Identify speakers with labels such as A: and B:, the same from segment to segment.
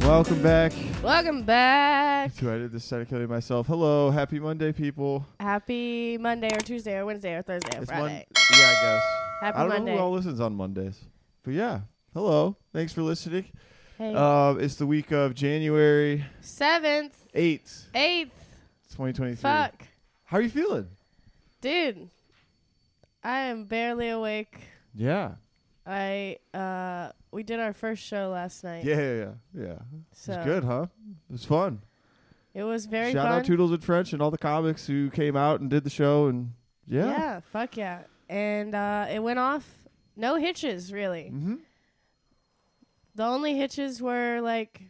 A: Welcome back
B: Welcome back.
A: to I Did This Side of Killing Myself. Hello, happy Monday, people.
B: Happy Monday or Tuesday or Wednesday or Thursday or
A: Mon-
B: Friday.
A: Yeah, I guess.
B: Happy
A: I don't
B: Monday.
A: know who all listens on Mondays. But yeah, hello. Thanks for listening.
B: hey.
A: Um, it's the week of January
B: Seventh,
A: 8th,
B: eighth,
A: 2023.
B: fuck.
A: How are you feeling?
B: Dude. I am barely awake.
A: Yeah.
B: I uh we did our first show last night.
A: Yeah, yeah, yeah. yeah.
B: So
A: It was good, huh? It was fun.
B: It was very
A: Shout
B: fun.
A: out Toodles and French and all the comics who came out and did the show. And yeah.
B: fuck yeah. And uh it went off no hitches really.
A: Mm-hmm.
B: The only hitches were like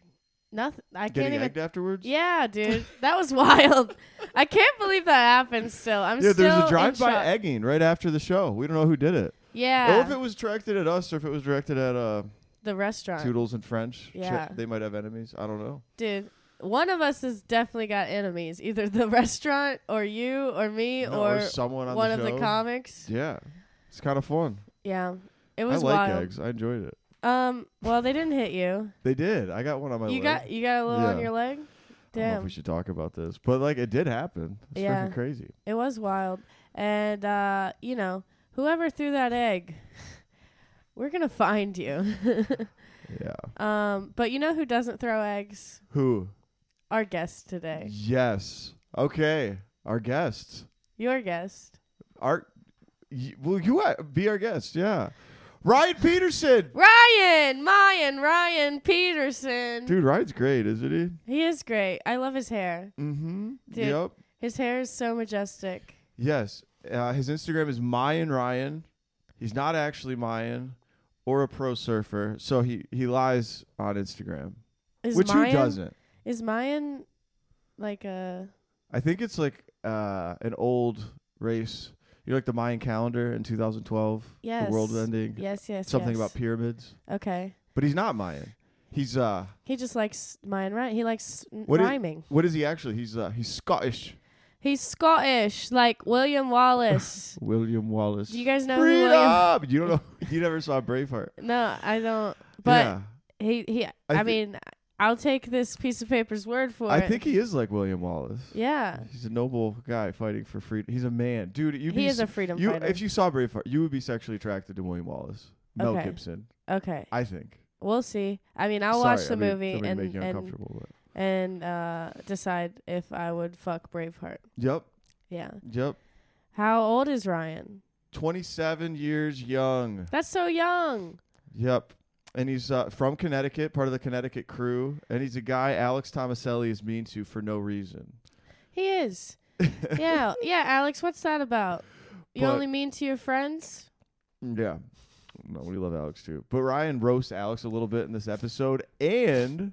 B: nothing I
A: Getting
B: can't even
A: egged afterwards?
B: Yeah, dude. that was wild. I can't believe that happened still. I'm
A: Yeah,
B: still
A: there's a
B: in
A: drive-by
B: shock.
A: egging right after the show. We don't know who did it. Or if
B: Yeah.
A: it was directed at us, or if it was directed at uh,
B: the restaurant.
A: Toodles and French. Ch-
B: Yeah.
A: they might have enemies. I don't know.
B: Dude, one of us has definitely got enemies. Either the restaurant or you or me
A: No,
B: or
A: someone on
B: one
A: the
B: of
A: show.
B: the comics.
A: Yeah, it's kind of fun.
B: Yeah. It
A: I
B: was
A: like
B: wild.
A: eggs. I enjoyed it.
B: Um well they didn't hit you.
A: They did. I got one on my leg.
B: you got you got a little on
A: Yeah.
B: your
A: I
B: leg?
A: don't know if
B: Damn.
A: we should talk about this, but like it did happen. It's
B: Yeah.
A: freaking crazy.
B: It was wild. And uh, you know, whoever threw that egg, we're gonna find you.
A: Yeah.
B: um, but you know who doesn't throw eggs?
A: Who?
B: our guest today.
A: Yes. Okay. Our guest.
B: Your guest.
A: Our. Y- will you uh, be our guest? Yeah. Ryan Peterson.
B: Ryan, Mayan, Ryan Peterson.
A: Dude, Ryan's great, isn't he?
B: He is great. I love his hair.
A: Mm-hmm.
B: Dude.
A: Yep.
B: His hair is so majestic.
A: Yes. Uh, his Instagram is Mayan Ryan. He's not actually Mayan or a pro surfer, so he, he lies on Instagram.
B: Is
A: which
B: Mayan,
A: who doesn't?
B: Is Mayan like a
A: I think it's like uh, an old race. You know, like the Mayan calendar in 2012,
B: yes?
A: the world ending,
B: Yes, yes.
A: something
B: yes.
A: about pyramids.
B: Okay.
A: But he's not Mayan. He's uh,
B: He just likes Mayan Ryan. He likes n-
A: What is-
B: rhyming.
A: what is he actually? He's uh, he's Scottish.
B: He's Scottish, like William Wallace.
A: William Wallace.
B: Do you guys know who William?
A: Freedom! You don't know. You never saw Braveheart.
B: No, I don't. But
A: yeah.
B: he he. I,
A: thi-
B: mean, I'll take this piece of paper's word for
A: I
B: it.
A: think he is like William Wallace.
B: Yeah.
A: He's a noble guy fighting for freedom. He's a man, dude. You'd
B: he
A: be
B: is a
A: s-
B: freedom
A: you,
B: fighter.
A: if you saw Braveheart, you would be sexually attracted to William Wallace, Mel
B: Okay.
A: Gibson.
B: okay,
A: I think.
B: we'll see. I mean, I'll
A: Sorry,
B: watch the
A: I mean,
B: movie
A: that may
B: and
A: make you
B: and
A: uncomfortable. But.
B: and uh, decide if I would fuck Braveheart.
A: Yep,
B: Yeah.
A: yep.
B: How old is Ryan?
A: Twenty-seven years young.
B: That's so young.
A: Yep, and he's uh, from Connecticut, part of the Connecticut crew, and he's a guy Alex Tomaselli is mean to for no reason.
B: He is. yeah, yeah. Alex, what's that about? You
A: But-
B: only mean to your friends.
A: Yeah. No, we love Alex too. But Ryan roasts Alex a little bit in this episode. And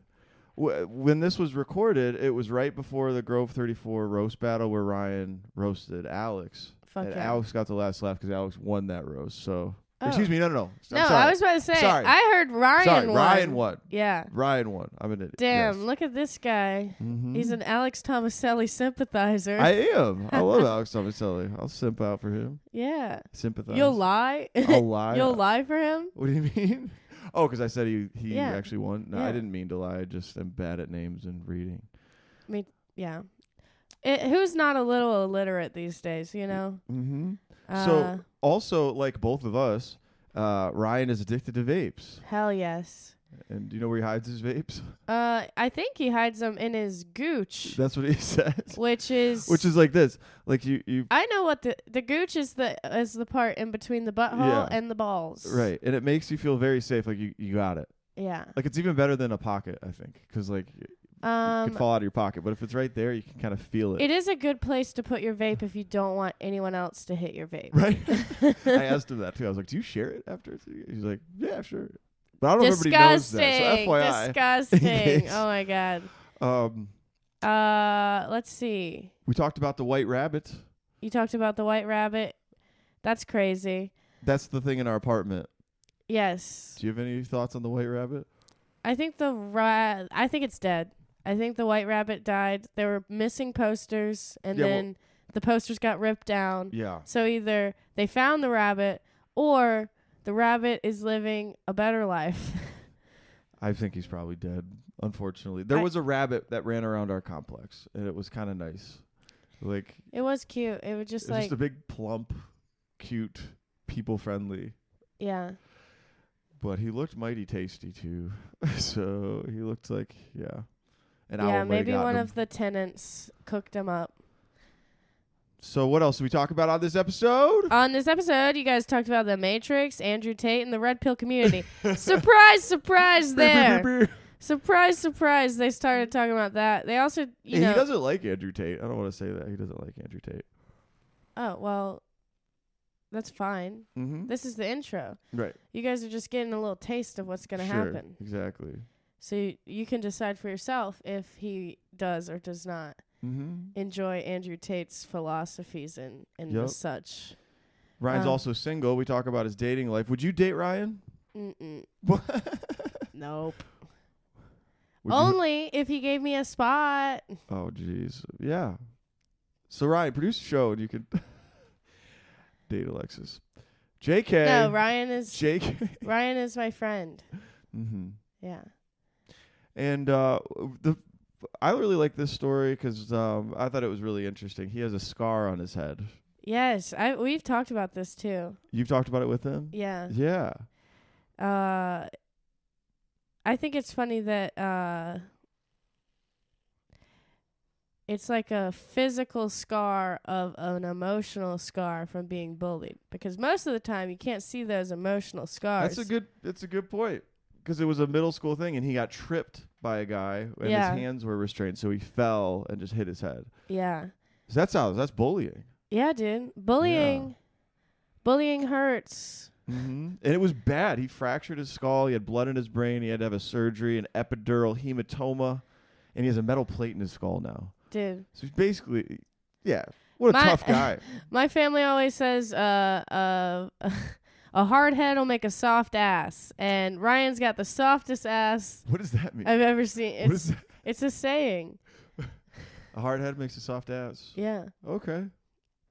A: w- when this was recorded, it was right before the Grove 34 roast battle where Ryan roasted Alex.
B: Fuck
A: and
B: yeah.
A: Alex got the last laugh because Alex won that roast. So,
B: Oh.
A: excuse me. No, no, no.
B: No,
A: I'm sorry.
B: I was about to say.
A: Sorry.
B: I heard Ryan.
A: sorry.
B: won.
A: Ryan won.
B: Yeah.
A: Ryan won. I'm an idiot.
B: Damn. Look at this guy.
A: Mm-hmm.
B: He's an Alex Tomaselli sympathizer.
A: I am. I love Alex Tomaselli. I'll simp out for him.
B: yeah.
A: Sympathize.
B: You'll lie.
A: I'll lie.
B: You'll lie for him.
A: What do you mean? Oh, because I said he he
B: Yeah.
A: actually won. No, I
B: Yeah.
A: didn't mean to lie. I just am bad at names and reading.
B: Yeah. It, who's not a little illiterate these days, you know?
A: Mm-hmm.
B: Uh,
A: so also, like both of us, uh, Ryan is addicted to vapes,
B: hell yes.
A: and do you know where he hides his vapes?
B: Uh, I think he hides them in his gooch,
A: That's what he says.
B: which is
A: Which is like this. Like you you
B: I know what the the gooch is the is the part in between the butthole
A: Yeah.
B: and the balls.
A: right, and it makes you feel very safe. Like you you got it.
B: Yeah.
A: Like it's even better than a pocket, I think, because like it could
B: Um.
A: fall out of your pocket. But if it's right there, you can kind of feel it.
B: It is a good place to put your vape if you don't want anyone else to hit your vape.
A: right? I asked him that too. I was like, "Do you share it after?" He's like, "Yeah, sure." But I don't know if everybody knows
B: Disgusting.
A: that. So FYI, In
B: Disgusting.
A: case-
B: Oh my god.
A: um,
B: Uh, let's see.
A: we talked about the white rabbit.
B: You talked about the white rabbit. That's crazy.
A: That's the thing in our apartment.
B: Yes.
A: Do you have any thoughts on the white rabbit?
B: I think the ra- I think it's dead. I think the white rabbit died. There were missing posters and
A: Yeah, well-
B: then the posters got ripped down.
A: Yeah,
B: So either they found the rabbit or the rabbit is living a better life.
A: I think he's probably dead. Unfortunately, there
B: I-
A: was a rabbit that ran around our complex, and it was kind of nice. Like
B: It was cute. It was
A: it's
B: just
A: just
B: like
A: a big plump, cute, people friendly.
B: yeah.
A: But he looked mighty tasty too. so he looked like yeah. An
B: yeah,
A: owl might have
B: maybe
A: gotten
B: one
A: him.
B: of the tenants cooked them up.
A: So what else do we talk about on this episode?
B: On this episode, you guys talked about the Matrix, Andrew Tate, and the Red Pill community. surprise, surprise there. surprise, surprise. They started talking about that. They also,
A: he
B: you know.
A: doesn't like Andrew Tate. I don't want to say that. He doesn't like Andrew Tate.
B: oh, well, that's fine.
A: Mm-hmm.
B: This is the intro.
A: Right.
B: You guys are just getting a little taste of what's going to
A: sure.
B: happen.
A: Exactly.
B: So you, you can decide for yourself if he does or does not
A: Mm-hmm.
B: enjoy Andrew Tate's philosophies and, and
A: Yup.
B: the such.
A: Ryan's
B: Um,
A: also single. We talk about his dating life. Would you date Ryan?
B: Mm-mm.
A: What?
B: Nope.
A: Would you-
B: Only if he gave me a spot.
A: Oh, jeez. Yeah. So Ryan, produce a show and you could date Alexis. Jk.
B: No, Ryan is
A: Jk.
B: Ryan is my friend.
A: mm-hmm.
B: Yeah.
A: And uh, the I really like this story because um, I thought it was really interesting. He has a scar on his head.
B: Yes, I we've talked about this too.
A: You've talked about it with him.
B: Yeah.
A: Yeah.
B: Uh I think it's funny that uh it's like a physical scar of an emotional scar from being bullied because most of the time you can't see those emotional scars.
A: That's a good. That's a good point. Because it was a middle school thing, and he got tripped by a guy, and
B: Yeah.
A: his hands were restrained, so he fell and just hit his head.
B: yeah.
A: So that's how. That's bullying.
B: Yeah, dude. Bullying. Bullying hurts.
A: Mm-hmm. And it was bad. He fractured his skull. He had blood in his brain. He had to have a surgery, an epidural hematoma, and he has a metal plate in his skull now.
B: Dude.
A: So he's basically, yeah, what a
B: My-
A: tough guy.
B: My family always says, uh, uh, a hard head will make a soft ass. And Ryan's got the softest ass
A: what does that mean?
B: I've ever seen.
A: What is
B: It's,
A: that?
B: it's a saying.
A: A hard head makes a soft ass.
B: Yeah.
A: Okay.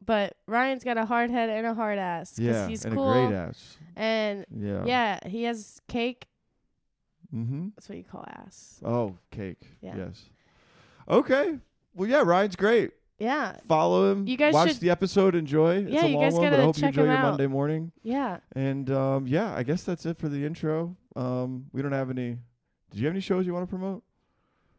B: But Ryan's got a hard head and a hard ass. 'cause
A: Yeah,
B: He's
A: and
B: cool.
A: a great ass.
B: And
A: Yeah.
B: yeah, he has cake.
A: Mm-hmm.
B: That's what you call ass.
A: Oh, cake.
B: Yeah.
A: Yes. Okay. Well, yeah, Ryan's great.
B: Yeah.
A: Follow him.
B: You guys
A: watch
B: should-
A: the episode. Enjoy. It's
B: Yeah,
A: a
B: you
A: long
B: guys
A: one, but
B: gotta
A: I hope you
B: check
A: enjoy
B: him
A: your
B: out.
A: Monday morning.
B: Yeah.
A: And um, yeah, I guess that's it for the intro. Um, we don't have any. Did you have any shows you want to promote?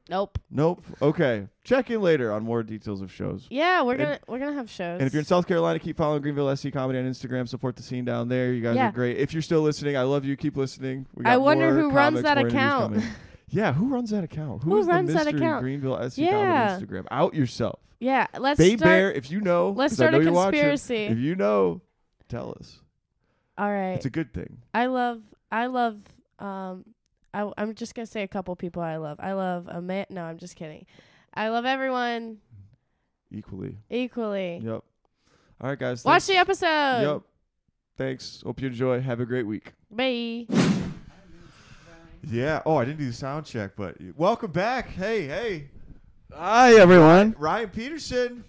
B: Nope.
A: Nope. Okay. Check in later on more details of shows.
B: Yeah, we're
A: And-
B: gonna we're gonna have shows.
A: And if you're in South Carolina, keep following Greenville SC Comedy on Instagram. Support the scene down there. You guys
B: Yeah.
A: are great. If you're still listening, I love you. Keep listening. We got
B: I wonder
A: more
B: who
A: comics,
B: runs that
A: more interviews
B: account.
A: coming. yeah, who runs that account?
B: Who
A: is
B: runs
A: the
B: that
A: mystery
B: account?
A: Greenville SC
B: Yeah.
A: Comedy Instagram? Out yourself.
B: yeah, let's
A: Bay
B: start.
A: Bear, if you know,
B: let's
A: 'cause I
B: start a
A: know you're watching.
B: conspiracy.
A: If you know, tell us.
B: All right.
A: It's a good thing.
B: I love I love um I I'm just gonna say a couple people I love. I love a man. No, I'm just kidding. I love everyone
A: Equally.
B: equally.
A: Yep. All right, guys.
B: Watch
A: thanks.
B: the episode.
A: Yep. Thanks. Hope you enjoy. Have a great week.
B: Bye.
A: Yeah. Oh, I didn't do the sound check, but welcome back. Hey, hey, Ah,
C: Hi everyone.
A: Ryan Peterson.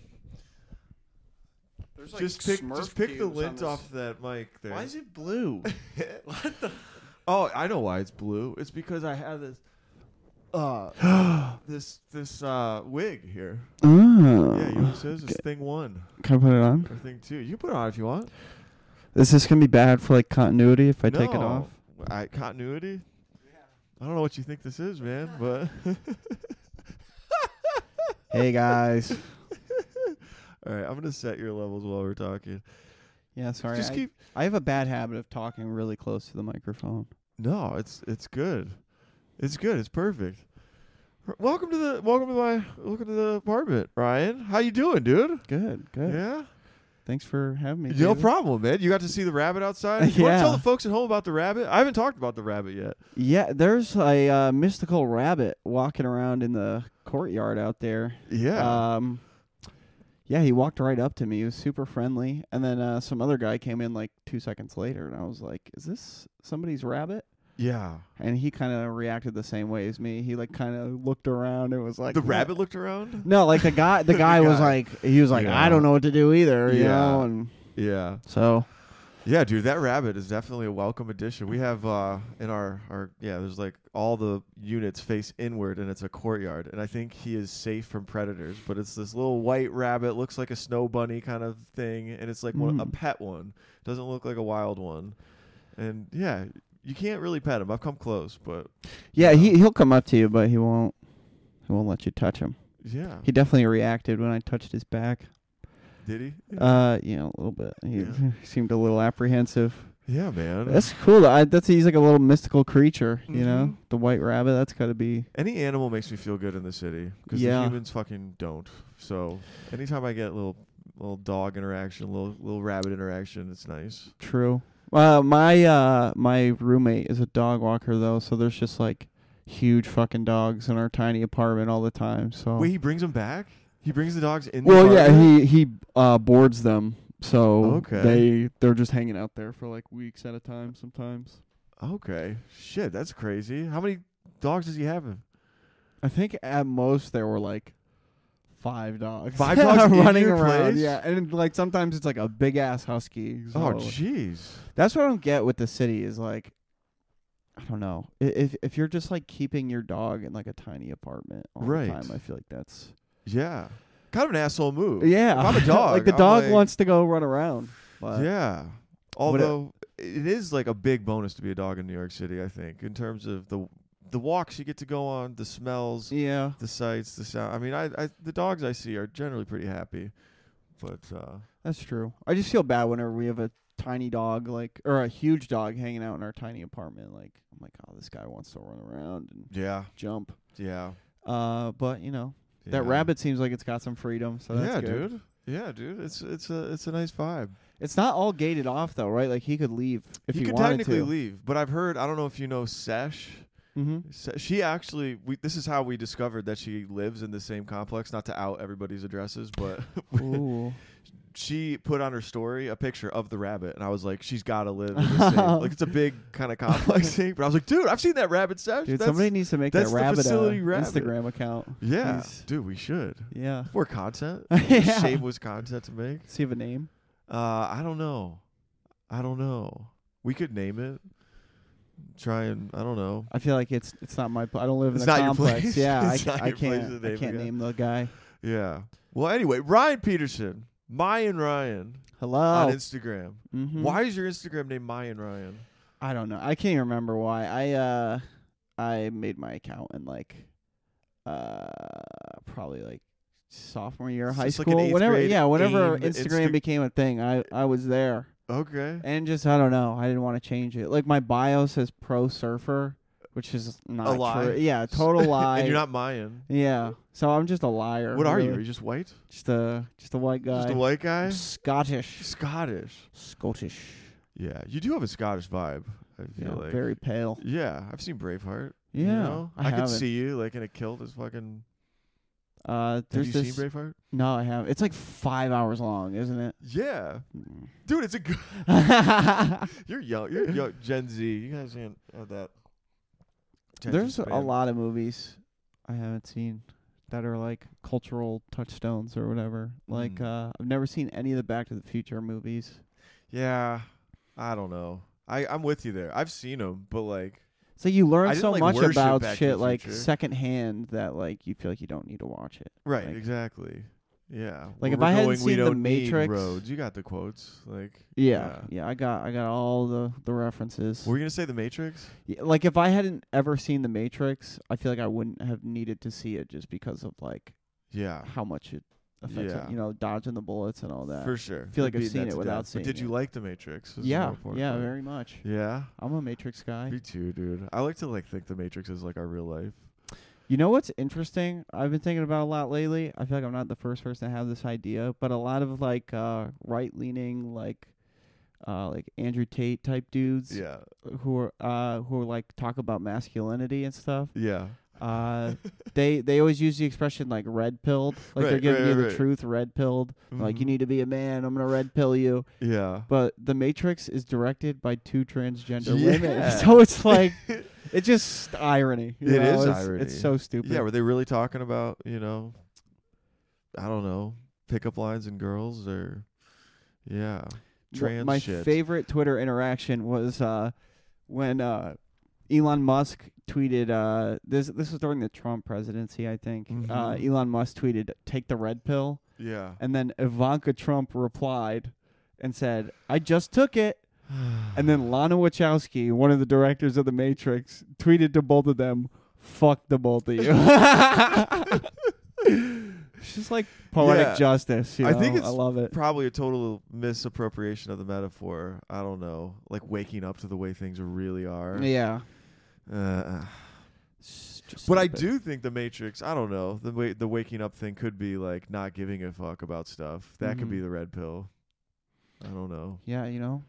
C: There's like
A: just pick,
C: Smurf
A: just pick the
C: cubes on
A: lint
C: this.
A: off that mic there.
C: Why is it blue? what the?
A: Oh, I know why it's blue. It's because I have this, uh, this this uh wig here.
C: Oh.
A: Yeah, you know what it says? It's thing one
C: Can I put it on?
A: or thing two. You can put it on if you want.
C: Is this gonna be bad for like continuity if I
A: no.
C: take it off?
A: I continuity. I don't know what you think this is, man, but
C: Hey guys.
A: all right, I'm gonna set your levels while we're talking.
C: yeah, sorry.
A: Just
C: I,
A: keep.
C: I have a bad habit of talking really close to the microphone.
A: No, it's it's good. It's good. It's perfect. R- Welcome to the welcome to my welcome to the apartment, Ryan. How you doing, dude?
C: Good, good.
A: Yeah,
C: Thanks for having me.
A: no
C: David.
A: problem, man. You got to see the rabbit outside. You want to
C: Yeah.
A: tell the folks at home about the rabbit? I haven't talked about the rabbit yet.
C: Yeah, there's a uh, mystical rabbit walking around in the courtyard out there.
A: Yeah,
C: Um, yeah, he walked right up to me. He was super friendly. And then uh, some other guy came in like two seconds later, and I was like, "Is this somebody's rabbit?"
A: yeah.
C: And he kind of reacted the same way as me. He like kind of looked around and was like,
A: the
C: "What?"
A: rabbit looked around.
C: No, like the guy. The guy was
A: guy.
C: like, he was like,
A: Yeah.
C: "I don't know what to do either," you
A: Yeah.
C: know. And
A: Yeah.
C: so
A: Yeah, dude, that rabbit is definitely a welcome addition. We have uh in our our yeah, there's like all the units face inward and it's a courtyard and I think he is safe from predators, but it's this little white rabbit looks like a snow bunny kind of thing and it's like one, a
C: Mm.
A: pet one. Doesn't look like a wild one. And yeah, you can't really pet him. I've come close, but
C: Yeah, he he'll come up to you, but he won't he won't let you touch him.
A: yeah.
C: He definitely reacted when I touched his back.
A: Did he?
C: Uh, you know, a little bit. He
A: Yeah. Uh.
C: seemed a little apprehensive.
A: yeah, man.
C: That's cool. though. I, that's he's like a little mystical creature. You
A: Mhm.
C: know, the white rabbit. That's got to be.
A: Any animal makes me feel good in the city because
C: Yeah.
A: the humans fucking don't. So anytime I get little little dog interaction, little little rabbit interaction, it's nice.
C: True. Uh, my uh, my roommate is a dog walker though, so there's just like huge fucking dogs in our tiny apartment all the time. So
A: Wait, he brings them back? He brings the dogs in.
C: Oh. well,
A: the
C: yeah,
A: apartment?
C: he he uh, boards them, so
A: Okay.
C: they they're just hanging out there for like weeks at a time sometimes.
A: Okay, shit, that's crazy. How many dogs does he have? in-
C: I think at most there were like five dogs.
A: Five dogs in
C: running
A: your
C: around.
A: place?
C: Yeah, and like sometimes it's like a big ass husky. so-
A: Oh, jeez.
C: That's what I don't get with the city is like, I don't know. I- If if you're just like keeping your dog in like a tiny apartment all
A: Right.
C: the time, I feel like that's
A: Yeah, kind of an asshole move.
C: yeah.
A: If I'm a dog.
C: like the
A: I'm
C: dog
A: like-
C: wants to go run around. But
A: yeah.
C: What a-
A: Although it is like a big bonus to be a dog in New York City, I think, in terms of the the walks you get to go on, the smells,
C: yeah,
A: the sights, the sound. I mean, I, I the dogs I see are generally pretty happy, but uh,
C: that's true. I just feel bad whenever we have a tiny dog like or a huge dog hanging out in our tiny apartment. Like I'm like, oh, this guy wants to run around and
A: yeah,
C: jump.
A: yeah.
C: Uh, but you know that
A: yeah.
C: rabbit seems like it's got some freedom. So Oh, that's
A: yeah,
C: good.
A: dude. Yeah, dude. It's it's a it's a nice vibe.
C: It's not all gated off though, right? Like he could leave if
A: he,
C: he,
A: could
C: wanted
A: technically
C: to.
A: leave, but I've heard. I don't know if you know Sesh.
C: Mm-hmm.
A: Se- She actually, we, this is how we discovered that she lives in the same complex. Not to out everybody's addresses, but
C: Ooh.
A: she put on her story a picture of the rabbit, and I was like, she's got to live. In the same. Like it's a big kind of complex thing. But I was like, dude, I've seen that rabbit Sesh.
C: Dude,
A: That's-
C: somebody needs to make
A: that's
C: that
A: the
C: rabbit a
A: facility rabbit.
C: Instagram account.
A: yeah,
C: He's-
A: dude, we should.
C: Yeah.
A: More content.
C: Yeah.
A: Shameless content to make.
C: Does he have a name?
A: Uh, I don't know. I don't know. We could name it. Try and I don't know.
C: I feel like it's it's not my. Pl- I don't live in
A: It's
C: a
A: not your
C: complex.
A: place.
C: Yeah,
A: It's
C: I,
A: not
C: I
A: your place
C: can't.
A: to
C: I
A: name
C: can't
A: the guy.
C: name the guy.
A: Yeah. Well, anyway, Ryan Peterson, Mayan Ryan
C: Hello.
A: on Instagram.
C: Mhm.
A: Why is your Instagram named Mayan Ryan?
C: I don't know. I can't even remember why. I uh, I made my account in like, uh, probably like sophomore year of
A: So
C: high
A: it's like an
C: school.
A: eighth
C: whenever,
A: grade
C: yeah, whenever
A: aim Insta-
C: Instagram became a thing, I I was there.
A: Okay.
C: And just I don't know. I didn't want to change it. Like my bio says pro surfer, which is not
A: lie.
C: true. Yeah, total lie.
A: and you're not Mayan.
C: Yeah. So I'm just a liar.
A: What are you? Are
C: really.
A: you just white?
C: Just a just a white guy.
A: Just a white
C: I'm
A: guy?
C: Scottish.
A: Scottish.
C: Scottish.
A: Yeah. You do have a Scottish vibe. I feel
C: Yeah,
A: like.
C: very pale.
A: yeah, I've seen Braveheart.
C: Yeah.
A: you know?
C: I,
A: could
C: haven't.
A: see you like in a kilt as fucking.
C: Uh there's
A: have you
C: this
A: seen Braveheart?
C: No, I haven't. It's like 5 hours long, isn't it?
A: Yeah, dude, it's a good. You're young. You're young. Gen Z. You guys can't have that. attention
C: there's a
A: span.
C: lot of movies I haven't seen that are like cultural touchstones or whatever. Like
A: Mm.
C: uh I've never seen any of the Back to the Future movies.
A: Yeah, I don't know. I I'm with you there. I've seen them, but like,
C: So you
A: I
C: learn
A: didn't,
C: so
A: like,
C: much
A: worship
C: about
A: Back to the
C: shit like
A: Future.
C: secondhand that like you feel like you don't need to watch it.
A: right,
C: Like-
A: exactly. Yeah.
C: Like,
A: Where
C: if
A: we're
C: I hadn't
A: going, we
C: seen The
A: don't need
C: Matrix-
A: roads. You got the quotes. Like.
C: Yeah, yeah, I got I got all the the references.
A: Were you gonna say the Matrix?
C: Yeah, like if I hadn't ever seen The Matrix, I feel like I wouldn't have needed to see it just because of like
A: Yeah.
C: how much it affects it,
A: Yeah.
C: you know, dodging the bullets and all that.
A: For sure.
C: feel like
A: You're
C: I've
A: beating
C: seen
A: that
C: it
A: to
C: without
A: death.
C: seeing
A: But did you
C: it.
A: like the Matrix? Is the
C: yeah,
A: more important
C: yeah,
A: thing.
C: very much.
A: Yeah.
C: I'm a Matrix guy.
A: Me too, dude. I like to like think the Matrix is like our real life.
C: You know what's interesting? I've been thinking about a lot lately. I feel like I'm not the first person to have this idea, but a lot of like uh right leaning like uh like Andrew Tate type dudes
A: Yeah.
C: who are uh who are like talk about masculinity and stuff.
A: Yeah.
C: Uh they they always use the expression like red pilled. Like they're
A: Right,
C: giving
A: right,
C: you the
A: right.
C: truth, red pilled. Like you
A: Mhm.
C: need to be a man, I'm gonna red pill you.
A: Yeah.
C: But the Matrix is directed by two transgender
A: Yeah.
C: women. So it's like it's just irony. you
A: It
C: know?
A: is
C: It's-
A: irony.
C: It's so stupid.
A: Yeah, were they really talking about, you know, I don't know, pickup lines and girls or yeah.
C: wh-
A: trans
C: my
A: shit.
C: favorite Twitter interaction was uh, when uh, Elon Musk tweeted. Uh, this this was during the Trump presidency, I think. Uh,
A: Mhm.
C: Elon Musk tweeted, "Take the red pill,"
A: yeah.
C: and then Ivanka Trump replied and said, "I just took it." And then Lana Wachowski, one of the directors of The Matrix, tweeted to both of them, "Fuck the both of you." it's just like poetic
A: Yeah.
C: justice. you
A: I think
C: know? I
A: it's
C: love it.
A: Probably a total misappropriation of the metaphor. I don't know. Like waking up to the way things really are.
C: Yeah.
A: Uh,
C: S- just
A: but I
C: stupid.
A: do think the Matrix. I don't know. The way the waking up thing could be like not giving a fuck about stuff. That could
C: Mhm.
A: be the red pill. I don't know.
C: Yeah, you know,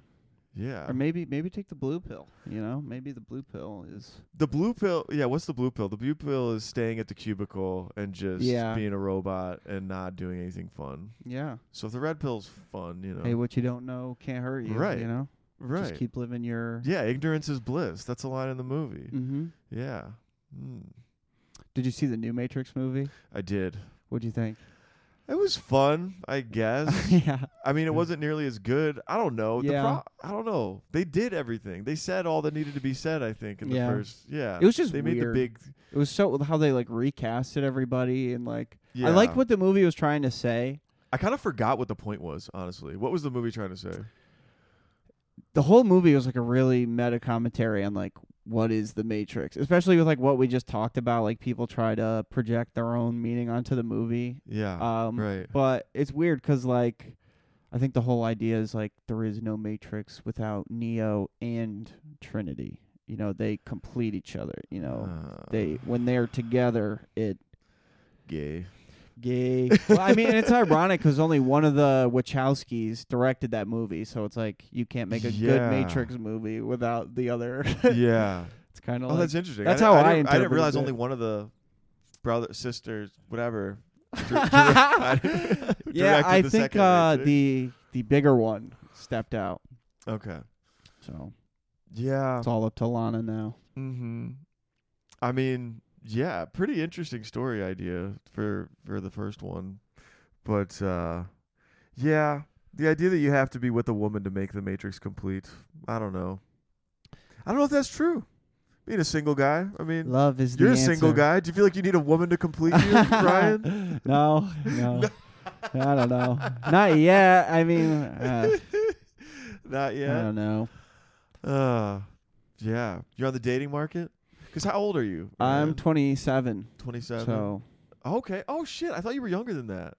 A: Yeah.
C: or maybe maybe take the blue pill. You know, maybe the blue pill is.
A: The blue pill, yeah. What's the blue pill? The blue pill is staying at the cubicle and just
C: Yeah.
A: being a robot and not doing anything fun.
C: Yeah.
A: So if the red pill's fun, you know,
C: Hey, what you don't know can't hurt you.
A: Right.
C: You know,
A: right?
C: just keep living your.
A: yeah, ignorance is bliss. That's a line in the movie.
C: Mm-hmm.
A: Yeah, mm.
C: Did you see the new Matrix movie?
A: I did.
C: What'd you think?
A: It was fun, I guess.
C: yeah.
A: I mean, it wasn't nearly as good. I don't know. The
C: Yeah.
A: pro- I don't know. They did everything. They said all that needed to be said. I think in
C: Yeah.
A: the first. Yeah,
C: It was just
A: they made the
C: weird.
A: big.
C: It was so how they like recasted everybody and like
A: Yeah.
C: I liked what the movie was trying to say.
A: I kind of forgot what the point was. Honestly, what was the movie trying to say?
C: The whole movie was like a really meta commentary on like what is the Matrix, especially with like what we just talked about. Like people try to project their own meaning onto the movie.
A: Yeah,
C: Um,
A: right.
C: But it's weird 'cause like, I think the whole idea is like there is no Matrix without Neo and Trinity. You know, they complete each other. You know,
A: Uh,
C: they when they're together, it
A: gay.
C: gay. well, I mean, and it's ironic 'cause only one of the Wachowskis directed that movie, so it's like you can't make a
A: Yeah.
C: good Matrix movie without the other.
A: yeah.
C: it's kind of
A: Oh,
C: like
A: that's interesting.
C: that's
A: I
C: how
A: didn't,
C: I
A: I didn't, I didn't
C: interpreted
A: realize
C: it.
A: only one of the brother, sisters, whatever. dir- dir- I didn't-
C: yeah.
A: directed
C: I
A: the
C: think
A: second
C: uh,
A: Matrix.
C: the the bigger one stepped out,
A: okay.
C: so
A: Uh, Yeah.
C: it's all up to Lana now.
A: Mm-hmm. I mean, yeah, pretty interesting story idea for for the first one, but uh, yeah, the idea that you have to be with a woman to make the Matrix complete. I don't know. I don't know if that's true. Being a single guy, I mean,
C: Love is
A: You're
C: the
A: a single
C: answer.
A: guy. Do you feel like you need a woman to complete you, Ryan?
C: no, no, I don't know. Not yet. I mean, uh,
A: Not
C: I
A: yet.
C: don't know.
A: Uh, yeah. You're on the dating market? Because how old are you?
C: I'm
A: Ryan?
C: 27,
A: 27.
C: so
A: Okay. Oh, shit. I thought you were younger than that.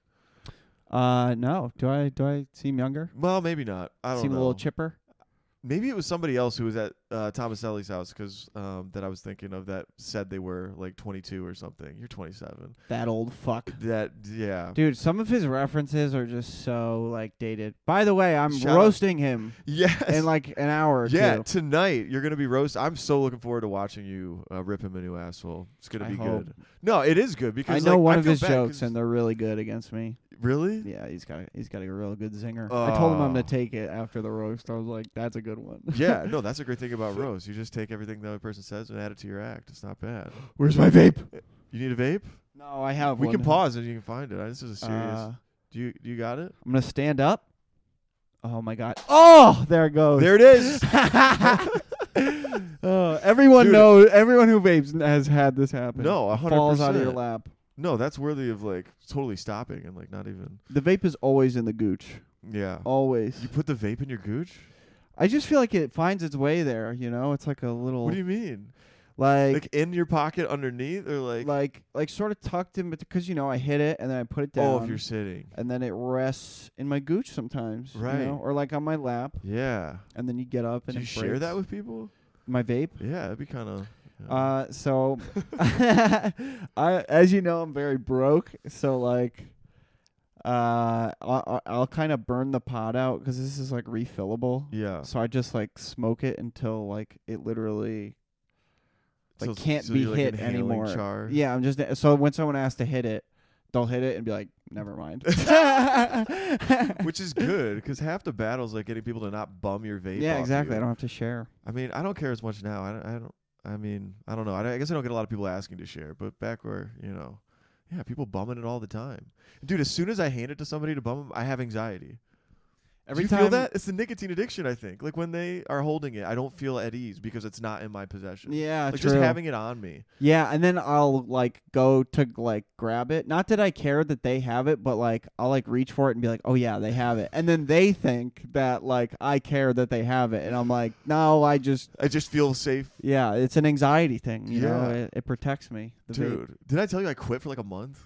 C: uh, no. Do I do I seem younger?
A: Well, maybe not. I don't
C: seem
A: know.
C: a little chipper.
A: Maybe it was somebody else who was at uh, Thomaselli's house because um, that I was thinking of that said they were like 22 or something. You're 27.
C: That old fuck.
A: That, yeah.
C: Dude, some of his references are just so like dated. By the way, I'm
A: Shout out-
C: roasting him
A: Yes.
C: in like an hour or
A: yeah,
C: two.
A: tonight you're gonna be roast. I'm so looking forward to watching you uh, rip him a new asshole. It's gonna
C: I
A: be
C: hope.
A: good. No, it is good
C: I
A: because
C: know
A: like,
C: one
A: I
C: of
A: feel
C: his
A: bad
C: jokes,
A: 'cause-
C: and they're really good against me.
A: really
C: Yeah, he's got a, he's got a real good zinger. I told him I'm
A: Oh.
C: gonna take it after the roast. I was like, that's a good one.
A: yeah, no, that's a great thing about roast. You just take everything the other person says and add it to your act. It's not bad.
C: Where's my vape?
A: You need a vape?
C: No, I have.
A: we
C: one.
A: can pause and you can find it. I- This is a serious.
C: Uh,
A: do you do you got it?
C: I'm gonna stand up. Oh my god! Oh, there it goes.
A: There it is.
C: Oh, everyone
A: Dude.
C: knows. Everyone who vapes has had this happen.
A: No, a hundred
C: falls out of your
A: percent.
C: lap.
A: No, that's worthy of like totally stopping and like not even.
C: The vape is always in the gooch.
A: Yeah.
C: Oh. Always.
A: You put the vape in your gooch?
C: I just feel like it finds its way there. You know, it's like a little
A: What do you mean?
C: like.
A: Like, in your pocket underneath or
C: like
A: like?
C: like sort of tucked in because you know I hit it and then I put it down
A: oh, if you're sitting.
C: and then it rests in my gooch sometimes you
A: Right.
C: know, or like on my lap
A: Yeah.
C: and then you get up and
A: Do you
C: it
A: share that
C: breaks.
A: with people?
C: my vape
A: Yeah, that'd be kind of.
C: Uh, so I, as you know, I'm very broke. So like, uh, I'll, I'll kind of burn the pot out 'cause this is like refillable.
A: yeah.
C: So I just like smoke it until like it literally like
A: So-
C: can't
A: so
C: be
A: you're, like,
C: hit
A: inhaling
C: anymore.
A: char.
C: Yeah, I'm just so when someone asks to hit it, they'll hit it and be like, never mind. yeah,
A: Which is good because half the battle's like getting people to not bum your vape. off
C: exactly. I
A: you.
C: don't have to share.
A: I mean, I don't care as much now. I don't. I, don't, I mean, I don't know. I, don't- I guess I don't get a lot of people asking to share, but back where you know, yeah, people bumming it all the time, dude. As soon as I hand it to somebody to bum, 'em, I have anxiety.
C: Every
A: Do you
C: time
A: feel that it's the nicotine addiction. I think like when they are holding it, I don't feel at ease because it's not in my possession.
C: Yeah,
A: like
C: true.
A: just having it on me.
C: yeah, and then I'll like go to like grab it. Not that I care that they have it, but like I'll like reach for it and be like, "Oh yeah, they have it." And then they think that like I care that they have it, and I'm like, "No, I just
A: I just feel safe,
C: yeah, it's an anxiety thing. You know,
A: Yeah.
C: it, it protects me." The vape.
A: dude. Did I tell you I quit for like a month?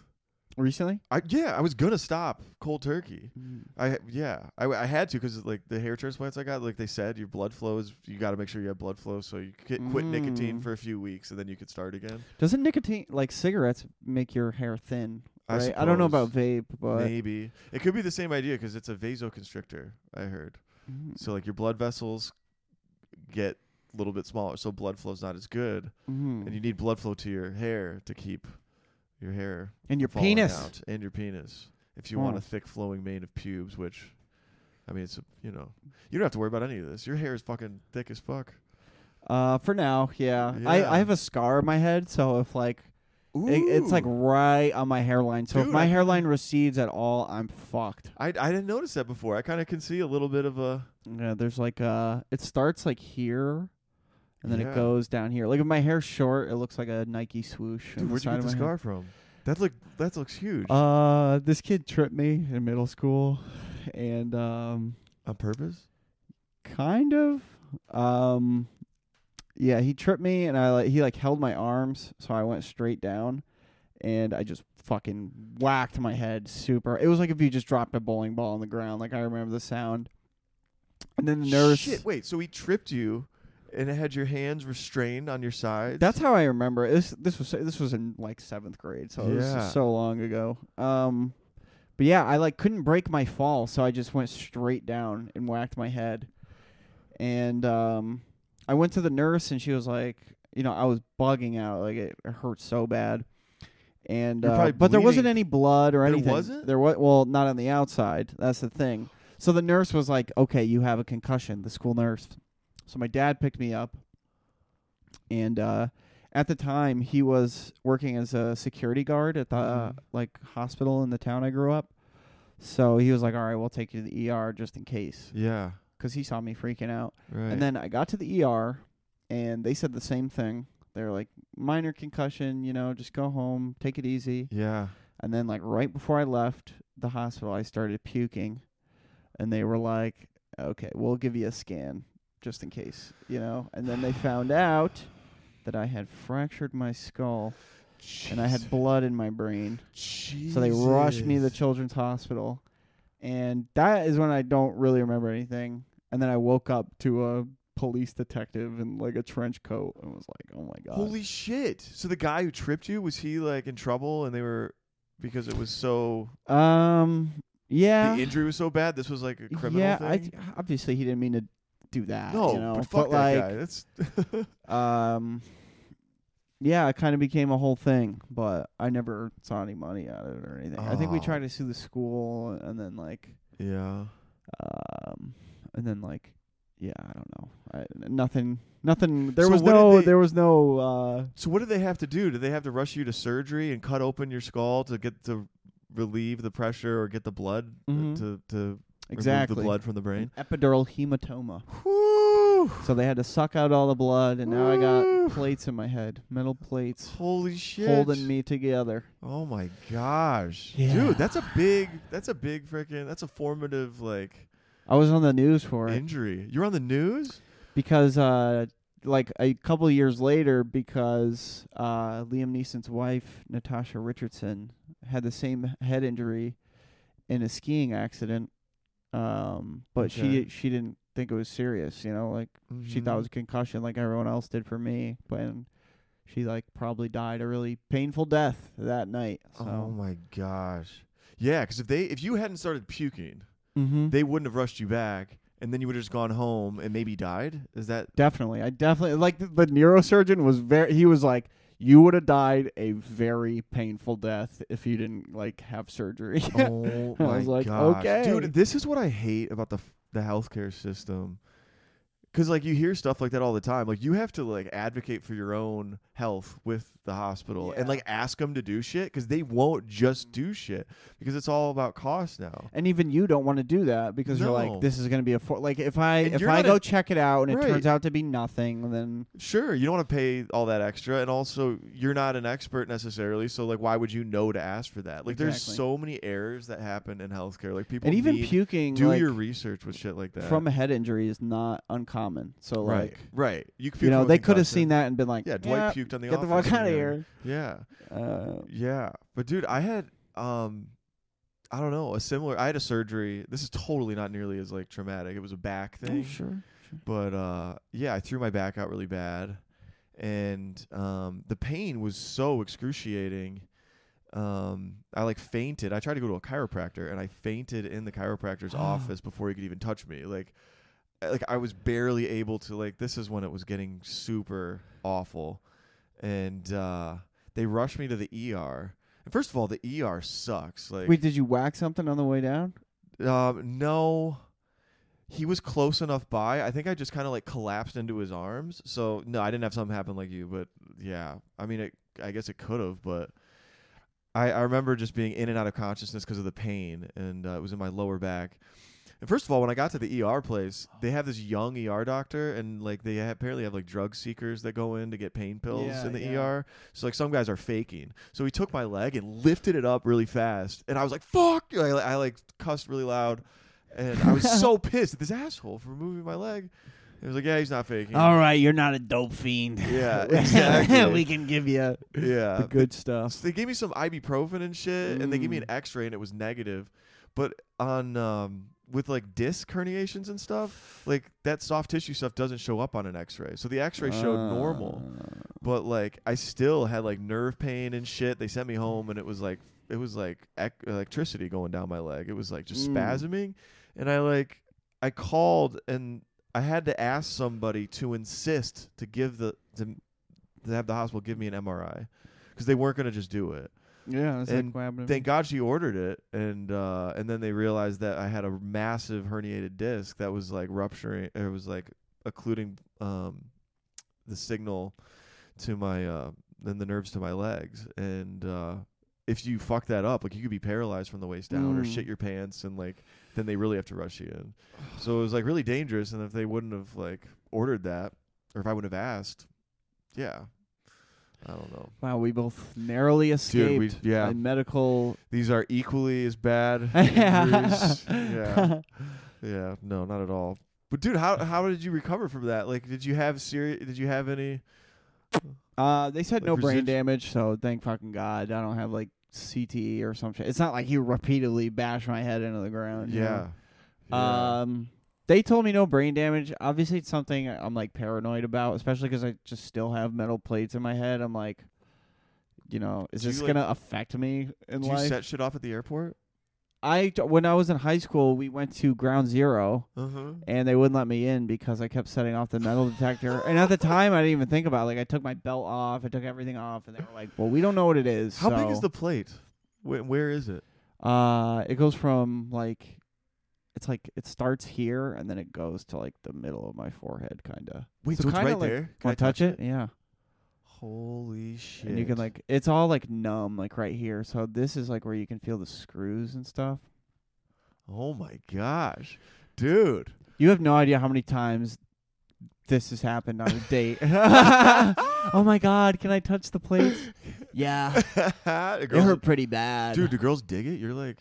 C: recently.
A: I yeah, I was gonna stop cold turkey. I yeah, I, I had to because like the hair transplants I got, like they said, your blood flow is you got to make sure you have blood flow, so you quit, quit nicotine
C: Mm.
A: for a few weeks and then you could start again.
C: Doesn't nicotine like cigarettes make your hair thin? Right? I, don't know about
A: suppose.
C: vape, but
A: maybe it could be the same idea because it's a vasoconstrictor. I heard
C: Mm,
A: so like your blood vessels get a little bit smaller, so blood flow's not as good,
C: mhm.
A: and you need blood flow to your hair to keep your hair
C: and your
A: falling
C: penis.
A: out and your penis if you want
C: Oh.
A: a thick flowing mane of pubes which i mean it's a, you know you don't have to worry about any of this your hair is fucking thick as fuck
C: Uh, for now, yeah.
A: Yeah.
C: I, I have a scar on my head, so if like it, it's like right on my hairline, so if
A: Dude,
C: my
A: I-
C: hairline recedes at all, I'm fucked.
A: I, I didn't notice that before i kind of can see a little bit of a
C: Yeah, there's like uh, it starts like here, and then it
A: Yeah.
C: goes down here. Like if my hair's short, it looks like a Nike swoosh. on
A: dude
C: the
A: where'd you
C: side
A: get the
C: of my
A: scar
C: head.
A: from that look that looks huge
C: Uh, this kid tripped me in middle school, and um,
A: on purpose
C: kind of um yeah he tripped me and i like he like held my arms so i went straight down and i just fucking whacked my head super it was like if you just dropped a bowling ball on the ground like i remember the sound and then the nurse
A: Shit, wait so he tripped you and it had your hands restrained on your sides
C: that's how i remember it. this this was this was in like 7th grade so this
A: Yeah.
C: is so long ago um but yeah i like couldn't break my fall so i just went straight down and whacked my head and um I went to the nurse and she was like, you know, I was bugging out, like it, it hurt so bad, and
A: You're
C: uh,
A: probably
C: but there wasn't
A: bleeding.
C: any blood or
A: There
C: anything.
A: wasn't?
C: There was well, not on the outside. That's the thing. So the nurse was like, okay, you have a concussion. The school nurse. So my dad picked me up, and uh, at the time he was working as a security guard at the uh,
A: Mhm.
C: like hospital in the town I grew up. So he was like, all right, we'll take you to the ER just in case,
A: yeah
C: because he saw me freaking out.
A: right
C: And then I got to the ER, and they said the same thing. They were like, minor concussion, you know, just go home, take it easy.
A: yeah
C: And then, like, right before I left the hospital, I started puking, and they were like, okay, we'll give you a scan just in case, you know. And then they found out that I had fractured my skull and I had blood in my brain. So they rushed me to the
A: Jesus.
C: children's hospital, and that is when I don't really remember anything. And then I woke up to a police detective in like a trench coat and was like, "Oh my god!"
A: Holy shit! So the guy who tripped you was he like in trouble, and they were because it was so
C: um, yeah,
A: the injury was so bad. This was like a criminal
C: yeah. I
A: thing.
C: obviously he didn't mean to do that.
A: no,
C: you know?
A: but fuck that guy.
C: like,
A: That's
C: um, yeah, it kind of became a whole thing, but I never saw any money out of it or anything. I think we
A: Oh.
C: tried to sue the school, and then like
A: yeah.
C: um, and then like yeah i don't know I, nothing nothing there
A: So
C: was
A: what did
C: no
A: they-
C: there was no uh
A: So what did they have to do? Did they have to rush you to surgery and cut open your skull to get to relieve the pressure or get the blood uh,
C: Mhm.
A: to to
C: exactly
A: remove the blood from the
C: an
A: brain?
C: epidural hematoma
A: Whew.
C: so they had to suck out all the blood and now i got
A: Woo.
C: plates in my head metal plates
A: Holy shit!
C: holding me together
A: Oh my gosh,
C: Yeah.
A: dude, that's a big, that's a big freaking, that's a formative like
C: i was on the news for it
A: injury. You're on the news.
C: because uh like a couple years later because uh Liam Neeson's wife Natasha Richardson had the same head injury in a skiing accident um but she
A: Okay. Mm-hmm.
C: she didn't think it was serious you know like she thought it was a concussion like everyone else did for me but and she like probably died a really painful death that night so
A: Oh my gosh. Yeah, because if they if you hadn't started puking,
C: mhm.
A: they wouldn't have rushed you back, and then you would have just gone home and maybe died. Is that
C: Definitely. I definitely like the, the neurosurgeon was very he was like you would have died a very painful death if you didn't like have surgery.
A: Oh
C: I
A: my
C: was like,
A: gosh.
C: okay.
A: Dude, this is what I hate about the f- the healthcare system because like you hear stuff like that all the time. Like you have to like advocate for your own health with the hospital
C: Yeah.
A: and like ask them to do shit because they won't just do shit because it's all about cost now.
C: And even you don't want to do that because you're
A: No.
C: like, this is going to be a for- like if I
A: And
C: if
A: you're
C: I
A: not
C: go
A: a-
C: check it out and
A: Right.
C: it turns out to be nothing, then
A: Sure, you don't want to pay all that extra, and also you're not an expert necessarily. So like, why would you know to ask for that? Like, there's
C: Exactly.
A: so many errors that happen in healthcare. Like people
C: and even
A: need-
C: puking
A: do
C: like,
A: your research with shit like that.
C: from a head injury is not uncommon. So
A: right,
C: like
A: right. You, could
C: you know
A: puke
C: they
A: from
C: could have
A: concussion.
C: seen that and been like,
A: Yeah, Dwight puked on the
C: get the
A: office
C: fuck out of
A: and-
C: here.
A: Yeah.
C: Uh,
A: Yeah, but dude, I had um, I don't know, a similar. I had a surgery. This is totally not nearly as like traumatic. It was a back
C: oh,
A: thing,
C: sure.
A: but uh, yeah, I threw my back out really bad, and um, the pain was so excruciating. Um, I like fainted. I tried to go to a chiropractor, and I fainted in the chiropractor's office before he could even touch me. Like, I- like I was barely able to like. This is when it was getting super awful, and uh, they rushed me to the ER. And first of all, the ER sucks. Like,
C: Wait, did you whack something on the way down?
A: um, no, he was close enough by. I think I just kind of like collapsed into his arms. So no, I didn't have something happen like you, but yeah, I mean, it, I guess it could have, but I, I remember just being in and out of consciousness because of the pain, and uh, it was in my lower back. And first of all, when I got to the ER place, they have this young ER doctor, and like they ha- apparently have like drug seekers that go in to get pain pills
C: Yeah,
A: in the
C: yeah.
A: ER. So like some guys are faking. So he took my leg and lifted it up really fast, and I was like, "Fuck!" I, I like cussed really loud, and I was so pissed at this asshole for moving my leg. He was like, "Yeah, he's not faking."
C: right, you're not a dope fiend.
A: Yeah, exactly. Uh,
C: can give you
A: yeah,
C: the good stuff.
A: So they gave me some ibuprofen and shit, and they gave me
C: Mm.
A: an X-ray, and it was negative. But on um, with like disc herniations and stuff, like that soft tissue stuff doesn't show up on an X-ray. So the X-ray showed normal,
C: Uh,
A: but like I still had like nerve pain and shit. They sent me home, and it was like it was like ec- electricity going down my leg. It was like just
C: Mm.
A: spasming, and I like I called and I had to ask somebody to insist to give the to, to have the hospital give me an MRI because they weren't gonna just do it.
C: Yeah, that's
A: And
C: like what happened to me.
A: Thank God she ordered it, and uh, and then they realized that I had a massive herniated disc that was like rupturing. It was like occluding um, the signal to my uh, and the nerves to my legs. And uh, if you fuck that up, like you could be paralyzed from the waist down or
C: Mm.
A: shit your pants, and like then they really have to rush you in. So it was like really dangerous. And if they wouldn't have like ordered that, or if I would have asked, yeah, I don't know.
C: Wow, we both narrowly
A: Dude, we,
C: escaped
A: yeah,
C: a medical.
A: these are equally as bad. injuries. yeah,
C: yeah.
A: yeah, no, not at all. But dude, how how did you recover from that? Like, did you have serious? Did you have any?
C: Uh, they said
A: Like
C: no brain
A: residu-
C: damage, so thank fucking god I don't have like CTE or some shit. It's not like you repeatedly bash my head into the ground. you know?
A: Yeah. Yeah.
C: Um, they told me no brain damage. Obviously, it's something I- I'm like paranoid about, especially because I just still have metal plates in my head. I'm like, you know, is
A: Do you,
C: this
A: like-
C: gonna affect me in
A: Do you
C: life?
A: set shit off at the airport?
C: I t- when I was in high school, we went to Ground Zero,
A: Uh huh.
C: and they wouldn't let me in because I kept setting off the metal detector. And at the time, I didn't even think about it. like I took my belt off, I took everything off, and they were like, "Well, we don't know what it is."
A: How big is
C: so-
A: the plate? Where, where is it?
C: Uh, it goes from like, it's like it starts here and then it goes to like the middle of my forehead, kinda.
A: Wait,
C: So
A: so, it's
C: kinda
A: right
C: like-
A: there. Can I
C: Want to touch it? Yeah.
A: Holy shit!
C: And you can like, it's all like numb, like right here. So this is like where you can feel the screws and stuff.
A: Oh my gosh, dude.
C: You have no idea how many times this has happened on a date. oh my god, can I touch the plates? yeah.
A: The
C: It
A: girls-
C: hurt pretty bad.
A: dude. Do girls dig it? You're like,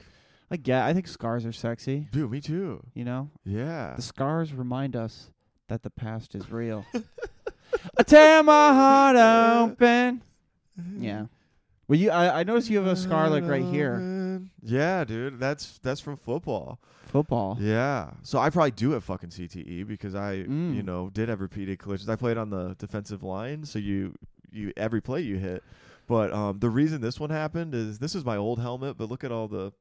C: I get I think scars are sexy,
A: dude. Me too.
C: you know?
A: Yeah.
C: The scars remind us that the past is real. I tear my heart open. Yeah. Well you I, I noticed you have a scar like right here.
A: Yeah, dude. That's that's from football.
C: Football.
A: Yeah. So I probably do have fucking CTE because I,
C: Mm.
A: you know, did have repeated collisions. I played on the defensive line, so you you every play you hit. But um the reason this one happened is this is my old helmet, but look at all the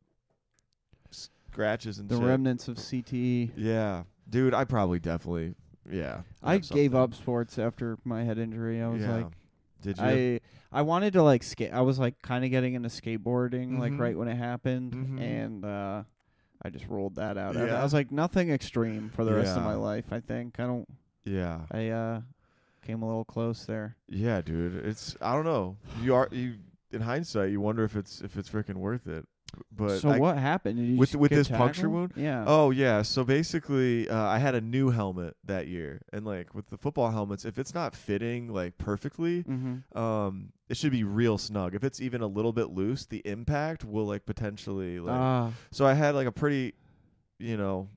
A: scratches and
C: The
A: shit.
C: remnants of CTE.
A: Yeah. Dude, I probably definitely yeah.
C: I
A: have
C: gave
A: something.
C: up sports after my head injury. I was
A: Yeah.
C: like
A: Did you?
C: I I wanted to like skate. I was like kind of getting into skateboarding like
A: Mhm.
C: right when it happened,
A: Mhm.
C: and uh, I just rolled that out. And
A: Yeah.
C: I was like nothing extreme for the rest of
A: Yeah.
C: my life. I think I don't.
A: Yeah.
C: I uh, came a little close there.
A: Yeah, dude. It's I don't know. You are you in hindsight, you wonder if it's if it's freaking worth it. But
C: so
A: I-
C: what happened? Did you
A: with-
C: just
A: with
C: get
A: this puncture
C: tackled?
A: wound?
C: Yeah.
A: Oh yeah, so basically, uh, I had a new helmet that year, and like with the football helmets, if it's not fitting like perfectly,
C: Mm-hmm.
A: um, it should be real snug. If it's even a little bit loose, the impact will like potentially like.
C: Ah,
A: so I had like a pretty, you know,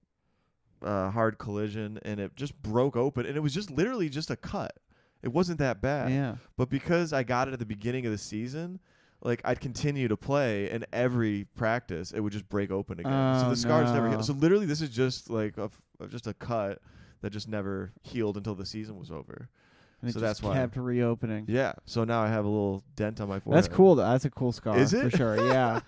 A: uh, hard collision, and it just broke open, and it was just literally just a cut. It wasn't that bad.
C: yeah.
A: But because I got it at the beginning of the season, like I'd continue to play, and every practice it would just break open again. so
C: Oh,
A: the scars never
C: no.
A: healed. So literally, this is just like a, f- uh, just a cut that just never healed until the season was over.
C: And it
A: So
C: just
A: that's why.
C: kept reopening.
A: Yeah. So now I have a little dent on my forehead.
C: That's cool. Though. That's a cool scar.
A: Is
C: for
A: it?
C: sure? Yeah,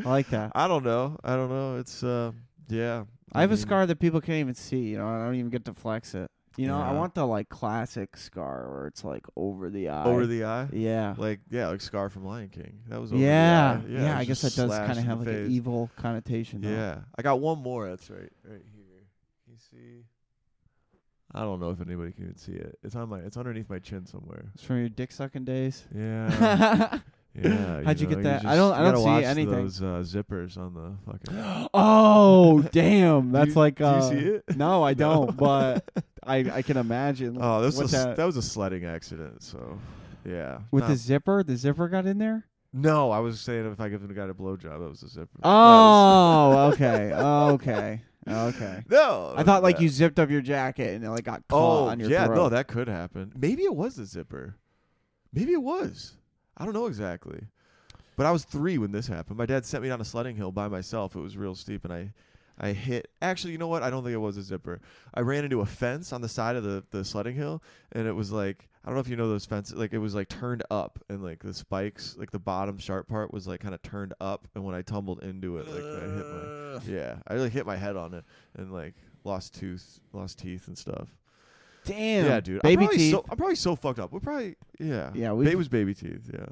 C: I like that.
A: I don't know. I don't know. It's uh, yeah.
C: I have a
A: mean,
C: scar that people can't even see. You know, I don't even get to flex it. You know, I
A: Yeah.
C: want the like classic scar where it's like over the eye.
A: over the eye.
C: yeah.
A: Like yeah, like scar from Lion King. That was over the
C: yeah.
A: eye.
C: yeah,
A: it
C: I
A: was
C: guess that
A: just
C: does
A: slashed
C: kind of
A: in
C: have
A: the
C: like an
A: face.
C: evil connotation. though.
A: Yeah, I got one more. That's right, right here. You see? I don't know if anybody can even see it. It's on my. It's underneath my chin somewhere.
C: it's from your dick sucking days.
A: Yeah, yeah.
C: How'd you
A: know,
C: get that? I
A: just-
C: don't- I
A: you
C: don't
A: gotta
C: see
A: watch
C: anything.
A: Those uh, zippers on the fucking.
C: oh, damn!
A: Do
C: That's
A: you-
C: like
A: do you
C: uh,
A: see it?
C: no, I
A: No.
C: don't. But I I can imagine.
A: Oh, that was a,
C: what
A: s-
C: that-
A: that? was a sledding accident. So, yeah.
C: with
A: Not-
C: the zipper. The zipper got in there.
A: No, I was saying if I give the guy a blowjob, that was a zipper. That was-
C: Oh, okay, okay, okay.
A: no,
C: I thought like
A: that-
C: you zipped up your jacket and it like got caught
A: Oh,
C: on your
A: yeah.
C: throat.
A: No, that could happen. Maybe it was the zipper. Maybe it was. I don't know exactly. But I was three when this happened. My dad sent me down a sledding hill by myself. It was real steep, and I, I hit. Actually, you know what? I don't think it was a zipper. I ran into a fence on the side of the the sledding hill, and it was like I don't know if you know those fences. Like it was like turned up, and like the spikes, like the bottom sharp part was like kind of turned up. And when I tumbled into it, like I hit my
C: Uh.
A: yeah, I like hit my head on it, and like lost tooth, lost teeth and stuff.
C: Damn.
A: Yeah, dude. I'm
C: Baby
A: probably
C: teeth.
A: So, I'm probably so fucked up. We're probably yeah.
C: Yeah,
A: Ba-
C: we-
A: it was baby teeth. Yeah.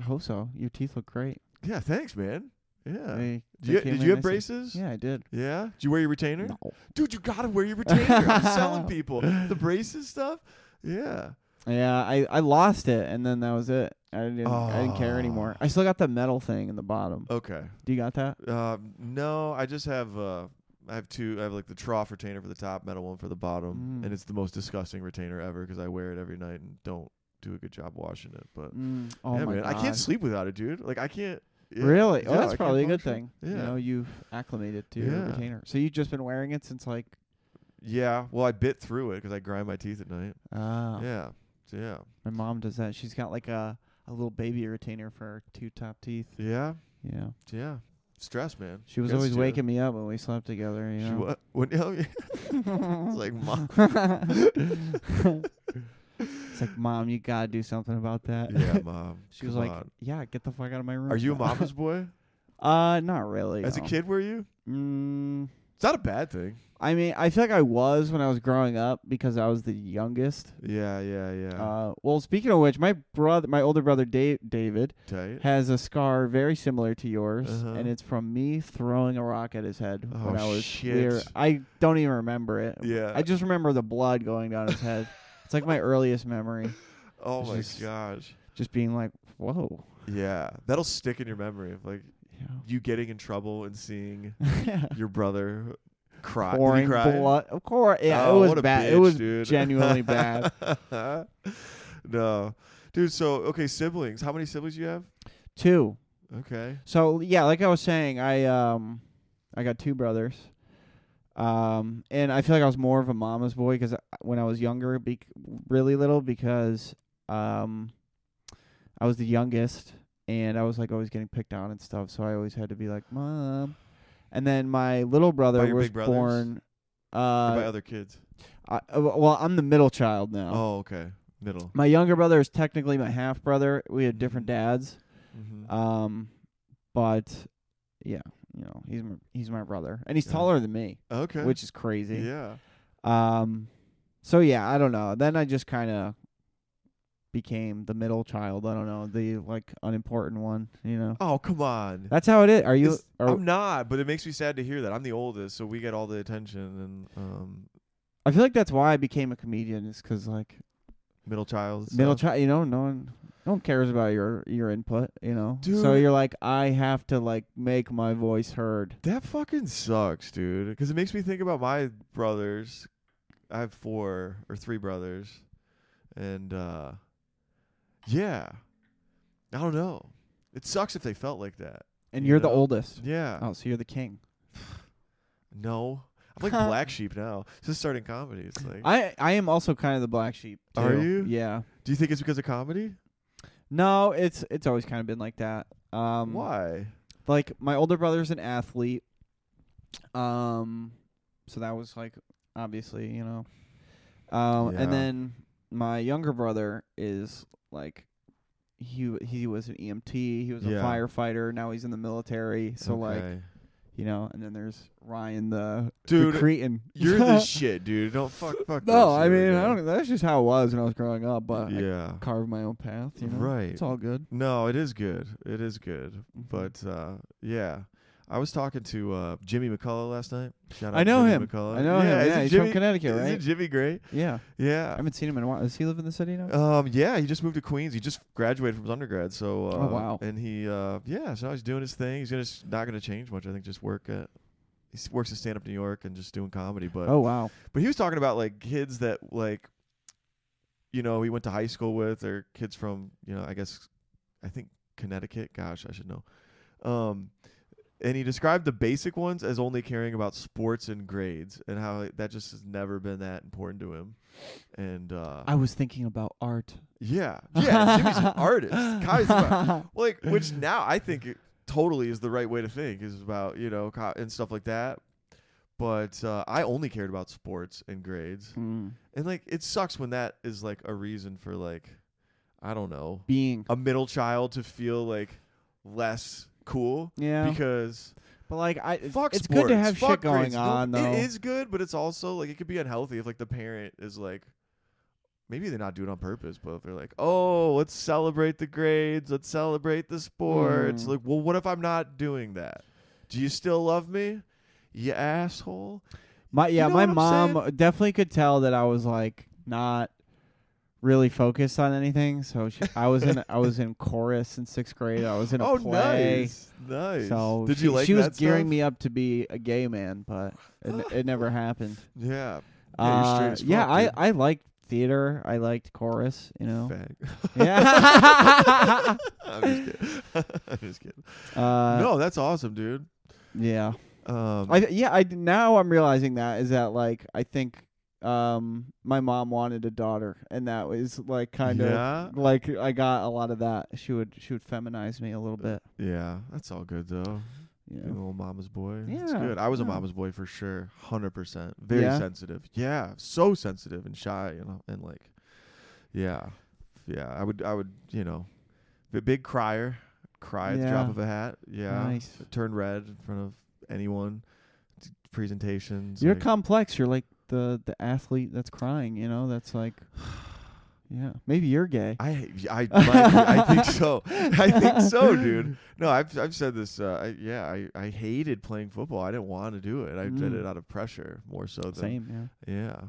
C: I hope so. Your teeth look great.
A: Yeah. Thanks, man. Yeah.
C: They-
A: Did
C: they
A: you,
C: came
A: did
C: in
A: you have
C: nicely.
A: braces?
C: Yeah, I did.
A: Yeah? Did you wear your retainer?
C: No.
A: Dude, you gotta wear your retainer. I'm selling people the braces stuff. Yeah.
C: Yeah, I, I lost it and then that was it. I didn't I didn't care
A: Oh.
C: anymore. I still got the metal thing in the bottom.
A: Okay.
C: Do you got that?
A: Um, no, I just have uh, I have two. I have like the trough retainer for the top, metal one for the bottom,
C: Mm.
A: and it's the most disgusting retainer ever because I wear it every night and don't do a good job washing it. But
C: Mm. Oh
A: yeah,
C: my
A: man,
C: god.
A: I can't sleep without it, dude. Like I can't. yeah.
C: Really?
A: Yeah,
C: oh,
A: I
C: that's
A: can't
C: probably a good
A: function.
C: thing. You
A: Yeah.
C: know, you've acclimated to your
A: Yeah.
C: retainer. So you've just been wearing it since like
A: Yeah. Well, I bit through it because I grind my teeth at night.
C: ah.
A: Yeah. So, yeah.
C: My mom does that. She's got like a a little baby retainer for her two top teeth.
A: Yeah.
C: Yeah.
A: Yeah. Stress, man.
C: She was
A: Gets
C: always
A: to you.
C: waking me up when we slept together, you
A: She
C: know.
A: what? When, oh, yeah. it's like, mom.
C: It's like, Mom, you gotta do something about that.
A: Yeah, mom.
C: She was
A: come
C: like,
A: on.
C: Yeah, get the fuck out of my room.
A: "Are you a
C: now."
A: mama's boy?
C: Uh, not really.
A: As a
C: no.
A: kid, were you?
C: Mm,
A: It's not a bad thing.
C: I mean, I feel like I was when I was growing up because I was the youngest.
A: Yeah. Yeah. Yeah.
C: Uh, well, speaking of which, my brother, my older brother Dave, David,
A: Tight.
C: has a scar very similar to yours,
A: Uh-huh.
C: and it's from me throwing a rock at his head when
A: Oh,
C: I was
A: shit.
C: we were- I don't even remember it.
A: Yeah.
C: I just remember the blood going down his head. It's like my earliest memory,
A: Oh
C: It's
A: my
C: just-
A: gosh.
C: just being like, "Whoa,
A: Yeah. That'll stick in your memory of like you getting in trouble and seeing
C: yeah."
A: your brother cry. Did he
C: pouring
A: cry?
C: blood. Of course, yeah,
A: Oh,
C: it
A: what
C: was
A: a
C: bad. it
A: bitch,
C: was
A: dude.
C: genuinely bad.
A: no. Dude, so okay, siblings. How many siblings do you have?
C: Two.
A: Okay.
C: So yeah, like I was saying, I um, I got two brothers, um, and I feel like I was more of a mama's boy because when I was younger, bec- really little, because um, I was the youngest, and I was like always getting picked on and stuff. So I always had to be like mom, and then my little brother
A: By your
C: was
A: big brothers?
C: born.
A: Or by
C: Uh,
A: other kids.
C: I, uh, well, I'm the middle child now.
A: Oh, okay. Middle.
C: My younger brother is technically my half brother. We had different
A: Mhm.
C: dads.
A: Mhm.
C: Um, but yeah, you know, he's my, he's my brother, and he's
A: Yeah.
C: taller than me,
A: Uh, okay.
C: which is crazy.
A: yeah.
C: Um, so yeah, I don't know. Then I just kind of became the middle child. I don't know, the like unimportant one. You know,
A: Oh, come on.
C: that's how it is. Are you?
A: It's-
C: Are,
A: I'm not, but it makes me sad to hear that. I'm the oldest, so we get all the attention and um
C: I feel like that's why I became a comedian is because like
A: Middle child.
C: middle
A: stuff.
C: child, you know, no one no one cares about your your input, you know. So
A: Dude.
C: you're like, I have to like make my voice heard.
A: That fucking sucks, dude. Because it makes me think about my brothers. I have four or three brothers, and uh, yeah, I don't know. It sucks if they felt like that.
C: And
A: You
C: you're the
A: know?
C: oldest.
A: Yeah.
C: Oh, so you're the king.
A: No, I'm like black sheep now. Since starting comedy, it's like.
C: I I am also kind of the black sheep.
A: Are
C: too.
A: you?
C: Yeah.
A: do you think it's because of comedy?
C: No, it's it's always kind of been like that. Um,
A: Why?
C: Like my older brother's an athlete. Um, so that was like obviously you know, um,
A: Yeah.
C: and then my younger brother is like. He w- he was an EMT. He was
A: Yeah.
C: a firefighter. Now he's in the military. So like
A: Okay.
C: you know, and then there's Ryan the
A: Dude,
C: the Cretan.
A: you're the shit, dude. Don't fuck, fuck. that
C: no, I
A: shit,
C: mean I
A: man.
C: don't. That's just how it was when I was growing up. But I
A: Yeah.
C: carved my own path. You know,
A: Right.
C: It's all good.
A: No, it is good. It is good. But uh, yeah, I was talking to uh, Jimmy McCullough last night. Shout out
C: I know
A: Jimmy
C: him.
A: McCullough.
C: I know him.
A: is
C: Yeah,
A: it
C: he's
A: Jimmy,
C: from Connecticut,
A: Is
C: right?
A: it Jimmy Uh, Gray?
C: Yeah, I
A: Yeah.
C: haven't seen him in a while. Does he live in the city now?
A: Um. Yeah. He just moved to Queens. He just graduated from his undergrad. So. Uh,
C: Oh, wow.
A: And he. Uh. Yeah. So now he's doing his thing. He's gonna s- not gonna change much. I think just work at. He s- works at stand up New York and just doing comedy. But.
C: oh wow.
A: But he was talking about like kids that like, you know, he went to high school with, or kids from, you know, I guess, I think Connecticut. Gosh, I should know. Um, and he described the basic ones as only caring about sports and grades, and how like, that just has never been that important to him. And uh,
C: I was thinking about art.
A: yeah, yeah, Jimmy's an artist. Kai's about, like, which now I think it totally is the right way to think is about you know co- and stuff like that. But uh, I only cared about sports and grades.
C: Mm.
A: And like it sucks when that is like a reason for like I don't know,
C: Being.
A: a middle child to feel like less cool
C: Yeah.
A: because
C: but like I, it's,
A: fuck
C: it's
A: sports,
C: good to have
A: fuck
C: shit going
A: grades. No,
C: on though.
A: It is good, but it's also like it could be unhealthy if like the parent is like maybe they're not doing it on purpose, but if they're like, "Oh, let's celebrate the grades, let's celebrate the sports."
C: Mm.
A: Like, "Well, what if I'm not doing that? Do you still love me?" You asshole.
C: My yeah,
A: know
C: my
A: what I'm
C: mom definitely could tell that I was like not really focused on anything. So she, I was in I was in chorus in sixth grade. I was in a
A: oh,
C: play.
A: nice. Nice.
C: So
A: Did
C: she,
A: you like
C: she was
A: that
C: gearing
A: stuff?
C: me up to be a gay man, but it, n- it never happened.
A: Yeah.
C: Uh,
A: Yeah, you're straight as
C: yeah,
A: fuck,
C: I
A: dude.
C: I liked theater. I liked chorus. You know.
A: Fag.
C: yeah.
A: I'm just kidding. I'm just kidding.
C: uh,
A: no, that's awesome, dude.
C: Yeah.
A: Um,
C: I yeah. I now I'm realizing that is that like I think um my mom wanted a daughter, and that was like kind of
A: yeah,
C: like I got a lot of that. She would she would feminize me a little bit.
A: yeah, that's all good though.
C: Yeah.
A: Being a little mama's boy. That's
C: Yeah,
A: good. I was a
C: yeah.
A: mama's boy for sure, hundred percent. Very
C: Yeah?
A: sensitive. Yeah, so sensitive and shy, you know, and like, yeah, yeah. I would, I would, you know, b- big crier, cry at the drop
C: Yeah.
A: of a hat. Yeah,
C: Nice.
A: Turn red in front of anyone. t- Presentations.
C: You're
A: like-
C: complex. You're like the the athlete that's crying. You know. That's like. Yeah. Maybe you're gay.
A: I I might be- I think so. I think so, dude. No, I've I've said this. Uh, I, yeah, I, I hated playing football. I didn't want to do it. I did
C: Mm.
A: it out of pressure more so than
C: Same. Yeah.
A: yeah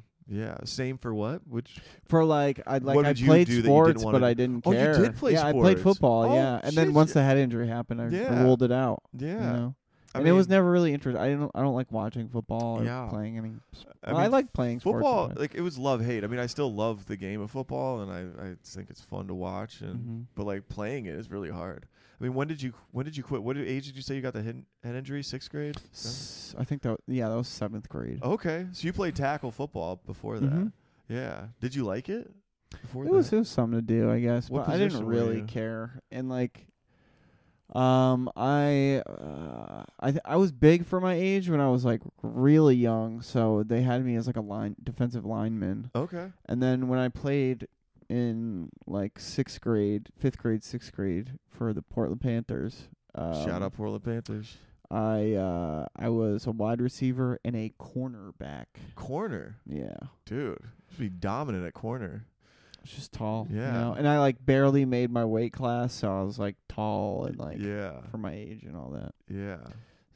A: yeah. Same for what? Which
C: For like I like
A: What
C: I
A: did you
C: played
A: do that you didn't
C: sports,
A: wanna
C: but
A: do?
C: I didn't
A: Oh, you
C: care.
A: did play
C: yeah, I played
A: sports.
C: football.
A: Oh,
C: yeah, and then
A: shit,
C: once
A: yeah.
C: the head injury happened, I
A: Yeah.
C: ruled it out.
A: yeah.
C: You know.
A: I
C: and it was
A: mean,
C: never really interesting. I don't. I don't like watching football or
A: Yeah.
C: playing any. s-
A: I
C: well, I
A: mean,
C: like playing sports
A: football.
C: sometimes.
A: Like it was love hate. I mean, I still love the game of football, and I I think it's fun to watch. And
C: Mhm.
A: but like playing it is really hard. I mean, when did you when did you quit? What age did you say you got the head, head injury? Sixth grade. Seventh?
C: S- I think that. w- Yeah, that was seventh grade.
A: Okay, so you played tackle football before that.
C: Mhm.
A: Yeah. Did you like it? Before
C: It was,
A: that?
C: it was something to do, I guess,
A: What
C: but I didn't
A: position were
C: really
A: you?
C: care. And like, um, I, uh, I, th- I was big for my age when I was like really young, so they had me as like a line defensive lineman.
A: okay.
C: And then when I played in like sixth grade, fifth grade, sixth grade for the Portland Panthers, um,
A: Shout out Portland Panthers.
C: I uh I was a wide receiver and a cornerback.
A: Corner,
C: Yeah.
A: dude. Should be dominant at corner.
C: I was just tall.
A: Yeah.
C: You know? And I like barely made my weight class, so I was like tall and like
A: yeah,
C: for my age and all that.
A: yeah.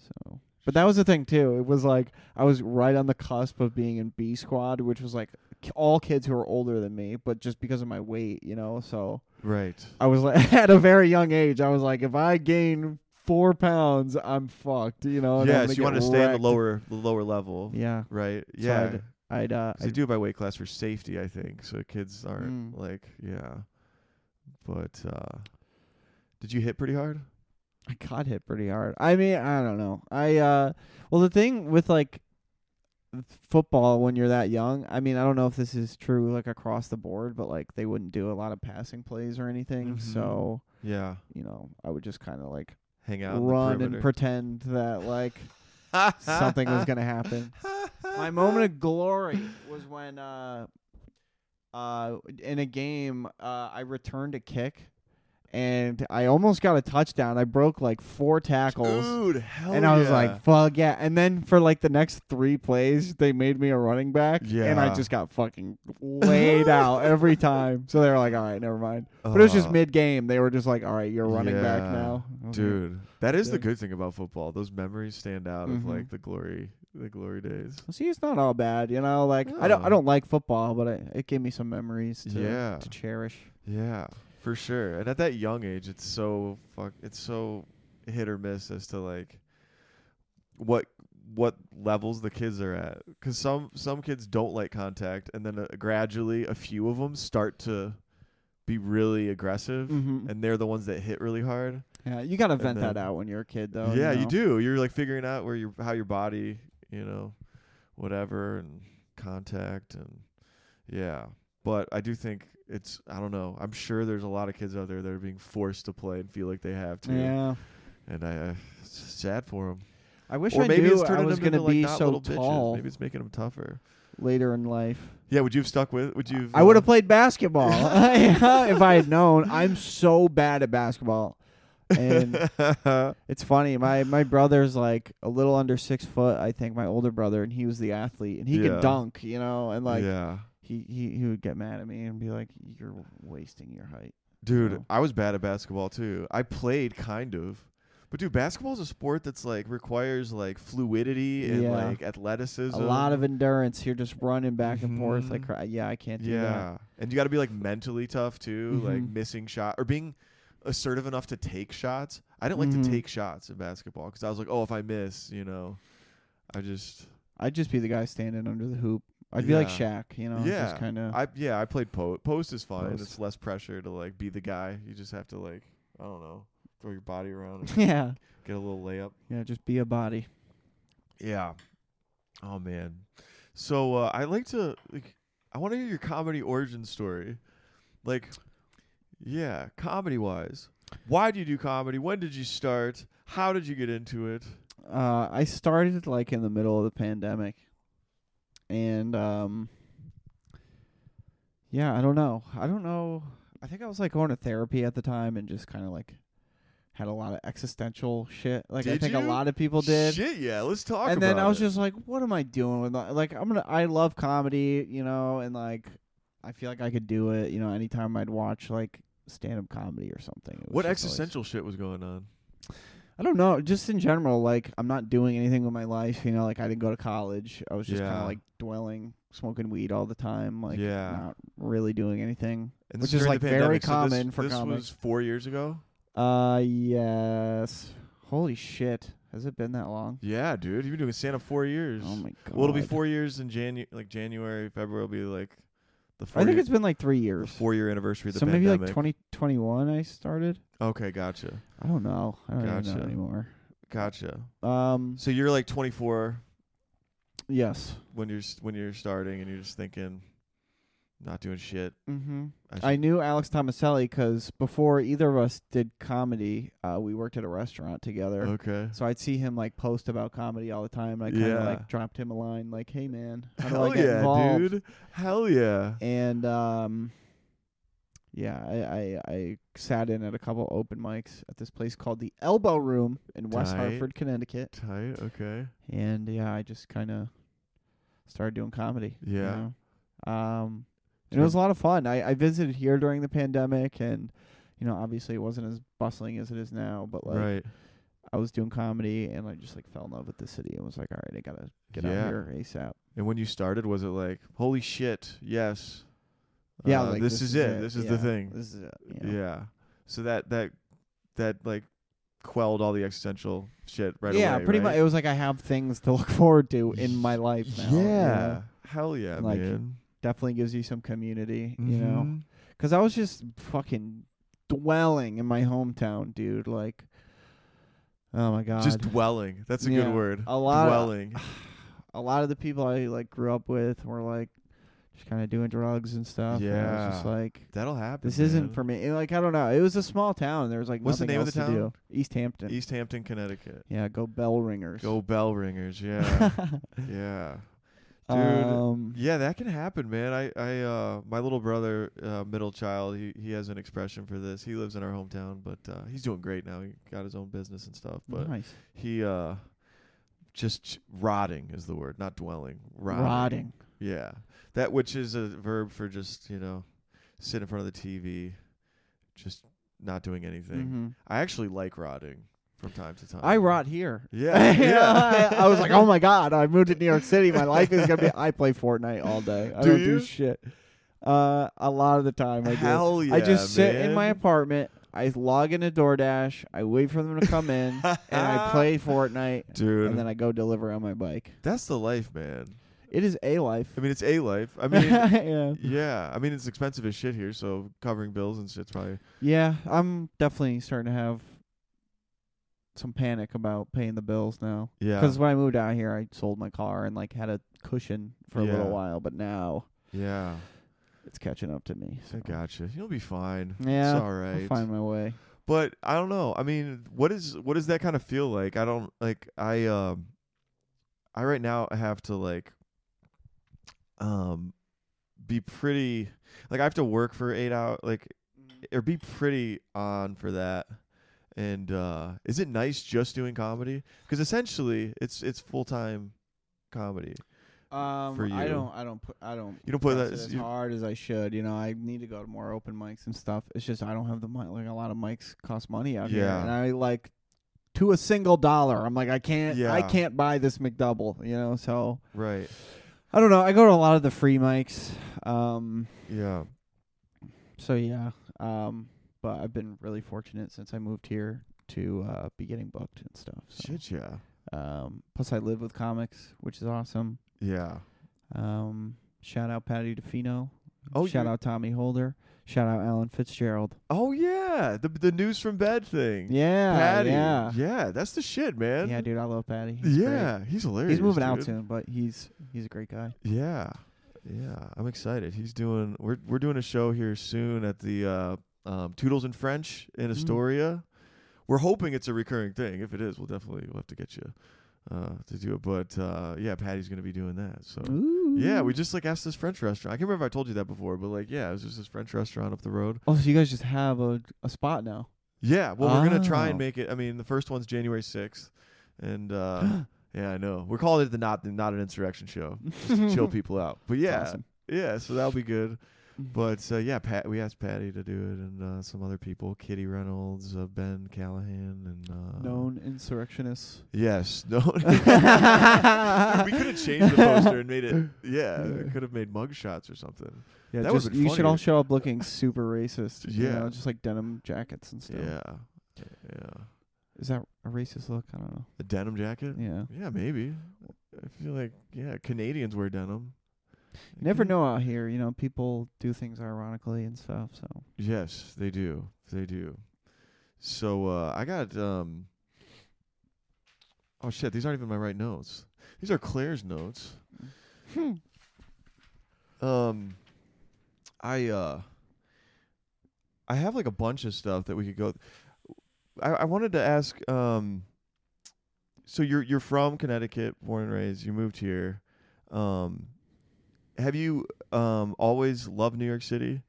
C: So But that was the thing too. It was like I was right on the cusp of being in B squad, which was like k- all kids who were older than me, but just because of my weight, you know. So
A: Right.
C: I was like at a very young age, I was like, if I gain four pounds, I'm fucked, you know. and I'm
A: yes,
C: gonna
A: you want to
C: get
A: stay in the
C: wrecked.
A: lower the lower level.
C: Yeah.
A: Right.
C: So
A: Yeah.
C: I'd- I'd uh.
A: They
C: I'd-
A: do it by weight class for safety, I think, so kids aren't
C: Mm.
A: like yeah. But uh did you hit pretty hard?
C: I got hit pretty hard. I mean, I don't know. I uh well the thing with like football when you're that young, I mean, I don't know if this is true like across the board, but like they wouldn't do a lot of passing plays or anything.
A: Mhm.
C: So,
A: Yeah,
C: you know, I would just kind of like
A: hang out. in the
C: run and
A: perimeter.
C: pretend that like something was going to happen. My moment of glory was when uh uh in a game uh I returned a kick and I almost got a touchdown. I broke like four tackles.
A: Dude, hell
C: and I was
A: Oh, yeah.
C: like, "Fuck yeah!" And then for like the next three plays, they made me a running back, and
A: Yeah.
C: I just got fucking laid out every time. So they were like, "All right, never mind." But it was just
A: Uh,
C: mid game. They were just like, "All right, you're running back
A: yeah.
C: now, I was like,
A: Dude, that is the
C: Yeah.
A: good thing about football. Those memories stand out
C: Mhm.
A: of like the glory, the glory days.
C: See, it's not all bad, you know. Like I don't,
A: No.
C: I don't like football, but it, it gave me some memories to,
A: Yeah.
C: to cherish.
A: Yeah, for sure. And at that young age, it's so fuck. It's so hit or miss as to like what what levels the kids are at. Because some some kids don't like contact, and then uh, gradually a few of them start to be really aggressive,
C: Mhm.
A: and they're the ones that hit really hard.
C: Yeah, you gotta vent
A: then-
C: that out when you're a kid, though.
A: yeah, you
C: know?
A: do. You're like figuring out where your how your body, you know, whatever and contact and yeah. But I do think it's I don't know. I'm sure there's a lot of kids out there that are being forced to play and feel like they have to.
C: Yeah,
A: And I uh, it's sad for them.
C: I wish
A: or
C: I
A: maybe
C: knew
A: it's
C: I
A: turning
C: was
A: them
C: gonna
A: into like
C: be
A: not
C: so
A: little bitches.
C: tall
A: Maybe it's making them tougher.
C: later in life.
A: Yeah, would you have stuck with? Would you?
C: I would have played basketball if I had known. I'm so bad at basketball, and
A: played.
C: it's funny. My my brother's like a little under six foot, I think. My older brother, and he was the athlete, and he
A: Yeah.
C: could dunk, you know, and like
A: yeah.
C: he, he he would get mad at me and be like, "You're wasting your height."
A: Dude,
C: know?
A: I was bad at basketball too. I played kind of. But dude, basketball is a sport that's like requires like fluidity and
C: Yeah.
A: like athleticism.
C: A lot of endurance. You're just running back and forth
A: Mhm.
C: like, cra- yeah, I can't do that.
A: yeah. And you got to be like mentally tough too, like
C: Mhm.
A: missing shot or being assertive enough to take shots. I didn't like
C: Mhm.
A: to take shots in basketball cuz I was like, "Oh, if I miss, you know, I just
C: I'd just be the guy standing under the hoop. I'd be like Shaq, you know,
A: Yeah.
C: just kind of.
A: I yeah, I played post. Post is fine.
C: Post.
A: It's less pressure to like be the guy. You just have to like, I don't know, throw your body around and
C: Yeah,
A: get a little layup.
C: yeah, just be a body.
A: Yeah. Oh man. So uh, I like to like I want to hear your comedy origin story. Like yeah, comedy wise. Why do you do comedy? When did you start? How did you get into it?
C: uh, I started like in the middle of the pandemic, and um, yeah, I don't know. I don't know. I think I was like going to therapy at the time and just kind of like had a lot of existential shit. Like I
A: Did
C: think a
A: you?
C: lot of people did.
A: Shit, yeah, let's talk
C: and then
A: about
C: I was
A: it.
C: just like, what am I doing with my, like I'm gonna I love comedy, you know, and like I feel like I could do it, you know, anytime I'd watch like stand up comedy or something. It was
A: What
C: just always-
A: existential shit was going on?
C: I don't know. Just in general, like I'm not doing anything with my life. You know, like I didn't go to college. I was just kind
A: Yeah.
C: of like dwelling, smoking weed all the time. Like
A: Yeah.
C: not really doing anything.
A: And
C: Which
A: this
C: is,
A: during
C: like,
A: the
C: very
A: pandemic, so
C: common
A: this,
C: for
A: this
C: comics.
A: was 4 years ago?
C: Uh, yes. Holy shit! Has it been that long?
A: Yeah, dude, you've been doing stand up 4 years.
C: Oh my god.
A: well, it'll be 4 years in January like January, February will be like the 4
C: I think
A: year,
C: it's been like three
A: the
C: years.
A: 4 year anniversary of the
C: so maybe
A: pandemic.
C: like 2021, I started.
A: Okay, gotcha.
C: I don't know. I don't even
A: Gotcha.
C: know anymore.
A: Gotcha.
C: Um.
A: So you're like 24
C: Yes.
A: when you're s- when you're starting, and you're just thinking, not doing shit.
C: Mm-hmm.
A: should-
C: I knew Alex Tomaselli because before either of us did comedy, uh, we worked at a restaurant together.
A: Okay.
C: So I'd see him like post about comedy all the time. And I kind of
A: Yeah.
C: like dropped him a line like, "Hey man, how do
A: Hell
C: I get
A: yeah,
C: involved?"
A: dude. Hell yeah.
C: And um, yeah, I, I I sat in at a couple open mics at this place called the Elbow Room in West
A: Tight.
C: Hartford, Connecticut.
A: Tight. Okay.
C: And yeah, I just kind of started doing comedy. you
A: Yeah.
C: know? Um, and it was a lot of fun. I I visited here during the pandemic and. You know, obviously, it wasn't as bustling as it is now, but like,
A: right.
C: I was doing comedy and I just like fell in love with the city and was like, all right, I gotta get
A: Yeah.
C: out here ASAP.
A: And when you started, was it like, holy shit, yes.
C: Yeah,
A: Uh,
C: like,
A: this, is, it. This is the
C: Yeah,
A: thing.
C: This is it.
A: Yeah. So that that that like quelled all the existential shit right away.
C: yeah, pretty much.
A: right?
C: It was like I have things to look forward to in my life now. you know?
A: Yeah. Hell yeah,
C: Like,
A: man. Mm-hmm.
C: definitely gives you some community, you know. 'Cause I was just fucking dwelling in my hometown, dude. Like, oh my god,
A: Just dwelling. That's a
C: Yeah.
A: good word.
C: A lot of-
A: dwelling.
C: a lot of the people I like grew up with were like just kind of doing drugs and stuff. and I was just
A: Yeah.
C: like,
A: That'll happen.
C: this
A: man.
C: isn't for me. And, like, I don't know. It was a small town. There was like
A: What's the
C: nothing
A: name of
C: else
A: the
C: to
A: town?
C: do. East Hampton.
A: East Hampton, Connecticut.
C: yeah, go bell ringers.
A: Go bell ringers, yeah. yeah. Dude,
C: Um,
A: Yeah, that can happen, man. I, I, uh, my little brother, uh, middle child, he, he has an expression for this. He lives in our hometown, but uh, he's doing great now. He got his own business and stuff. But
C: nice.
A: he, uh, just ch- rotting is the word, not dwelling. Rotting.
C: Rotting.
A: Yeah, that which is a verb for just you know, sit in front of the TV, just not doing anything.
C: Mhm.
A: I actually like rotting from time to time.
C: I rot here.
A: Yeah, yeah.
C: I, I was like, oh my god, I moved to New York City. My life is gonna be. I play Fortnite all day. I
A: Do
C: not
A: you?
C: do shit. Uh, a lot of the time I do.
A: Hell yeah!
C: I just sit in
A: man.
C: my apartment. I log into DoorDash. I wait for them to come in, and I play Fortnite,
A: Dude,
C: and then I go deliver on my bike.
A: that's the life, man.
C: It is a life.
A: I mean, it's a life. I mean,
C: yeah,
A: yeah. I mean, it's expensive as shit here, so covering bills and shit's probably.
C: yeah. I'm definitely starting to have some panic about paying the bills now.
A: Yeah.
C: Because when I moved out here, I sold my car and like had a cushion for a
A: Yeah.
C: little while, but now
A: yeah.
C: it's catching up to me. So.
A: I gotcha. You'll be fine.
C: Yeah,
A: It's all
C: I'll
A: right.
C: find my way.
A: but I don't know. I mean, what is what does that kind of feel like? I don't like I um I right now have to like um be pretty like I have to work for 8 hours like or be pretty on for that. And uh is it nice just doing comedy? Cuz essentially it's it's full-time comedy.
C: Um,
A: For
C: I
A: you.
C: don't, I don't, put, I don't.
A: You don't put
C: press
A: that-
C: it as
A: you-
C: hard as I should. You know, I need to go to more open mics and stuff. It's just I don't have the money. Like a lot of mics cost money out here,
A: Yeah.
C: and I like to a single dollar. I'm like, I can't, I
A: Yeah.
C: can't buy this McDouble. You know, so
A: Right.
C: I don't know. I go to a lot of the free mics. Um,
A: Yeah.
C: so yeah. Um, but I've been really fortunate since I moved here to uh, be getting booked and stuff. So.
A: Shit, yeah.
C: Um, plus I live with comics, which is awesome.
A: Yeah.
C: Um, shout out Patty DeFino.
A: Oh,
C: shout
A: you-
C: out Tommy Holder. Shout out Alan Fitzgerald.
A: Oh yeah, the the news from bed thing.
C: Yeah,
A: Patty.
C: yeah,
A: Yeah, that's the shit, man.
C: yeah, dude. I love Patty. He's great.
A: Yeah, he's hilarious.
C: he's moving out
A: dude.
C: soon, but he's he's a great guy.
A: Yeah, yeah. I'm excited. He's doing. We're we're doing a show here soon at the uh, um, Toodles and French in
C: Mm.
A: Astoria. We're hoping it's a recurring thing. If it is, we'll definitely we'll have to get you uh, to do it. But uh, yeah, Patty's gonna be doing that. So.
C: Ooh.
A: Yeah, we just like asked this French restaurant. I can't remember if I told you that before, but like, yeah, it was just this French restaurant up the road.
C: Oh, so you guys just have a a spot now.
A: Yeah, well, we're gonna try and
C: Oh.
A: make it. I mean, the first one's January sixth, and uh, yeah, I know we're calling it the not the not an insurrection show, just to chill people out. But
C: It's
A: yeah,
C: awesome.
A: yeah, so that'll be good. But uh, yeah, Pat, we asked Patty to do it, and uh, some other people, Kitty Reynolds, uh, Ben Callahan, and uh,
C: known insurrectionists.
A: yes, no. Dude, we could have changed the poster and made it. Yeah,
C: Yeah.
A: could have made mugshots or something.
C: Yeah,
A: That
C: just,
A: would've been
C: you should all
A: funnier.
C: show up looking super racist. you
A: Yeah.
C: know, just like denim jackets and stuff.
A: Yeah, yeah,
C: Is that a racist look? I don't know.
A: a denim jacket.
C: Yeah.
A: Yeah, maybe. I feel like yeah, Canadians wear denim.
C: You never know out here, you know, people do things ironically and stuff, so
A: Yes, they do. They do. So uh I got um Oh shit, these aren't even my right notes. These are Claire's notes. um I uh I have like a bunch of stuff that we could go I I wanted to ask um so you're you're from Connecticut, born and raised, you moved here. Um have you um always loved New York City?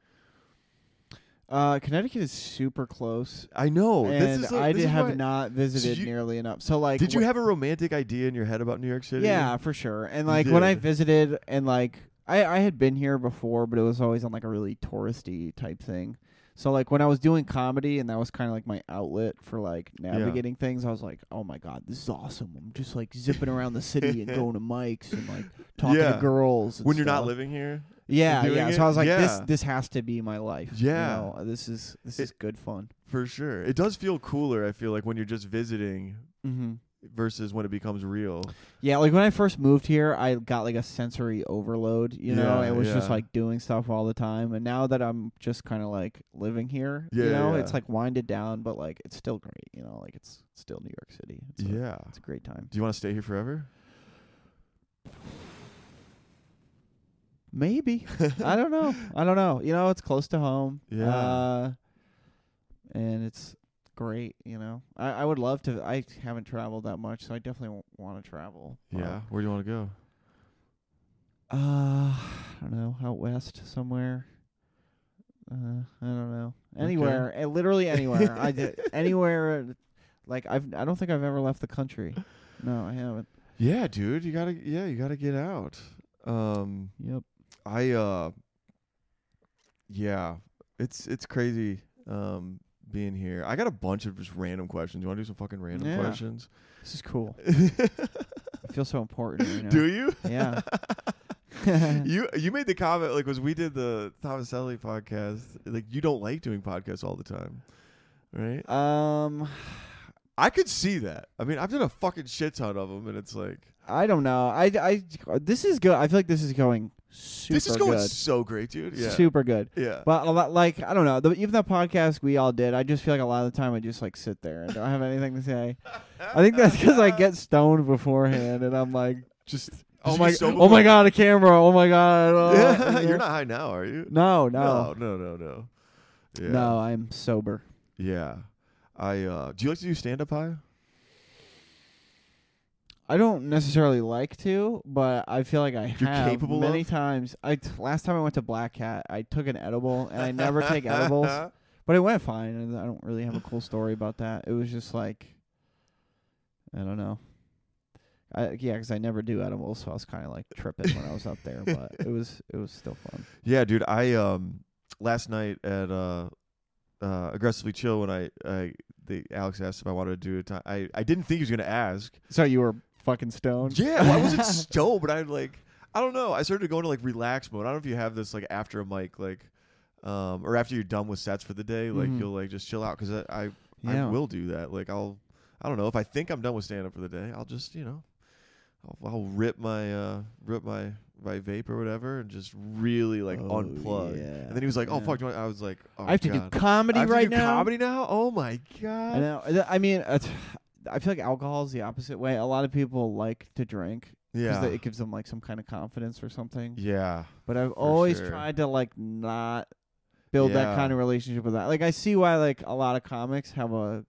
C: Uh, Connecticut is super close,
A: I know.
C: and
A: Oh, this is
C: I
A: this
C: did
A: is
C: have
A: why-
C: not visited
A: you-
C: nearly enough. So like,
A: Did you
C: wh-
A: have a romantic idea in your head about New York City?
C: Yeah, for sure. And
A: You
C: like when I
A: did.
C: visited, and like I I had been here before, but it was always on like a really touristy type thing. So like when I was doing comedy and that was kind of like my outlet for like navigating things, I was like, "Oh my god, this is awesome! I'm just like zipping around the city and going to mics and like talking
A: Yeah.
C: to girls." and
A: when you're not
C: stuff.
A: living here.
C: yeah,
A: doing
C: yeah.
A: it?
C: So I was like, "This
A: Yeah.
C: this has to be my life." you
A: Yeah.
C: know? this is this
A: It-
C: is good fun.
A: For sure. It does feel cooler, I feel like, when you're just visiting
C: Mm-hmm.
A: versus when it becomes real.
C: Yeah, like when I first moved here, I got like a sensory overload, you know,
A: Yeah,
C: it was just
A: yeah.
C: like doing stuff all the time. And now that I'm just kind of like living here, you
A: Yeah,
C: know,
A: yeah.
C: it's like winded down, but like it's still great, you know, like it's still New York City. It's a,
A: yeah.
C: it's a great time.
A: Do you want to stay here forever?
C: Maybe. I don't know. I don't know. You know, it's close to home.
A: Yeah.
C: Uh, and it's great, you know. I, I would love to. I haven't traveled that much, so I definitely want to travel. uh, but,
A: Yeah. Where do you want to go?
C: Uh, I don't know, out west somewhere. Uh, I don't know. Anywhere, eh, literally anywhere. I d- anywhere. uh, Like I've, I don't think I've ever left the country. No, I haven't.
A: Yeah, dude. You gotta yeah, you gotta get out. Um
C: Yep.
A: I uh yeah. It's it's crazy um being here. I got a bunch of just random questions. You wanna do some fucking random
C: Yeah.
A: questions?
C: This is cool. I feel so important. Right now.
A: Do you?
C: Yeah.
A: you you made the comment like was we did the Thomas Ellie podcast, like you don't like doing podcasts all the time. Right?
C: um,
A: I could see that. I mean, I've done a fucking shit ton of them, and it's like
C: I don't know. I, I, this is good. I feel like this is going super
A: this is going
C: good.
A: so great, dude. Yeah,
C: Super good.
A: yeah,
C: But a lot, like I don't know, the, even that podcast we all did, I just feel like a lot of the time I just like sit there and don't have anything to say. I think that's because I get stoned beforehand and I'm like,
A: just
C: oh
A: just
C: my,
A: be so
C: oh my god, a camera, oh my god. oh,
A: Yeah,
C: you
A: you're
C: know?
A: not high now, are you?
C: No, no,
A: no, no, no. no. Yeah.
C: no. I'm sober.
A: Yeah. I uh, do you like to do stand up high?
C: I don't necessarily like to, but I feel like I
A: You're
C: have
A: capable
C: many
A: of?
C: times. I t- last time I went to Black Cat, I took an edible, and I never take edibles. But it went fine, and I don't really have a cool story about that. It was just like, I don't know. I, yeah, 'cause I never do edibles, so I was kind of like tripping when I was up there, but it was it was still fun.
A: Yeah, dude. I um last night at uh uh aggressively chill when I I the Alex asked if I wanted to do it. I I didn't think he was gonna ask.
C: So you were fucking stoned.
A: Yeah, well, I wasn't stoned, but I like I don't know. I started going to like relax mode. I don't know if you have this like after a mic, like um, or after you're done with sets for the day, like
C: Mhm.
A: you'll like just chill out because I I,
C: yeah.
A: I will do that. Like I'll I don't know if I think I'm done with stand up for the day, I'll just you know I'll, I'll rip my uh rip my my vape or whatever and just really like
C: Oh,
A: unplug.
C: yeah.
A: And then he was like, "Oh
C: Yeah.
A: fuck!" do you want-" I was like, oh,
C: I have to
A: God.
C: do comedy
A: I have to
C: right
A: do
C: now.
A: Comedy now? Oh my god!
C: I know. th- I mean, uh, I feel like alcohol is the opposite way. A lot of people like to drink because
A: Yeah,
C: it gives them like some kind of confidence or something.
A: yeah,
C: But I've always
A: sure.
C: tried to like not build that
A: Yeah.
C: kind of relationship with that. Like I see why like a lot of comics have a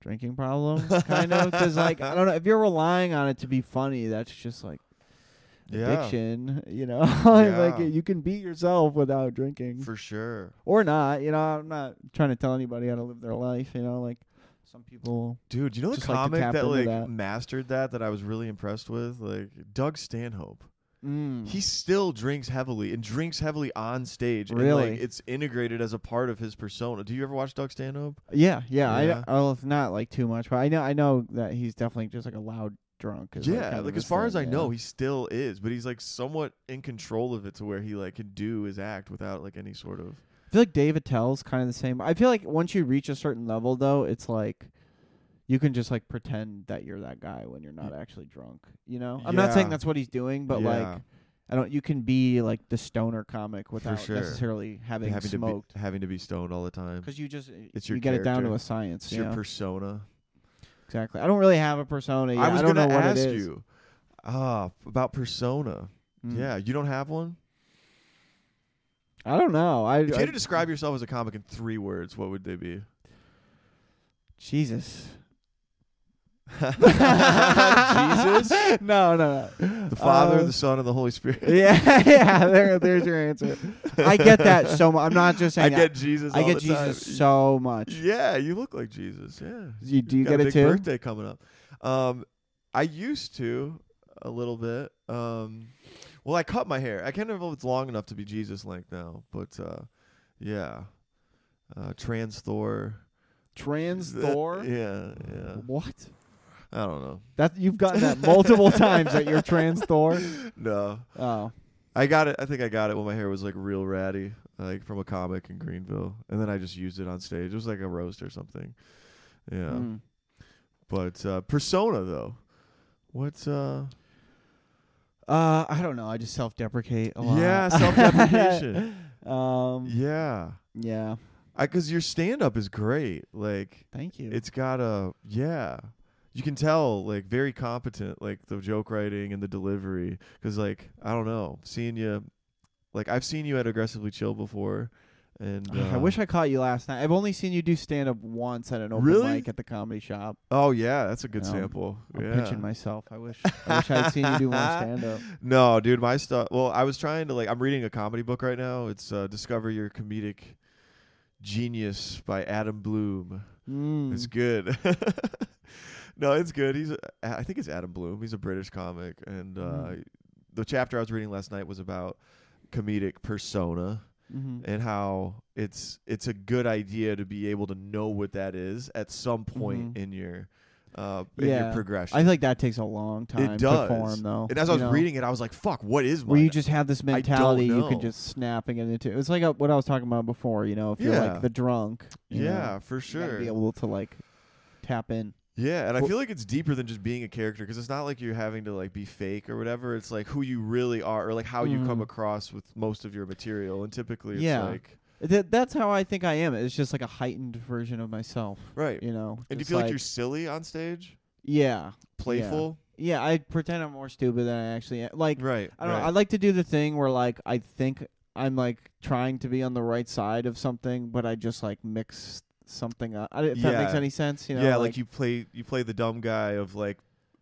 C: drinking problem, kind of, because like I don't know if you're relying on it to be funny, that's just like
A: yeah,
C: addiction, you know.
A: Yeah.
C: like you can beat yourself without drinking
A: for sure.
C: or not. You know, I'm not trying to tell anybody how to live their life. You know, like some people.
A: Dude, you know the
C: Just like to
A: comic
C: tap
A: that
C: into
A: like
C: that.
A: mastered that that I was really impressed with, like Doug Stanhope.
C: Mm.
A: He still drinks heavily and drinks heavily on stage. And,
C: Really?
A: like, it's integrated as a part of his persona. Do you ever watch Doug Stanhope?
C: Yeah, yeah. I
A: Yeah.
C: know- well, it's not like too much, but I know I know that he's definitely just like a loud drunk. is,
A: yeah,
C: kind of
A: like
C: his
A: as far
C: thing,
A: as I
C: yeah.
A: know, he still is, but he's like somewhat in control of it to where he like can do his act without like any sort of
C: I feel like Dave Attell's kind of the same. I feel like once you reach a certain level, though, it's like you can just like pretend that you're that guy when you're not actually drunk. You know, I'm not saying
A: Mm. Yeah.
C: that's what he's doing, but
A: Yeah.
C: like I don't. You can be like the stoner comic without
A: sure.
C: necessarily having,
A: having
C: smoked
A: to be having to be stoned all the time.
C: because you just
A: It's your
C: you get it down to
A: character.
C: a science.
A: It's
C: Yeah,
A: your persona.
C: exactly. I don't really have a persona. Yet.
A: I was
C: don't
A: gonna
C: know what
A: ask
C: it is.
A: you ah about persona.
C: Mm.
A: Yeah, you don't have one?
C: I don't know. I,
A: If you
C: I
A: had to describe yourself as a comic in three words, what would they be?
C: Jesus.
A: Jesus,
C: No, no, no.
A: the Father,
C: Uh,
A: the Son, and the Holy Spirit.
C: Yeah, yeah. There, there's your answer. I get that so much. I'm not just
A: I
C: saying.
A: get Jesus.
C: that. I
A: all
C: get
A: the
C: Jesus
A: time.
C: so much.
A: Yeah, you look like Jesus. Yeah.
C: You, do you
A: Got
C: get
A: a
C: it
A: big
C: too?
A: Birthday coming up. Um, I used to a little bit. Um, well, I cut my hair. I can't remember if it's long enough to be Jesus length now, but uh, yeah. uh, Trans Thor.
C: Trans Thor.
A: Yeah, yeah.
C: What?
A: I don't know.
C: That you've gotten that multiple times that you're Trans Thor.
A: No,
C: Oh,
A: I got it. I think I got it when my hair was like real ratty, like from a comic in Greenville, and then I just used it on stage. It was like a roast or something. Yeah,
C: mm.
A: but uh, persona though. What's uh?
C: Uh, I don't know. I just self-deprecate a lot.
A: Yeah, self-deprecation.
C: um,
A: yeah,
C: yeah.
A: I because your stand up is great. Like
C: Thank you.
A: it's got a yeah. You can tell like very competent, like the joke writing and the delivery. Because like I don't know, seeing you, like I've seen you at aggressively chill before, and
C: Ugh, I
A: uh,
C: wish I caught you last night. I've only seen you do stand up once at an open
A: Really?
C: mic at the comedy shop.
A: Oh yeah, that's a good
C: Um,
A: sample.
C: I'm
A: yeah.
C: pinching myself. I wish I wish I'd seen you do more stand up.
A: No, dude, my stuff. Well, I was trying to like. I'm reading a comedy book right now. It's uh, Discover Your Comedic Genius by Adam Bloom.
C: Hmm. Mm.
A: It's good. no, it's good. He's. a- I think it's Adam Bloom. He's a British comic, and uh,
C: Mhm.
A: the chapter I was reading last night was about comedic persona
C: Mm-hmm.
A: and how it's it's a good idea to be able to know what that is at some point
C: Mhm.
A: in your uh, in
C: Yeah.
A: your progression.
C: I think that takes a long time
A: does.
C: to form, though.
A: and as I
C: you
A: was
C: know?
A: reading it, I was like, "Fuck, what is
C: where you
A: mine?"
C: just have this
A: don't
C: mentality you
A: know.
C: can just snap and get into. It's like uh what I was talking about before. You know, if you're
A: Yeah.
C: like the drunk, you know,
A: yeah, for
C: you gotta
A: sure.
C: be able to like tap in.
A: Yeah, and I
C: Well-
A: feel like it's deeper than just being a character because it's not like you're having to like be fake or whatever. It's like who you really are or like how you come
C: Mhm.
A: across with most of your material. And typically, it's
C: Yeah.
A: like
C: Th- that's how I think I am. It's just like a heightened version of myself.
A: right.
C: You know,
A: and do you
C: just
A: feel like, you're silly on stage,
C: yeah,
A: playful,
C: yeah. I pretend I'm more stupid than I actually am. Like
A: right?
C: I don't
A: right.
C: know. I like to do the thing where like I think I'm like trying to be on the right side of something, but I just like mix something up. I, if that makes
A: Yeah.
C: any sense, you know?
A: yeah, like, you play you play the dumb guy of like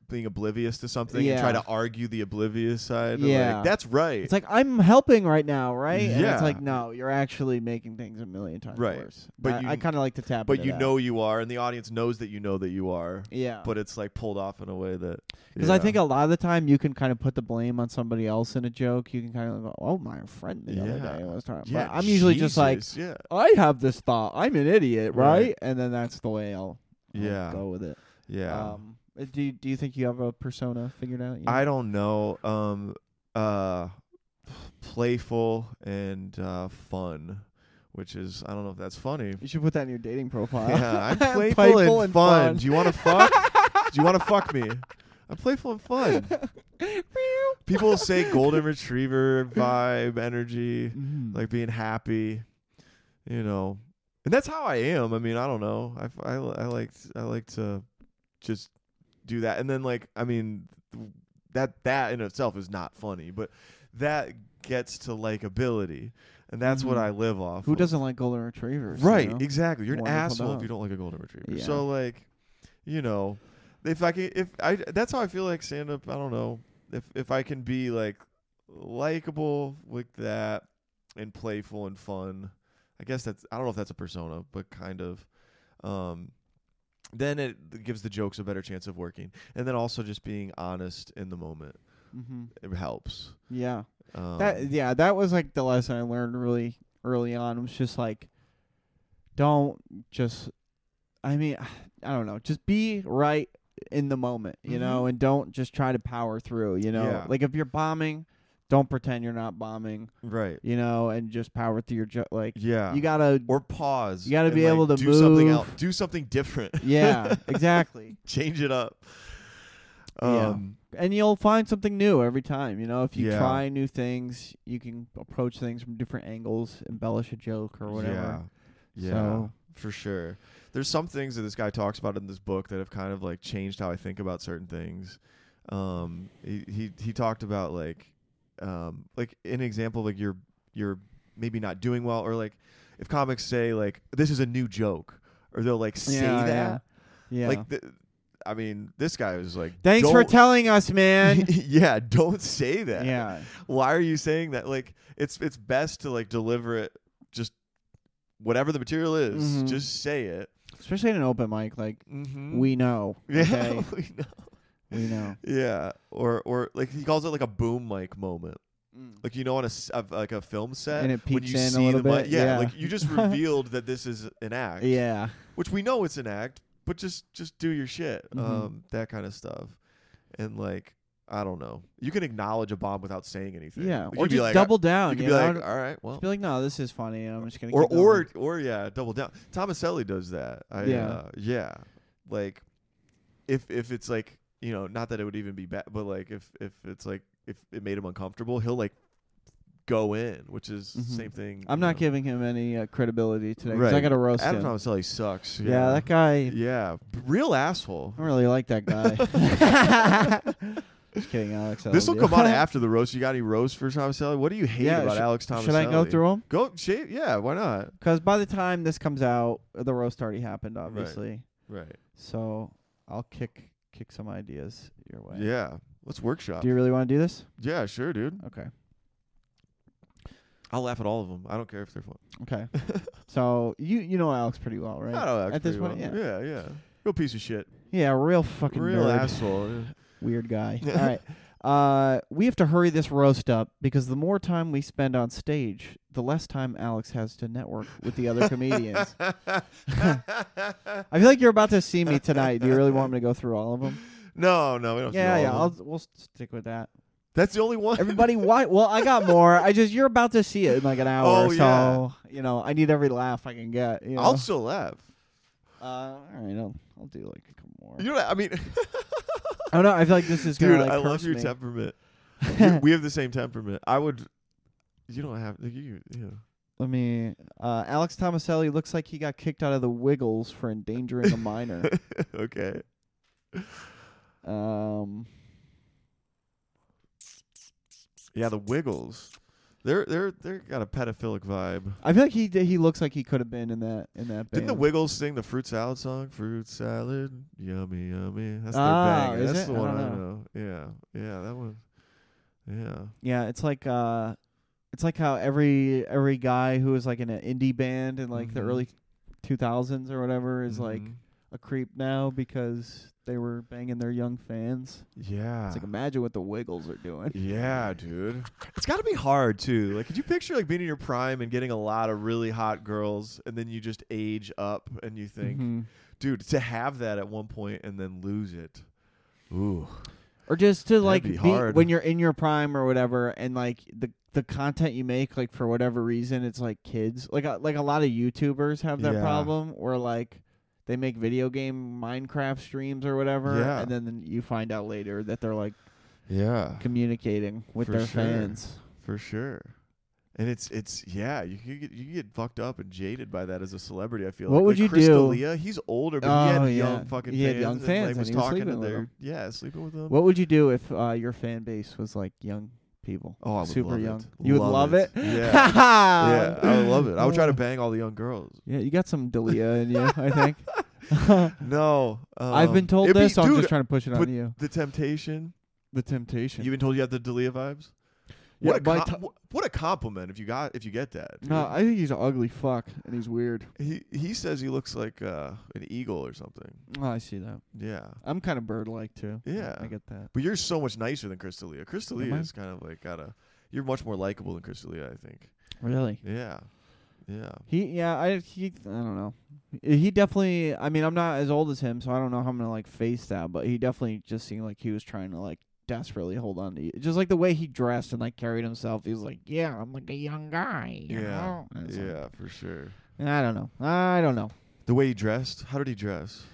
A: being oblivious to something and try
C: Yeah.
A: to argue the oblivious side. of, like,
C: Yeah.
A: that's right.
C: It's like I'm helping right now, right? And
A: Yeah.
C: it's like no, you're actually making things a million times
A: Right.
C: worse.
A: But
C: I,
A: you-
C: I kind of like to tap.
A: but
C: into
A: you
C: that.
A: know you are, and the audience knows that you know that you are.
C: yeah.
A: But it's like pulled off in a way that
C: Because I think a lot of the time you can kind of put the blame on somebody else in a joke. You can kind of go, "Oh, my friend the other
A: Yeah.
C: day was talking."
A: yeah,
C: but I'm usually just like,
A: Jesus, yeah.
C: "I have this thought. I'm an idiot,
A: Right.
C: right?" And then that's the way I'll, I'll
A: Yeah.
C: go with it.
A: Yeah.
C: Um, uh, do you, do you think you have a persona figured out? yet?
A: I don't know. Um, uh, playful and uh, fun, which is I don't know if that's funny.
C: You should put that in your dating profile.
A: Yeah, I'm playful, and, fun. Do you want to fuck? Do you want to fuck me? I'm playful and fun. People say golden retriever vibe, energy,
C: Mhm.
A: like being happy, you know, and that's how I am. I mean, I don't know. I f- I, li- I like I like to just do that, and then like I mean that that in itself is not funny, but that gets to likeability, and that's what
C: Mhm.
A: I live off.
C: who
A: of.
C: doesn't like golden retrievers? you
A: Right,
C: know?
A: exactly. You're an
C: Wonderful
A: asshole if
C: dog.
A: you don't like a golden retriever.
C: Yeah.
A: So like, you know, if I can, if I, that's how I feel like stand up. I don't know if if I can be like likable like that and playful and fun. I guess that's I don't know if that's a persona, but kind of. Um, then it gives the jokes a better chance of working, and then also just being honest in the moment
C: Mhm.
A: it helps.
C: Yeah.
A: Um,
C: That yeah, that was like the lesson I learned really early on. was just like, don't just. I mean, I don't know. Just be right in the moment, you know,
A: Mhm.
C: and don't just try to power through. You know,
A: Yeah.
C: like if you're bombing, don't pretend you're not bombing.
A: right?
C: You know, and just power through your jo- like.
A: Yeah.
C: You gotta.
A: or pause.
C: You gotta
A: and,
C: be
A: like,
C: able to
A: do something
C: move.
A: else. Do something different.
C: yeah, exactly.
A: change it up.
C: Yeah.
A: Um,
C: And you'll find something new every time. You know, if you
A: Yeah.
C: try new things, you can approach things from different angles, embellish a joke or whatever.
A: Yeah. Yeah.
C: So-
A: For sure. There's some things that this guy talks about in this book that have kind of like changed how I think about certain things. Um, he he, he talked about like, um, like an example like you're you're maybe not doing well or like if comics say like this is a new joke or they'll like say
C: Yeah,
A: that
C: Yeah.
A: like th- I mean this guy was like
C: Thanks for
A: "Don't-
C: telling us, man.
A: yeah don't say that
C: yeah.
A: why are you saying that like it's it's best to like deliver it just whatever the material is
C: Mhm.
A: just say it
C: Especially in an open mic, like
A: mm-hmm.
C: we know.
A: yeah
C: Okay?
A: we know.
C: we know.
A: yeah or or like he calls it like a boom mic moment like you know on a s- of, like a film set
C: And it
A: when
C: peeks
A: you
C: in a
A: see
C: little
A: the mi-
C: bit,
A: yeah,
C: yeah.
A: like you just revealed that this is an act
C: Yeah.
A: which we know it's an act but just just do your shit
C: Mhm.
A: um that kind of stuff and like I don't know you can acknowledge a bomb without saying anything
C: Yeah.
A: You
C: Or
A: could be
C: just
A: like,
C: double down.
A: you could
C: you
A: be
C: know?
A: like
C: Just
A: all right well
C: be like, no, this is funny. and I'm just gonna.
A: or
C: keep going."
A: or or yeah, double down. Thomas Ellie does that. I, yeah,
C: Yeah.
A: uh, yeah. Like if if it's like you know, not that it would even be bad, but like if if it's like if it made him uncomfortable, he'll like go in, which is
C: Mhm.
A: same thing.
C: I'm
A: you
C: not
A: know.
C: giving him any uh, credibility today. 'cause I
A: Right.
C: gotta roast
A: Adam
C: him.
A: Thomas Ellie sucks.
C: yeah. that guy.
A: Yeah, b- real asshole.
C: I don't really like that guy. just kidding, Alex. I
A: This will
C: love
A: come
C: you.
A: on after the roast. You got any roast for Thomas Ellie? What do you hate
C: Yeah,
A: about
C: should-
A: Alex Thomas?
C: Should I go through them?
A: Go shape. Yeah, why not?
C: Because by the time this comes out, the roast already happened, obviously.
A: Right.
C: So I'll kick kick some ideas your way.
A: Yeah. Let's workshop.
C: Do you really want to do this?
A: Yeah, sure, dude.
C: Okay.
A: I'll laugh at all of them. I don't care if they're fun.
C: Okay. so you you know Alex pretty well, right?
A: I don't know,
C: At this
A: actually,
C: point,
A: well,
C: yeah.
A: yeah, yeah. Real piece of shit.
C: Yeah, real fucking
A: Real
C: nerd.
A: asshole. yeah.
C: weird guy. All right. Uh, we have to hurry this roast up because the more time we spend on stage, the less time Alex has to network with the other comedians. I feel like you're about to see me tonight. Do you really want me to go through all of them?
A: No, no, we don't.
C: Yeah,
A: do
C: yeah.
A: all of
C: I'll,
A: them.
C: we'll s- stick with that.
A: That's the only one.
C: Everybody, why? Well, I got more. I just you're about to see it in like an hour,
A: Oh,
C: so you know I need every laugh I can get. You know?
A: I'll still laugh.
C: uh, all right, I'll, I'll do like a couple more.
A: You know, what I mean,
C: I don't know. I feel like this is
A: dude,
C: gonna like
A: I love
C: curse
A: your
C: me.
A: temperament. You- we have the same temperament. I would. You don't have. Like, you, yeah.
C: Let me. Uh, Alex Tomaselli looks like he got kicked out of the Wiggles for endangering a minor.
A: Okay.
C: Um,
A: Yeah, the Wiggles. They're they're they're got a pedophilic vibe.
C: I feel like he did, he looks like he could have been in that in that.
A: Didn't the
C: band.
A: Wiggles sing the fruit salad song? Fruit salad, yummy, yummy. That's their
C: Ah,
A: banger.
C: is
A: That's
C: it?
A: the
C: I
A: one
C: don't
A: I know. Yeah, yeah, that one. Yeah.
C: Yeah, it's like uh, it's like how every every guy who was like in an indie band in like the
A: Mhm.
C: early two thousands or whatever is like
A: Mhm.
C: a creep now because they were banging their young fans.
A: yeah,
C: It's like imagine what the Wiggles are doing.
A: yeah, dude. It's got to be hard too. Like, could you picture like being in your prime and getting a lot of really hot girls, and then you just age up and you think,
C: Mhm.
A: dude, to have that at one point and then lose it. Ooh.
C: Or just to like
A: be
C: be-
A: hard.
C: when you're in your prime or whatever, and like the the content you make, like for whatever reason, it's like kids. Like a, like a lot of YouTubers have that
A: Yeah.
C: problem, or like they make video game Minecraft streams or whatever,
A: Yeah.
C: and then you find out later that they're like
A: Yeah.
C: communicating with
A: For
C: their
A: sure.
C: fans.
A: For sure. And it's it's yeah, you could get you could get fucked up and jaded by that as a celebrity, I feel
C: What
A: like.
C: would
A: Like
C: you
A: Chris
C: do?
A: D'Elia, he's older, but he
C: Oh,
A: had
C: yeah.
A: young fucking
C: He had
A: fans.
C: young
A: and,
C: fans
A: like,
C: and
A: was
C: he was
A: talking to
C: sleeping with
A: their
C: them.
A: yeah, sleeping with them.
C: What would you do if uh, your fan base was like young people?
A: Oh, I would
C: super
A: love
C: young.
A: it.
C: You would love it.
A: Yeah. yeah, I would love it. I would try to
C: Yeah.
A: bang all the young girls.
C: Yeah, you got some Delia in you, I think.
A: No, um,
C: I've been told
A: it'd
C: this,
A: Be,
C: so I'm
A: dude,
C: just trying to push it
A: but
C: on you.
A: the Temptation.
C: The Temptation.
A: You've been told you have the D'Elia vibes.
C: Yeah,
A: What,
C: by
A: a
C: t-
A: com- wh- what a compliment if you got if you get that. dude.
C: no, I think he's an ugly fuck, and he's weird.
A: he he says he looks like uh, an eagle or something.
C: Oh, I see that.
A: Yeah.
C: I'm kind of bird-like too.
A: Yeah.
C: I get that.
A: But you're so much nicer than Crystalia. Crystalia
C: I?
A: is kind of like got a. You're much more likable than Crystalia, I think.
C: Really?
A: Yeah, yeah.
C: He, yeah, I, he, I don't know. He definitely. I mean, I'm not as old as him, so I don't know how I'm gonna like face that. But he definitely just seemed like he was trying to like desperately hold on to you. Just like the way he dressed and like carried himself, he was like, "Yeah, I'm like a young guy." you
A: Yeah.
C: know? And it's like,
A: Yeah, for sure.
C: I don't know. I don't know.
A: The way he dressed. How did he dress?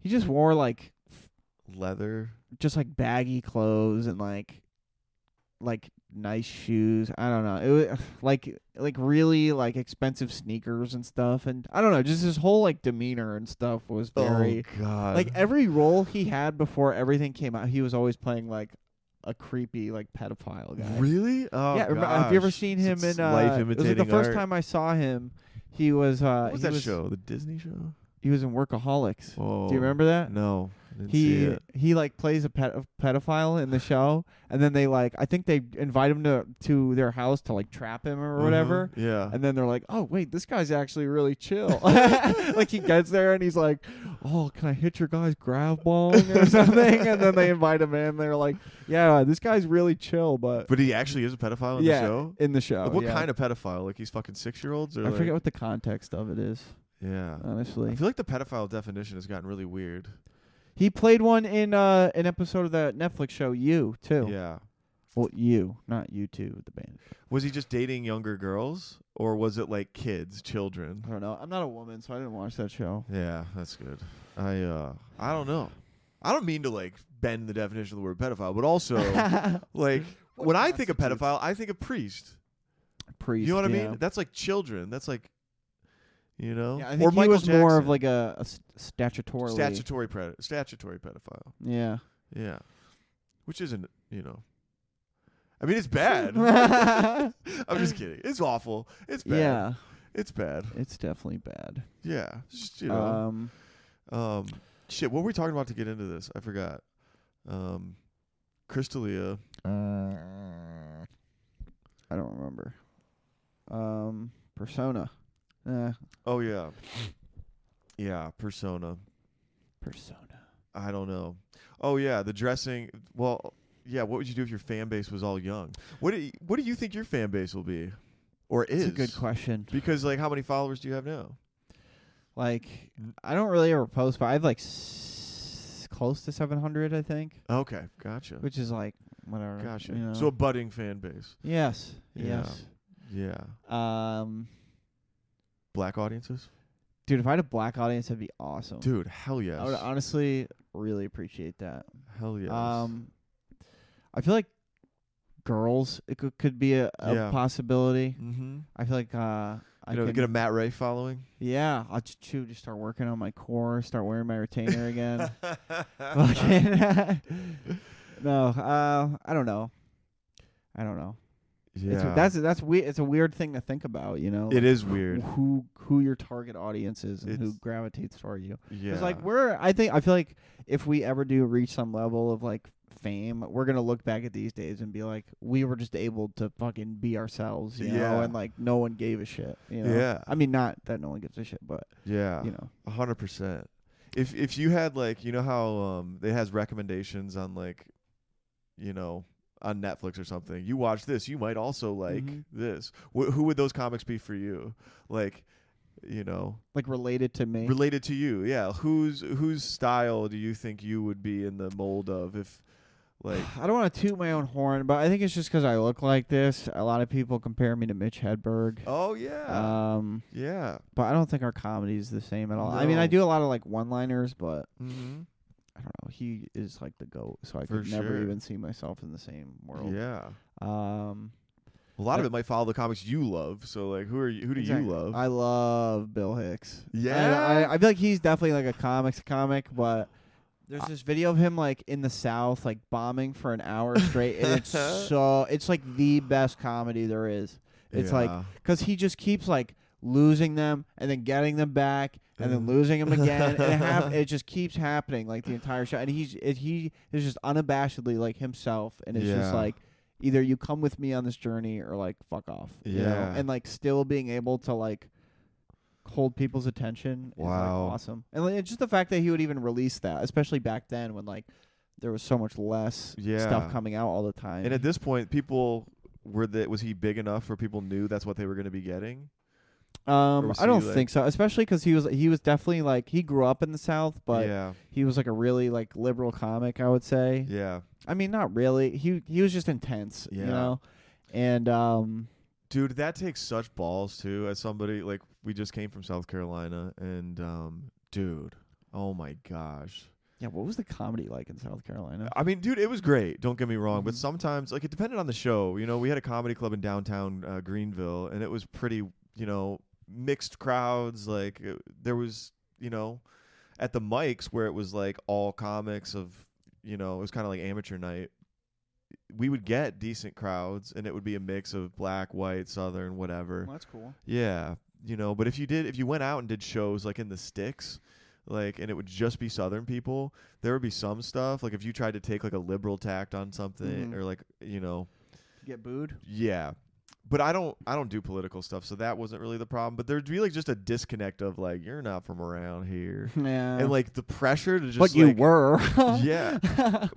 C: He just wore like
A: Leather.
C: just like baggy clothes and like like nice shoes. I don't know. It was like like really like expensive sneakers and stuff and I don't know, just his whole like demeanor and stuff was very
A: oh God.
C: like every role he had before everything came out, he was always playing like a creepy like pedophile guy.
A: really? Oh
C: yeah, remember, have you ever
A: gosh.
C: seen
A: It's-
C: him
A: it's
C: in uh
A: life
C: it was
A: imitating
C: like the first
A: art.
C: time I saw him, he was uh
A: What was
C: he
A: that
C: was
A: show? The Disney show.
C: he was in Workaholics.
A: Oh.
C: Do you remember that?
A: No. didn't see
C: he
A: it.
C: he like plays a ped- a pedophile in the show, and then they like I think they invite him to to their house to like trap him or
A: Mhm,
C: whatever.
A: Yeah.
C: And then they're like, "Oh wait, this guy's actually really chill." like he gets there and he's like, "Oh, can I hit your guy's grab bong or something?" and then they invite him in. They're like, "Yeah, this guy's really chill, but
A: but he actually is a pedophile in
C: yeah,
A: the show.
C: in the show."
A: Like, what
C: yeah.
A: kind of pedophile? Like he's fucking six year olds or
C: I
A: like,
C: forget what the context of it is.
A: Yeah. I
C: Honestly,
A: feel like the pedophile definition has gotten really weird.
C: he played one in uh, an episode of that Netflix show You too.
A: Yeah.
C: Well, you, not you two, the band.
A: Was he just dating younger girls or was it like kids, children?
C: I don't know. I'm not a woman, so I didn't watch that show.
A: Yeah, that's good. I uh I don't know. I don't mean to like bend the definition of the word pedophile, but also like
C: What
A: when I think of
C: constitutes-
A: pedophile, I think of priest.
C: Priest.
A: you know what I
C: yeah.
A: mean? That's like children. That's like you know,
C: Yeah, I think
A: or
C: he
A: Michael
C: was more of
A: Jackson.
C: like a, a st- statutorily.
A: statutory pred- statutory pedophile.
C: Yeah.
A: Yeah. Which isn't, you know. I mean, it's bad. I'm just kidding. It's awful. It's bad.
C: yeah,
A: It's bad.
C: it's definitely bad.
A: Yeah. It's just, you know.
C: Um,
A: um, shit, what were we talking about to get into this? I forgot. Um, Crystalia.
C: uh, I don't remember. Um, Persona. Uh,
A: Oh, yeah. Yeah, Persona.
C: Persona.
A: I don't know. Oh, yeah, the dressing. Well, yeah, what would you do if your fan base was all young? What do you, what do you think your fan base will be? Or
C: It's
A: is?
C: a good question.
A: Because, like, how many followers do you have now?
C: Like, I don't really ever post, but I have like s- close to 700, I think,
A: Okay, gotcha.
C: which is like whatever.
A: Oh. Gotcha.
C: You know.
A: So a budding fan base.
C: yes,
A: Yeah.
C: yes.
A: Yeah.
C: Um,
A: Black audiences?
C: dude, if I had a black audience, that'd be awesome.
A: Dude, hell yes.
C: Oh. I would honestly really appreciate that.
A: hell yes.
C: Um, I feel like girls it could, could be a, a
A: Yeah.
C: possibility.
A: mm-hmm.
C: I feel like uh, I
A: You know,
C: could,
A: get a Matt Ray following.
C: yeah, I'll just, shoot, just start working on my core, start wearing my retainer again. Fucking- no, uh, I don't know. I don't know.
A: yeah.
C: It's, that's that's weird. It's a weird thing to think about, you know.
A: it is weird.
C: Who who your target audience is and who
A: It's-
C: gravitates toward you?
A: Yeah.
C: Because like we're, I think I feel like if we ever do reach some level of like fame, we're gonna look back at these days and be like, we were just able to fucking be ourselves, you know,
A: Yeah.
C: and like no one gave a shit, you know.
A: Yeah.
C: I mean, not that no one gives a shit, but
A: yeah.
C: you know,
A: A hundred percent. If if you had like you know how um it has recommendations on like you know on Netflix or something, you watch this, you might also like
C: Mhm.
A: this. Wh- who would those comics be for you? Like, you know,
C: like related to me.
A: related to you yeah whose whose style do you think you would be in the mold of if like
C: I don't want to toot my own horn, but I think it's just because I look like this. A lot of people compare me to Mitch Hedberg.
A: oh yeah
C: Um,
A: yeah
C: but I don't think our comedy is the same at all. I mean, I
A: No.
C: do a lot of like one-liners, but
A: mm-hmm.
C: I don't know. He is like the goat, so I
A: For
C: could never
A: sure.
C: even see myself in the same world.
A: yeah
C: Um,
A: a lot of it might follow the comics you love so like who are you who do
C: exactly.
A: you love
C: I love Bill Hicks. I-
A: Yeah?
C: I, I feel like he's definitely like a comics comic, but there's this video of him like in the South, like bombing for an hour straight, and it's so it's like the best comedy there is. It's like
A: Yeah.
C: because he just keeps like losing them and then getting them back and
A: Mm-hmm.
C: then losing them again. and it, hap- it just keeps happening like the entire show. And he's it, he is just unabashedly like himself, and it's just
A: Yeah.
C: like either you come with me on this journey or like fuck off. you know?
A: Yeah.
C: and like still being able to like hold people's attention is like
A: Wow.
C: awesome. And like, it's just the fact that he would even release that, especially back then when like there was so much less
A: Yeah.
C: stuff coming out all the time.
A: and at this point people were that was he big enough where people knew that's what they were going to be getting Or
C: Um,
A: was
C: I don't
A: he, like-
C: think so, especially because he was he was definitely like he grew up in the South, but
A: yeah
C: he was like a really like liberal comic, I would say.
A: yeah
C: I mean, not really. He he was just intense, you
A: Yeah.
C: know. And um,
A: Dude, that takes such balls too. As somebody like we just came from South Carolina, and um, dude, oh my gosh.
C: yeah, what was the comedy like in South Carolina?
A: I mean, dude, it was great. Don't get me wrong, but
C: Mhm.
A: sometimes like it depended on the show. You know, we had a comedy club in downtown uh, Greenville, and it was pretty, you know, mixed crowds. Like it, there was, you know, at the mics where it was like all comics of, you know, it was kind of like amateur night. We would get decent crowds, and it would be a mix of black, white, southern, whatever.
C: that's cool.
A: Yeah, you know, but if you did, if you went out and did shows like in the sticks, like and it would just be southern people there would be some stuff like if you tried to take like a liberal tact on something
C: Mhm.
A: or like you know
C: Get booed.
A: yeah but i don't i don't do political stuff so that wasn't really the problem but there'd be like just a disconnect of like you're not from around here
C: Yeah.
A: and like the pressure to just
C: but you
A: like-
C: were.
A: yeah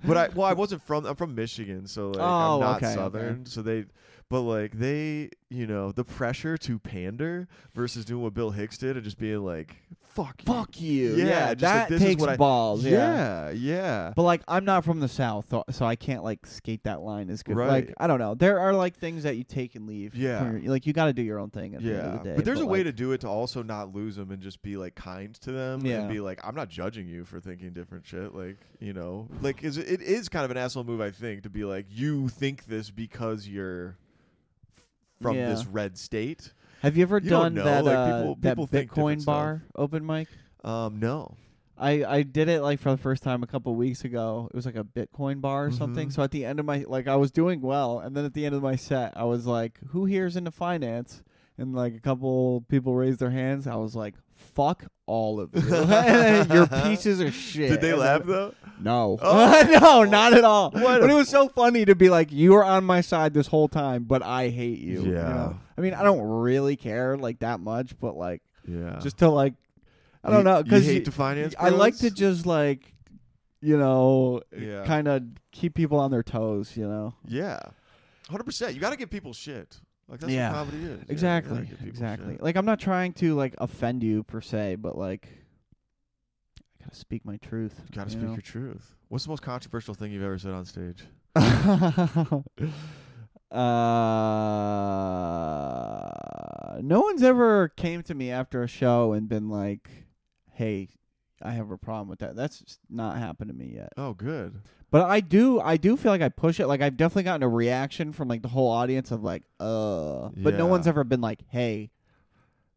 A: but I well, I wasn't from. I'm from Michigan, so like
C: Oh,
A: I'm not
C: okay, okay.
A: Southern. So they, but like they, you know, the pressure to pander versus doing what Bill Hicks did and just being like, "Fuck, you."
C: Fuck you.
A: Yeah, just like,
C: that
A: this is
C: takes
A: what I-
C: balls.
A: yeah, yeah,
C: But like I'm not from the south, so- so I can't like skate that line as good. Like
A: Right.
C: I don't know. There are like things that you take and leave. from
A: Yeah.
C: your- like you got to do your own thing. At the end
A: yeah.
C: of the day.
A: but there's a way
C: like,
A: to do it to also not lose them and just be like kind to them
C: Yeah.
A: and be like, "I'm not judging you for thinking different shit." Like, you know, like is it is kind of an asshole move, I think, to be like, "You think this because you're." f- From
C: Yeah.
A: this red state,
C: Have you ever
A: You
C: done
A: don't know,
C: that?
A: like,
C: uh,
A: people-
C: that
A: people think different
C: Bitcoin bar open mic.
A: um, no,
C: I, I did it like for the first time a couple weeks ago. It was like a Bitcoin bar or something.
A: Mhm.
C: So at the end of my like I was doing well, and then at the end of my set, I was like, "Who here's into finance?" And like a couple people raised their hands. I was like, "Fuck all of you! Your pieces are shit."
A: did they
C: And
A: laugh
C: then-
A: though?
C: No,
A: Oh.
C: no, not at all.
A: What a-
C: But it was so funny to be like, "You were on my side this whole time, but I hate you." you
A: Yeah.
C: know? I mean, I don't really care like that much, but like
A: Yeah,
C: just to like, I don't know because
A: you hate to finance.
C: I like to
A: bros?
C: just like, you know,
A: Yeah.
C: kind of keep people on their toes. You know,
A: yeah, hundred percent. You got to give people shit. Like that's
C: Yeah.
A: what comedy is. Yeah, you gotta
C: exactly,
A: give people
C: exactly.
A: shit.
C: Like I'm not trying to like offend you per se, but like, I gotta speak my truth.
A: You got to
C: you
A: speak your truth. What's the most controversial thing you've ever said on stage?
C: know? uh, no one's ever came to me after a show and been like, "Hey." I have a problem with that. That's just not happened to me yet.
A: Oh, good.
C: But I do, I do feel like I push it. Like I've definitely gotten a reaction from like the whole audience of like, uh. But no
A: Yeah.
C: one's ever been like, hey,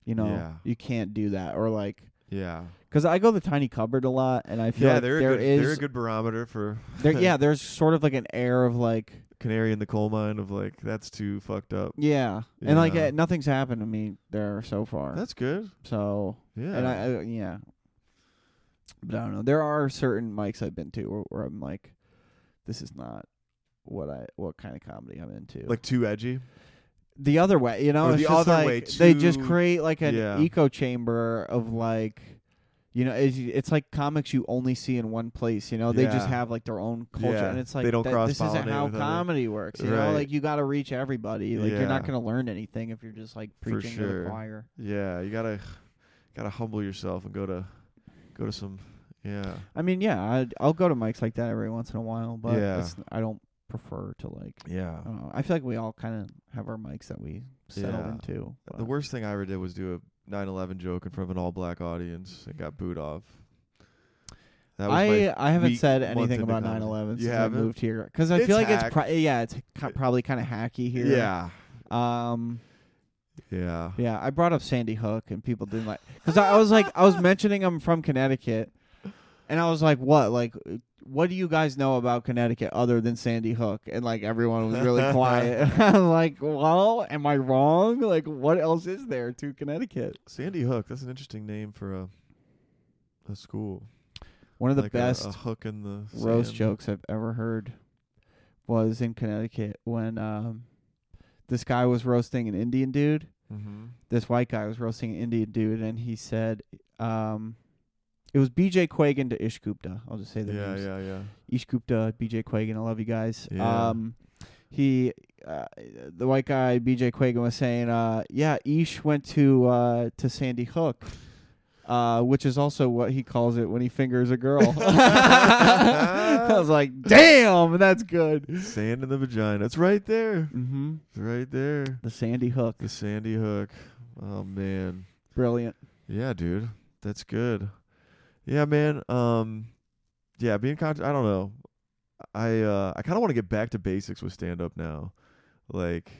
C: you know,
A: Yeah.
C: you can't do that, or like,
A: Yeah.
C: because I go to the tiny cupboard a lot, and I feel
A: Yeah,
C: like
A: they're
C: there
A: a good, they're a
C: is-
A: good barometer for
C: there- yeah, there's sort of like an air of like,
A: canary in the coal mine of like that's too fucked up.
C: yeah, and like
A: Yeah.
C: uh, nothing's happened to me there so far.
A: That's good.
C: so,
A: Yeah.
C: and I, I, yeah, but I don't know. There are certain mics I've been to where, where I'm like, this is not what I what kind of comedy I'm into.
A: like too edgy.
C: the other way, you know,
A: Or
C: it's
A: the
C: just
A: other
C: like
A: way
C: they just
A: too.
C: create like an
A: Yeah.
C: echo chamber of like, you know, it's, it's like comics you only see in one place. You know, they just
A: Yeah.
C: have like their own culture,
A: Yeah.
C: and it's like
A: They don't
C: that, this isn't
A: cross-pollinate
C: how
A: with other-
C: comedy works. You know,
A: Right.
C: like you got to reach everybody. Like you're not
A: Yeah.
C: going to learn anything if you're just like
A: For
C: preaching to the
A: sure.
C: choir.
A: Yeah, you gotta gotta humble yourself and go to go to some. Yeah.
C: I mean, yeah, I, I'll go to mics like that every once in a while, but
A: Yeah.
C: it's, I don't prefer to like.
A: Yeah.
C: I don't know. I feel like we all kind of have our mics that we settle
A: Yeah.
C: into.
A: The
C: but-
A: worst thing I ever did was do a 9/11 joke in front of an all-black audience and got booed off. That was my
C: I uh, I haven't
A: week,
C: said
A: month
C: anything
A: into
C: about
A: comedy.
C: 9/11
A: You
C: since I
A: haven't?
C: moved here because I
A: It's
C: feel like
A: hack.
C: it's pri- yeah it's ki- probably kind of hacky here.
A: yeah,
C: Um.
A: yeah.
C: Yeah. I brought up Sandy Hook and people didn't like because I, I was like I was mentioning I'm from Connecticut, and I was like, what like. uh, What do you guys know about Connecticut other than Sandy Hook? And like everyone was really quiet. I'm like, well, am I wrong? Like, what else is there to Connecticut?
A: Sandy Hook. That's an interesting name for a a school.
C: One of the
A: Like a-
C: best
A: a, hook in the
C: roast
A: sand.
C: jokes I've ever heard was in Connecticut when um, this guy was roasting an Indian dude.
A: Mhm.
C: This white guy was roasting an Indian dude, and he said, um, "It was B.J. Quagin to Ish Gupta." I'll just say the
A: Yeah,
C: names.
A: yeah, yeah.
C: Ish Gupta, B.J. Quagin. I love you guys.
A: Yeah.
C: Um, he, uh, the white guy, B.J. Quagin was saying, uh, "Yeah, Ish went to uh, to Sandy Hook." Uh, which is also what he calls it when he fingers a girl. I was like, "Damn, that's good."
A: Sand in the vagina. It's right there.
C: Mm-hmm.
A: It's right there.
C: The Sandy Hook,
A: The Sandy Hook. Oh man.
C: brilliant.
A: Yeah, dude. That's good. Yeah, man. Um yeah, being con- I don't know. I uh I kind of want to get back to basics with stand up now. Like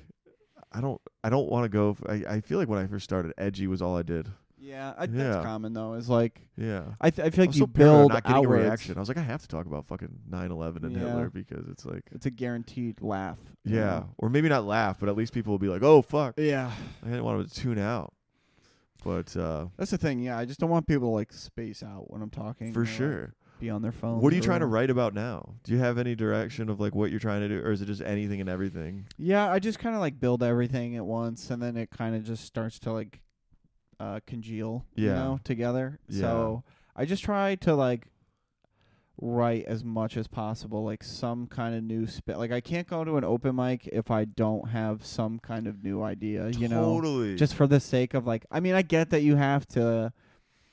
A: I don't I don't want to go f- I I feel like when I first started edgy was all I did.
C: Yeah, I,
A: Yeah.
C: that's common though. Is like,
A: Yeah.
C: I th- I
A: I
C: feel like
A: was
C: you
A: so paranoid
C: build
A: not getting
C: outwards.
A: a reaction. I was like I have to talk about fucking 9/11 and
C: Yeah.
A: Hitler because it's like
C: It's a guaranteed laugh. you
A: yeah,
C: know?
A: or maybe not laugh, but at least people will be like, "Oh fuck."
C: Yeah.
A: I didn't want to tune out. But uh,
C: That's the thing. Yeah, I just don't want people to like space out when I'm talking. or,
A: for
C: like,
A: sure.
C: be on their phone.
A: What are you trying to
C: write?
A: write about now? Do you have any direction of like what you're trying to do, or is it just anything and everything?
C: Yeah, I just kind of like build everything at once, and then it kind of just starts to like uh, congeal, you
A: Yeah.
C: know, together.
A: Yeah.
C: So I just try to like write as much as possible, like some kind of new spit. Like I can't go to an open mic if I don't have some kind of new idea, you know.
A: totally.
C: Just for the sake of like, I mean, I get that you have to,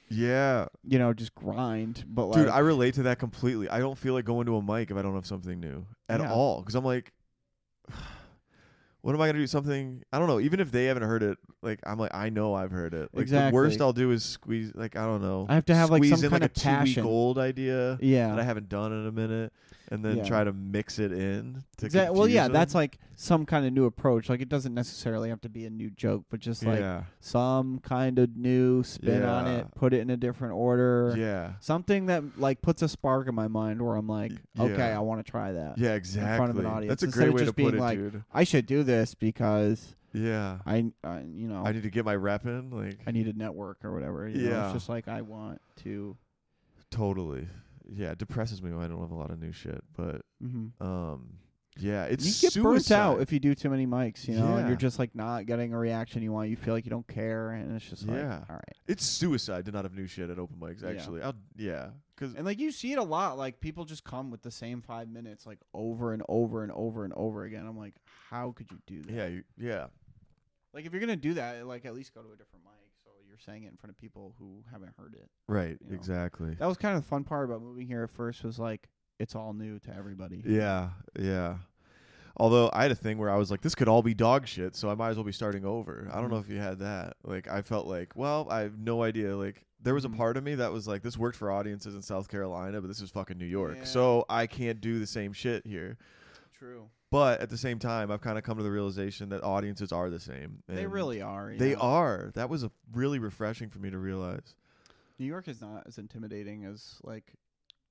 A: yeah,
C: you know, just grind, but like,
A: dude, I relate to that completely. I don't feel like going to a mic if I don't have something new at
C: Yeah.
A: all, because I'm like, what am I gonna do? Something I don't know. Even if they haven't heard it, like I'm like I know I've heard it. Like the worst
C: Exactly.
A: I'll do is squeeze. Like I don't know.
C: I have to have, like,
A: squeeze
C: some
A: in,
C: kind
A: like,
C: of
A: a two
C: passion.
A: week old idea
C: yeah,
A: that I haven't done in a minute, and then
C: Yeah.
A: try to mix it in. To
C: Exact- well,
A: confuse
C: yeah,
A: them.
C: that's like some kind of new approach. Like it doesn't necessarily have to be a new joke, but just like
A: yeah,
C: some kind of new spin on
A: Yeah.
C: it, put it in a different order.
A: yeah.
C: Something that like puts a spark in my mind where I'm like,
A: Y-
C: okay,
A: yeah.
C: I want to try that.
A: Yeah, exactly.
C: front of an audience
A: That's a
C: instead
A: great
C: of
A: way to put
C: just being
A: it,
C: like,
A: dude.
C: I should do this because
A: Yeah.
C: I, I you know,
A: I
C: I,
A: need to get my rep in. Like,
C: need a network or whatever. you know?
A: Yeah.
C: it's just like I want to.
A: totally. Yeah, it depresses me when I don't have a lot of new shit. But,
C: hmm
A: um, yeah, it's
C: you get burnt out
A: suicide.
C: if you do too many mics, you know, and
A: Yeah.
C: you're just like not getting a reaction you want. You feel like you don't care, and it's just like,
A: Yeah.
C: all right.
A: it's suicide to not have new shit at open mics.
C: Yeah.
A: Actually, I'll, yeah, because
C: And like you see it a lot, like people just come with the same five minutes, like over and over and over and over again. I'm like, how could you do that?
A: yeah, you, yeah,
C: Like if you're gonna do that, like at least go to a different mic. So you're saying it in front of people who haven't heard it.
A: right,
C: You know.
A: exactly.
C: That was kind of the fun part about moving here at first was like it's all new to everybody.
A: Yeah, yeah. Although I had a thing where I was like, this could all be dog shit, so I might as well be starting over.
C: Mm-hmm.
A: I don't know if you had that. Like, I felt like, well, I have no idea. Like, there was a
C: Mhm.
A: part of me that was like, this worked for audiences in South Carolina, but this is fucking New York.
C: Yeah.
A: So I can't do the same shit here.
C: True.
A: But at the same time, I've kind of come to the realization that audiences are the same.
C: they
A: and
C: really are. you
A: They
C: know?
A: are. That was a really refreshing for me to realize.
C: New York is not as intimidating as like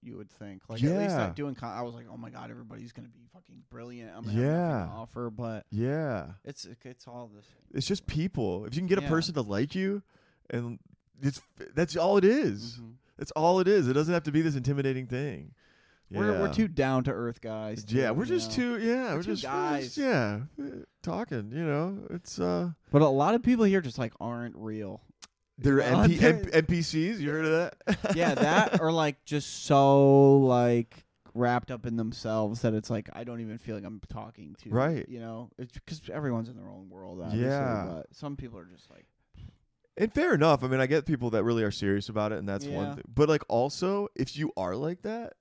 C: you would think. Like at least
A: Yeah.
C: like, doing con- I was like, oh my god, everybody's gonna be fucking brilliant. I'm gonna have nothing to
A: Yeah.
C: offer, but
A: Yeah.
C: it's it's all the same.
A: It's just people. If you can get a
C: Yeah.
A: person to like you, and it's that's all it is.
C: Mm-hmm.
A: That's all it is. It doesn't have to be this intimidating thing.
C: We're we're
A: Yeah.
C: too down to earth guys. too,
A: yeah. We're
C: you
A: just
C: know?
A: too yeah. We're,
C: two
A: just we're just-
C: guys.
A: yeah uh, talking. You know, it's uh
C: But a lot of people here just like aren't real.
A: they're
C: Well,
A: NP,
C: there-
A: NP NPCs. You heard of that?
C: Yeah, that or like just so like wrapped up in themselves that it's like I don't even feel like I'm talking to.
A: Right.
C: You know, it's because everyone's in their own world. Obviously,
A: Yeah.
C: But some people are just like
A: and fair enough. I mean, I get people that really are serious about it, and that's
C: Yeah.
A: one. thing. But like, also, if you are like that,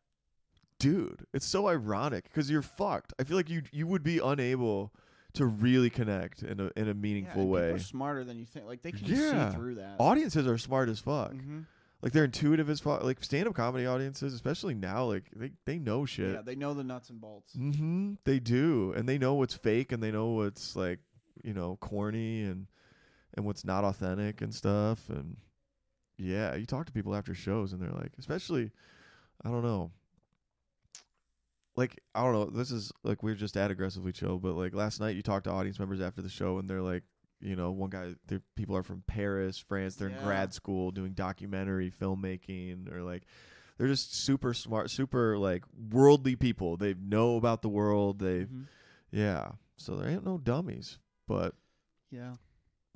A: dude, it's so ironic because you're fucked. I feel like you you would be unable to really connect in a in a
C: yeah,
A: meaningful
C: and
A: way.
C: People are smarter than you think. Like they can
A: Yeah.
C: see through that.
A: Audiences are smart as fuck.
C: hmm
A: like they're intuitive as fuck. Like stand up comedy audiences, especially now, like they they know shit.
C: Yeah, they know the nuts and bolts.
A: mm-hmm. They do, and they know what's fake, and they know what's like you know corny and and what's not authentic and stuff. And yeah, you talk to people after shows, and they're like, especially, I don't know. Like I don't know. This is like we we're just at aggressively chill, but like last night you talked to audience members after the show, and they're like, you know, one guy, the people are from Paris, France. They're in
C: Yeah.
A: grad school doing documentary filmmaking, or like, they're just super smart, super like worldly people. They know about the world. They,
C: Mhm.
A: yeah. So there ain't no dummies, but
C: Yeah.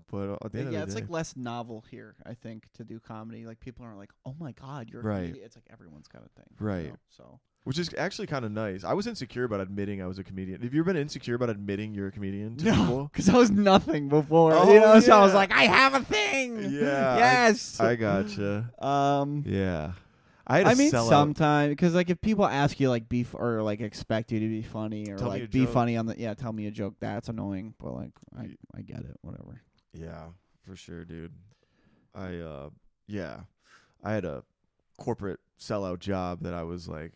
A: but at the end
C: yeah,
A: of
C: it's
A: the
C: like
A: day,
C: less novel here, I think, to do comedy. Like people aren't like, "Oh my god, you're a
A: Right.
C: comedian." It's like everyone's got a thing, you
A: Right.
C: know? So
A: which is actually kind of nice. I was insecure about admitting I was a comedian. Have you ever been insecure about admitting you're a comedian to people?
C: because I was nothing before,
A: Oh,
C: you know. So I was
A: yeah.
C: like, "I have a thing."
A: Yeah, I-
C: yes.
A: I gotcha.
C: um.
A: Yeah, I had a
C: I mean,
A: sellout.
C: sometimes because like if people ask you like be f- or like expect you to be funny or
A: Tell me a
C: like be
A: joke.
C: funny on the yeah, tell me a joke. That's annoying, but like I I get it, whatever.
A: Yeah, for sure, dude. I uh yeah. I had a corporate sellout job that I was like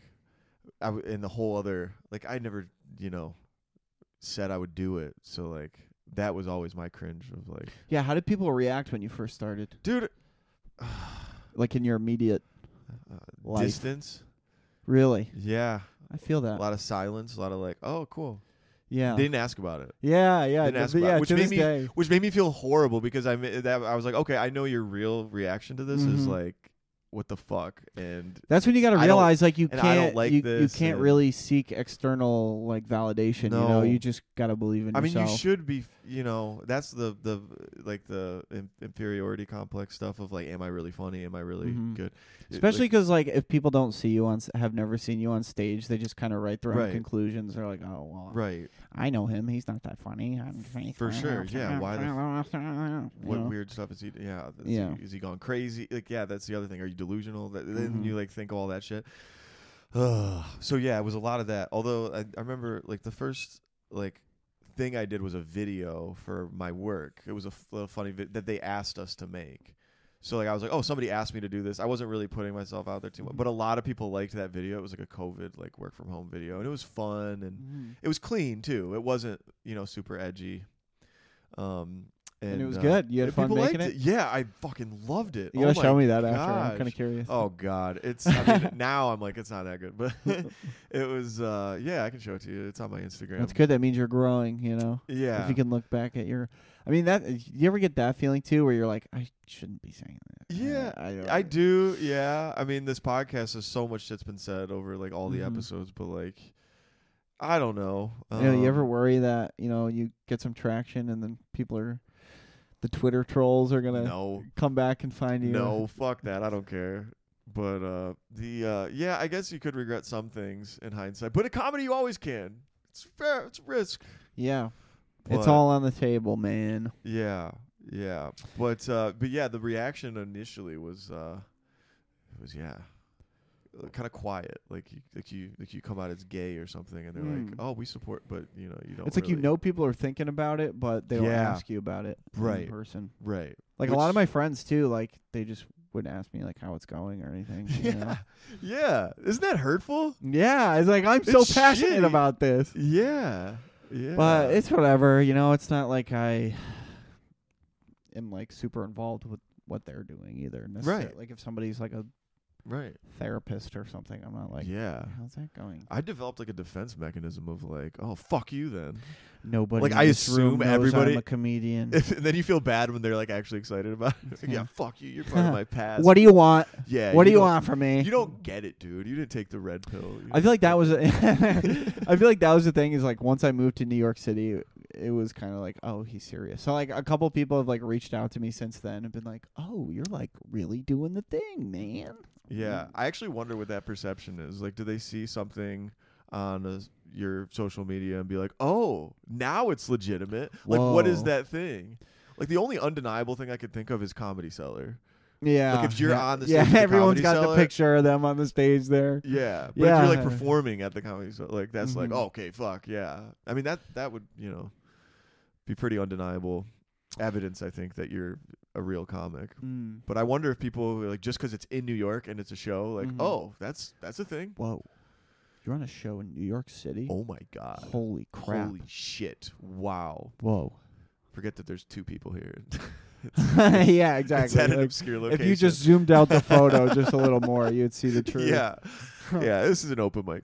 A: I w- and the whole other like I never, you know, said I would do it. So like that was always my cringe of like
C: Yeah, how did people react when you first started?
A: dude
C: Like in your immediate
A: uh,
C: Life.
A: distance.
C: really?
A: Yeah.
C: I feel
A: A
C: that.
A: lot of silence, a lot of like, "Oh, cool."
C: Yeah.
A: They didn't ask about it.
C: yeah, yeah,
A: didn't
C: th-
A: ask
C: but
A: about it,
C: yeah.
A: which
C: to
A: made
C: this
A: me-
C: day,
A: which made me feel horrible because I mi- that I was like, okay, I know your real reaction to this is
C: Mhm.
A: like, what the fuck, and
C: that's when you got to
A: I don't-
C: realize like you
A: and I don't
C: can't
A: like
C: you, you
A: this,
C: can't
A: and-
C: really seek external like validation. You know,
A: No.
C: you just got to believe in
A: I mean,
C: yourself.
A: you should be, you know, that's the the like the in- inferiority complex stuff of like, am I really funny? Am I really
C: Mhm.
A: good? It-
C: Especially
A: like,
C: because, like, if people don't see you on, s- have never seen you on stage, they just kind of write their own
A: Right.
C: conclusions. They're like, "Oh, well,
A: right?
C: I know him. He's not that funny." I'm
A: For sure, yeah, why the
C: You
A: What
C: know?
A: weird stuff is he? Yeah, is
C: Yeah.
A: He, is he gone crazy? Like, yeah, that's the other thing. Are you delusional? That,
C: Mhm.
A: Then you like think all that shit. so yeah, it was a lot of that. Although I, I remember like the first like thing I did was a video for my work. It was a f- little funny vid- that they asked us to make. So like I was like, oh, somebody asked me to do this. I wasn't really putting myself out there too
C: Mm-hmm.
A: much, but a lot of people liked that video. It was like a COVID like work from home video, and it was fun and
C: Mhm.
A: it was clean too. It wasn't you know super edgy. Um, and,
C: And, it was
A: uh,
C: good. You had
A: and people
C: fun making
A: liked
C: it.
A: Yeah, I fucking loved it.
C: You
A: oh
C: gotta
A: my
C: show me that after. I'm
A: gosh.
C: kind of curious.
A: Oh god, it's. I mean, now I'm like, it's not that good, but it was. Uh, yeah, I can show it to you. It's on my Instagram.
C: that's good. That means you're growing. You know,
A: Yeah.
C: if you can look back at your, I mean, that you ever get that feeling too, where you're like, "I shouldn't be saying that." Uh,
A: Yeah,
C: I, don't-
A: I do. Yeah, I mean, this podcast is so much that's been said over like all
C: Mhm.
A: the episodes, but like, I don't know.
C: You know, you ever
A: Um,
C: worry that you know you get some traction and then people are, the Twitter trolls are gonna
A: No,
C: come back and find you.
A: No, fuck that. I don't care. But uh the uh yeah, I guess you could regret some things in hindsight. But in comedy you always can. It's fair, it's risk.
C: Yeah. it's
A: But-
C: all on the table, man.
A: Yeah. Yeah. But uh but yeah, the reaction initially was uh it was yeah. Kind of quiet, like you, like you, like you come out as gay or something, and they're
C: Mm.
A: like, "Oh, we support," but you know, you don't.
C: It's like you
A: really-
C: know people are thinking about it, but they don't
A: Yeah.
C: ask you about it in
A: Right.
C: person.
A: right?
C: Like a lot of
A: Which-
C: my friends too, like they just wouldn't ask me like how it's going or anything. you know?
A: yeah, yeah. Isn't that hurtful?
C: Yeah. It's like I'm so
A: It's
C: passionate
A: shitty.
C: about this.
A: Yeah, yeah.
C: But it's whatever, you know, it's not like I am like super involved with what they're doing either. necessar-
A: Right.
C: Like if somebody's like a
A: right.
C: therapist or something, I'm not like
A: yeah,
C: how's that going?
A: I developed like a defense mechanism of like, oh fuck you then.
C: Nobody
A: Like,
C: in
A: I
C: this
A: assume
C: room knows
A: everybody-
C: I'm a comedian.
A: If, and then you feel bad when they're like actually excited about it. Like, yeah.
C: Hmm. Yeah.
A: fuck you. You're part of my past.
C: What do you want?
A: Yeah.
C: what do you
A: don't-
C: want from me?
A: You don't get it, dude. You didn't take the red pill. You
C: I feel like that was. A I
A: I
C: feel like that was the thing. Is like once I moved to New York City, it was kind of like, oh, he's serious. So like a couple people have like reached out to me since then and been like, oh, you're like really doing the thing, man.
A: Yeah, I actually wonder what that perception is. Like, do they see something on a, your social media and be like, "Oh, now it's legitimate"? Like, what is
C: Whoa.
A: that thing? Like, the only undeniable thing I could think of is Comedy Cellar.
C: Yeah.
A: if you're
C: yeah.
A: on the
C: yeah,
A: stage at the
C: everyone's
A: Comedy
C: got
A: Cellar-
C: the picture of them on the stage there.
A: Yeah, but if you're
C: Yeah.
A: like performing at the comedy, so like that's like
C: Mhm.
A: oh, okay, fuck yeah. I mean that that would you know be pretty undeniable evidence, I think, that you're a real comic.
C: Mm.
A: But I wonder if people who, like just because it's in New York and it's a show, like
C: Mhm.
A: oh, that's that's a thing.
C: Whoa, you're on a show in New York City.
A: Oh my god,
C: Holy crap!
A: holy shit, wow.
C: Whoa.
A: Forget that there's two people here.
C: yeah,
A: It's
C: exactly.
A: at an
C: Like,
A: obscure
C: if
A: location.
C: you just zoomed out the photo just a little more, you'd see the truth.
A: yeah, yeah, this is an open mic.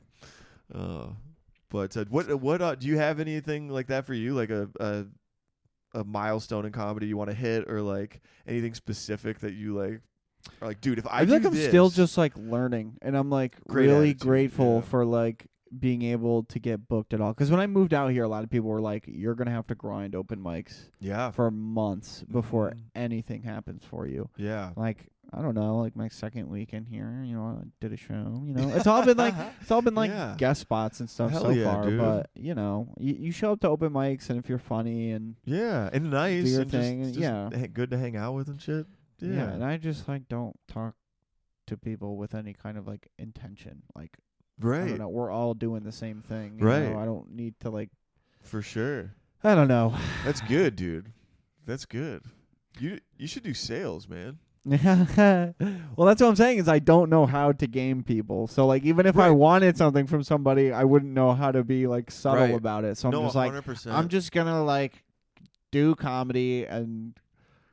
A: Uh, but uh, what what uh, do you have anything like that for you? Like a a, a milestone in comedy you want to hit, or like anything specific that you like? Are like, dude, if I,
C: I, feel like
A: do
C: I'm still
A: this-
C: just like learning, and I'm like
A: Great
C: really
A: attitude,
C: grateful
A: yeah.
C: for like being able to get booked at all. Because when I moved out here, a lot of people were like, "You're gonna have to grind open mics
A: yeah,
C: for months before
A: Mhm.
C: anything happens for you."
A: yeah.
C: Like I don't know, like my second week in here, you know, I did a show. You know, it's all been like it's all been like
A: Yeah.
C: guest spots and stuff
A: Hell
C: so
A: yeah,
C: far.
A: dude.
C: But you know, you, you show up to open mics, and if you're funny and
A: yeah, and nice,
C: your
A: and just-
C: thing,
A: just
C: yeah.
A: ha- good to hang out with and shit.
C: Yeah.
A: Yeah,
C: and I just like don't talk to people with any kind of like intention. Like I
A: right,
C: don't know, we're all doing the same thing. you
A: Right.
C: know, I don't need to like
A: for sure.
C: I don't know.
A: That's good, dude. That's good. You you should do sales, man.
C: well, that's what I'm saying is I don't know how to game people. So like even if I
A: Right.
C: wanted something from somebody, I wouldn't know how to be like subtle
A: Right.
C: about it. So I'm
A: no,
C: just like
A: hundred percent.
C: I'm just going to like do comedy and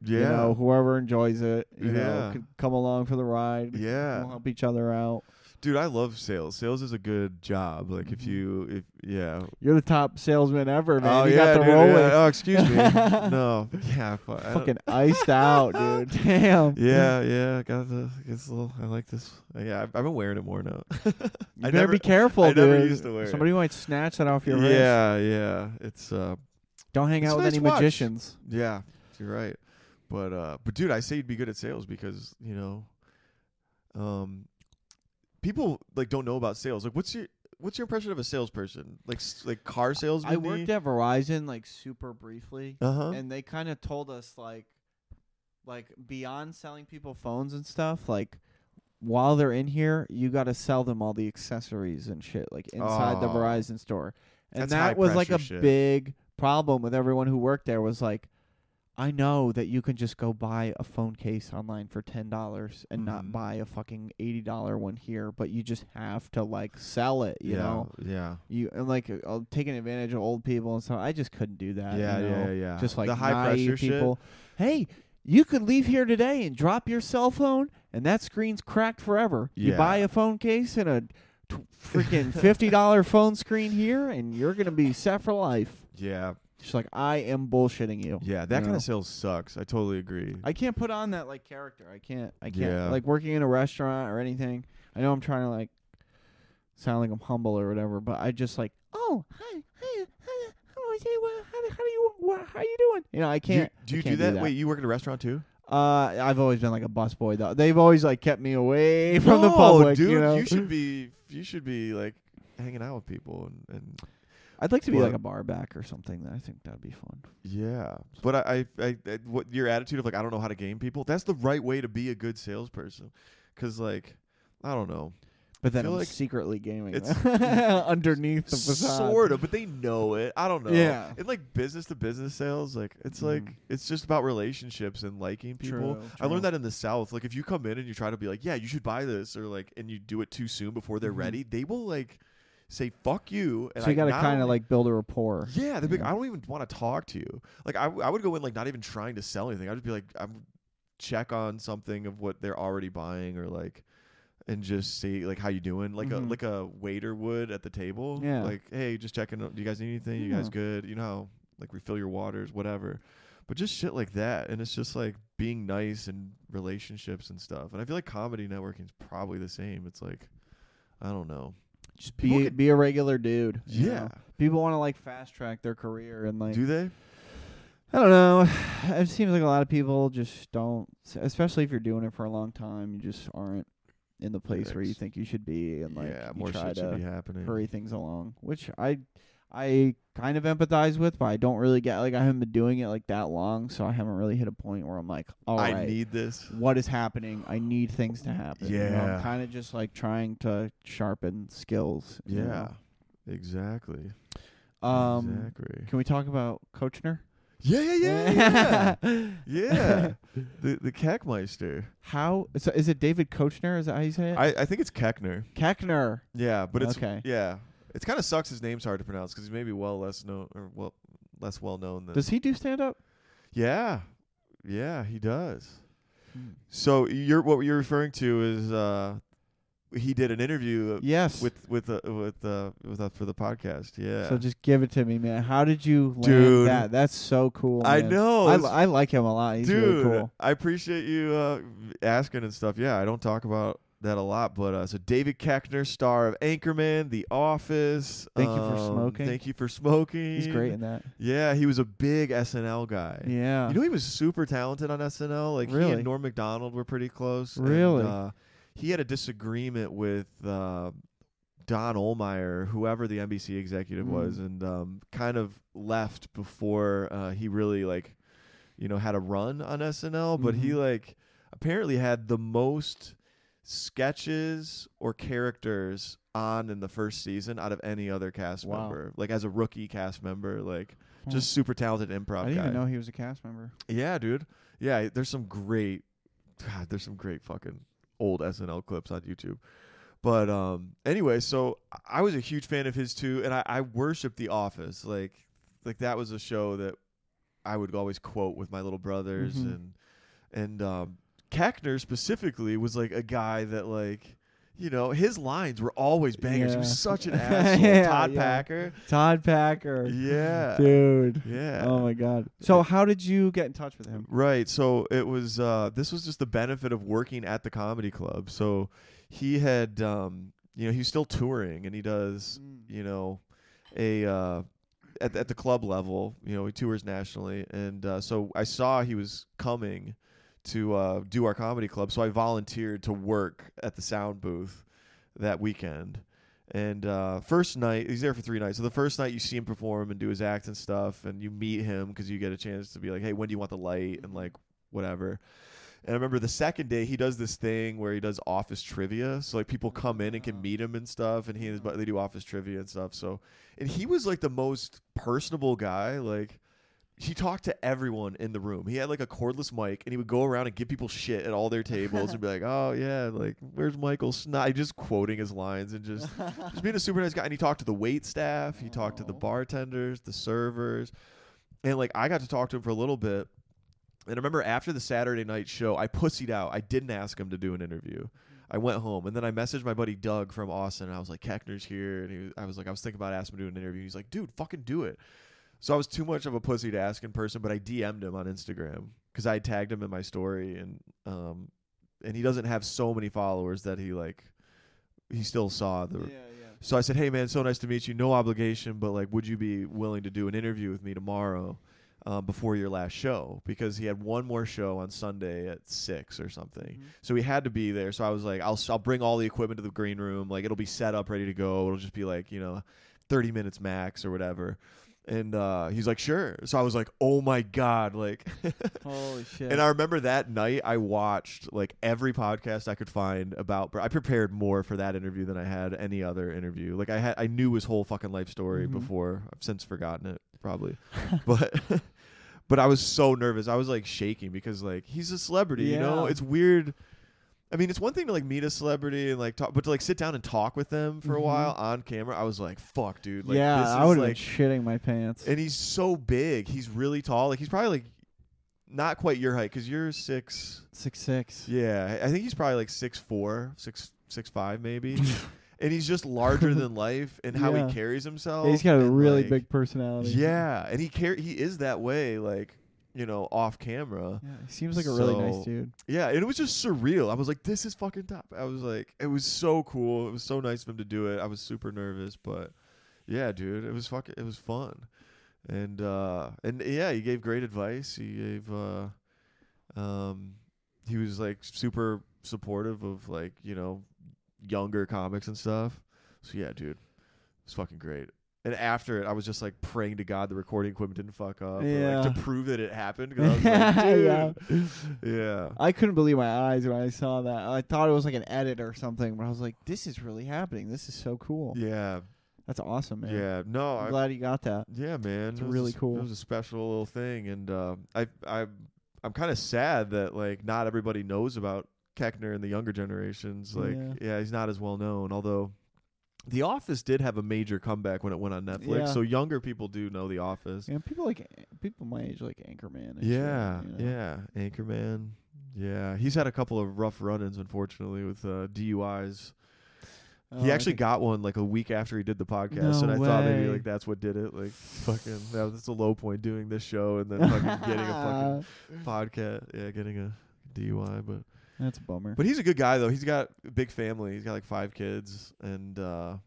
A: yeah,
C: you know whoever enjoys it, you know,
A: Yeah.
C: could come along for the ride.
A: yeah.
C: We'll help each other out.
A: Dude, I love sales. Sales is a good job. Like if you if yeah.
C: You're the top salesman ever, Mm-hmm. man.
A: oh
C: you
A: yeah,
C: got the
A: dude,
C: Rolex.
A: yeah. Oh, excuse me. no. Yeah, fu- I don't-
C: Fucking iced out, dude. Damn.
A: Yeah, yeah, I got the. It's a little. I like this. Yeah, I've, I've been wearing it more now.
C: You
A: I
C: better
A: never-
C: be careful,
A: I
C: dude.
A: never used to wear it.
C: Somebody might snatch that off your wrist.
A: yeah, yeah. It's uh,
C: Don't hang
A: It's
C: out
A: a
C: with
A: nice
C: any
A: watch.
C: magicians.
A: yeah. You're right, but uh, but dude, I say you'd be good at sales because you know, um, people like don't know about sales. Like, what's your what's your impression of a salesperson? Like s- like car salesman.
C: I worked at Verizon like super briefly,
A: Uh huh.
C: and they kind of told us like, like beyond selling people phones and stuff, like while they're in here, you got to sell them all the accessories and shit like inside the
A: Oh.
C: Verizon store, and
A: That's
C: that was like a
A: high-pressure shit.
C: big problem with everyone who worked there was like. I know that you can just go buy a phone case online for ten dollars and not
A: Mhm.
C: buy a fucking eighty dollar one here, but you just have to like sell it, you
A: yeah,
C: know?
A: Yeah.
C: you and like uh, uh, taking advantage of old people and stuff. I just couldn't do that.
A: yeah,
C: uh, you
A: yeah,
C: know?
A: yeah.
C: Just like
A: the high pressure
C: naive
A: shit.
C: people. Hey, you could leave here today and drop your cell phone, and that screen's cracked forever. You
A: Yeah.
C: buy a phone case and a t- freaking fifty dollar phone screen here, and you're gonna be set for life.
A: Yeah,
C: She's like, I am bullshitting you.
A: yeah. That
C: you
A: kind
C: know?
A: of sales sucks. I totally agree.
C: I can't put on that like character. I can't. I can't.
A: Yeah.
C: Like working in a restaurant or anything. I know I'm trying to like sound like I'm humble or whatever, but I just like, oh, hi, hi, hi. How are you? Well, How, how do you? What, how you doing? You know, I can't.
A: You, do
C: I
A: you do
C: can't
A: that? Wait, you work at a restaurant too?
C: Uh, I've always been like a busboy though. They've always like kept me away from the
A: No,
C: public.
A: dude.
C: you, know?
A: should be. You should be like hanging out with people and, and
C: I'd like to be
A: Well-
C: like a bar back or something. I think that'd be fun.
A: yeah. But I, I, I, I- what your attitude of like I don't know how to game people. That's the right way to be a good salesperson, because like I don't know,
C: But then
A: feel
C: I'm
A: like
C: secretly gaming
A: it's-
C: underneath the facade.
A: sort of. But they know it. I don't know.
C: Yeah.
A: In like business to business sales, like it's like
C: Mhm.
A: it's just about relationships and liking people.
C: True,
A: I
C: true.
A: learned that in the South. Like if you come in and you try to be like, yeah, you should buy this, or like, and you do it too soon before they're
C: Mhm.
A: ready, they will like say fuck you. And
C: So you
A: got
C: gotta
A: to
C: kind of like build a rapport.
A: Yeah, they're big.
C: Yeah.
A: I don't even want to talk to you. Like I, w- I would go in like not even trying to sell anything. I'd just be like, I'm check on something of what they're already buying or like, and just see like how you doing, like
C: Mhm.
A: a like a waiter would at the table.
C: Yeah.
A: Like hey, just checking. Do you guys need anything? You guys
C: Yeah.
A: good? You know, how, like refill your waters, whatever. But just shit like that, and it's just like being nice and relationships and stuff. And I feel like comedy networking is probably the same. It's like, I don't know.
C: Just
A: People
C: be
A: could-
C: be a regular dude. you
A: Yeah.
C: know? People want to like fast track their career and like
A: Do they?
C: I don't know. It seems like a lot of people just don't especially if you're doing it for a long time, you just aren't in the place where you
A: Yikes.
C: think you should be and like
A: yeah,
C: you
A: more
C: try
A: shit should be
C: to
A: happening.
C: hurry things along, which I I kind of empathize with, but I don't really get like I haven't been doing it like that long, so I haven't really hit a point where I'm like, all right,
A: I need this.
C: what is happening? I need things to happen. you know?
A: Yeah.
C: I'm kind of just like trying to sharpen skills. you know?
A: Yeah, exactly.
C: Um,
A: exactly.
C: Can we talk about Kochner?
A: Yeah, yeah, yeah, yeah, yeah. yeah. The the Keckmeister.
C: how so is it David Kochner? Is that how you say it?
A: I, I think it's Keckner.
C: Koechner.
A: Yeah, but it's
C: Okay.
A: yeah. It kind of sucks. His name's hard to pronounce because he's maybe well less known or well less well known than.
C: Does he do stand up?
A: yeah, yeah, he does. Mm. So you're what you're referring to is uh, he did an interview
C: Yes.
A: with with uh, with uh, with us for the podcast. Yeah.
C: So just give it to me, man. How did you land
A: Dude.
C: that? That's so cool.
A: I
C: man.
A: know.
C: I,
A: Oh, it's-
C: I like him a lot. He's
A: Dude,
C: really cool.
A: I appreciate you uh, asking and stuff. Yeah, I don't talk about that a lot, but uh, so David Keckner, star of Anchorman, The Office.
C: Thank You for
A: um,
C: Smoking.
A: Thank you for smoking.
C: He's great in that.
A: Yeah, he was a big SNL guy.
C: Yeah.
A: You know, he was super talented on SNL. Like he
C: Really?
A: and Norm Macdonald were pretty close. and,
C: Really?
A: uh, he had a disagreement with uh, Don Olmeyer, whoever the NBC executive
C: Mm.
A: was, and um, kind of left before uh, he really like, you know, had a run on SNL. But he
C: Mhm.
A: like apparently had the most sketches or characters on in the first season out of any other cast
C: Wow.
A: member. Like as a rookie cast member, like
C: Hmm.
A: just super talented improv
C: I didn't
A: guy.
C: even know he was a cast member.
A: Yeah, dude. Yeah, there's some great God, there's some great fucking old SNL clips on YouTube. But um anyway, so I- I was a huge fan of his too, and I, I worship The Office. Like like that was a show that I would always quote with my little brothers
C: Mhm.
A: and and um Keckner specifically was like a guy that like you know, his lines were always bangers. He
C: Yeah.
A: was such an asshole.
C: Yeah,
A: Todd
C: yeah.
A: Packer.
C: Todd Packer.
A: Yeah.
C: Dude.
A: Yeah.
C: Oh my god. So how did you get in touch with him?
A: Right. So it was uh this was just the benefit of working at the comedy club. So he had um you know, he's still touring and he does,
C: Mm.
A: you know, a uh at the, at the club level, you know, he tours nationally and uh so I saw he was coming to uh do our comedy club. So I volunteered to work at the sound booth that weekend. And uh, first night, he's there for three nights. So the first night, you see him perform and do his act and stuff, and you meet him because you get a chance to be like, "Hey, when do you want the light?" and like whatever. And I remember the second day, he does this thing where he does office trivia. So like people come in and can meet him and stuff, and he and his buddy they do office trivia and stuff. So, and he was like the most personable guy. Like he talked to everyone in the room. He had like a cordless mic, and he would go around and give people shit at all their tables and be like, "Oh yeah, like where's Michael Snod?" Just quoting his lines and just just being a super nice guy. And he talked to the wait staff, he talked to the
C: Aw.
A: bartenders, the servers, and like I got to talk to him for a little bit. And I remember after the Saturday night show, I pussied out. I didn't ask him to do an interview. I went home and then I messaged my buddy Doug from Austin. And I was like, Keckner's here. And he was, I was like, I was thinking about asking him to do an interview. He's like, dude, fucking do it. So I was too much of a pussy to ask in person, but I DM'd him on Instagram because I tagged him in my story and um and he doesn't have so many followers that he like he still saw the so I said, "Hey man, so nice to meet you. No obligation, but like, would you be willing to do an interview with me tomorrow uh, before your last show? Because he had one more show on Sunday at six or something.
C: Mm-hmm.
A: So he had to be there. So I was like, I'll s- I'll bring all the equipment to the green room. Like it'll be set up, ready to go. It'll just be like you know, thirty minutes max or whatever." And uh, he's like, "Sure." So I was like, "Oh my god!" Like.
C: Holy shit.
A: And I remember that night I watched like every podcast I could find about. Br- I prepared more for that interview than I had any other interview. Like I had, I knew his whole fucking life story
C: Mhm.
A: before. I've since forgotten it probably, but but I was so nervous. I was like shaking because like he's a celebrity, you know.
C: Yeah.
A: It's weird. I mean, it's one thing to like meet a celebrity and like talk, but to like sit down and talk with them for a
C: Mhm.
A: while on camera, I was like, "Fuck, dude!" Like,
C: yeah,
A: this
C: I
A: is,
C: would have
A: like,
C: been shitting my pants.
A: and he's so big. He's really tall. Like he's probably like not quite your height because you're six.
C: six six.
A: Yeah, I I think he's probably like six four, six six five maybe. and he's just larger than life and how
C: Yeah.
A: he carries himself.
C: Yeah, he's got a
A: and,
C: really
A: like,
C: big personality.
A: Yeah, and he car- he is that way like, you know, off camera.
C: Yeah, he seems like a really nice
A: So-
C: dude.
A: Yeah, and it was just surreal. I was like this is fucking top. I was like it was so cool. It was so nice of him to do it. I was super nervous, but yeah, dude, it was fucking it was fun. And uh and yeah, he gave great advice. He gave uh um he was like super supportive of like, you know, younger comics and stuff. So yeah, dude. It's fucking great. And after it, I was just like praying to God the recording equipment didn't fuck up, or,
C: Yeah.
A: like, to prove that it happened. 'cause I was like,
C: Yeah.
A: dude, yeah.
C: I couldn't believe my eyes when I saw that. I thought it was like an edit or something, but I was like, "This is really happening. This is so cool.
A: Yeah,
C: That's awesome, man.
A: yeah. No,
C: I'm
A: I,
C: glad you got that."
A: yeah, man.
C: It's
A: It was
C: really
A: a s-
C: cool.
A: It was a special little thing, and uh, I, I, I'm kind of sad that like not everybody knows about Keckner and the younger generations. Like,
C: Yeah.
A: yeah. he's not as well known. Although, The Office did have a major comeback when it went on Netflix,
C: Yeah.
A: so younger people do know The Office.
C: And people like people my age like Anchorman. And shit,
A: Yeah,
C: you know?
A: yeah, Anchorman. Yeah, he's had a couple of rough run-ins, unfortunately, with uh, DUIs.
C: Oh,
A: he
C: I
A: actually
C: think-
A: got one like a week after he did the podcast,
C: No
A: and I thought
C: way.
A: maybe like that's what did it. Like fucking, that was a low point doing this show and then fucking getting a fucking podcast. Yeah, getting a DUI, but
C: That's a bummer.
A: but he's a good guy though. He's got a big family. He's got like five kids and uh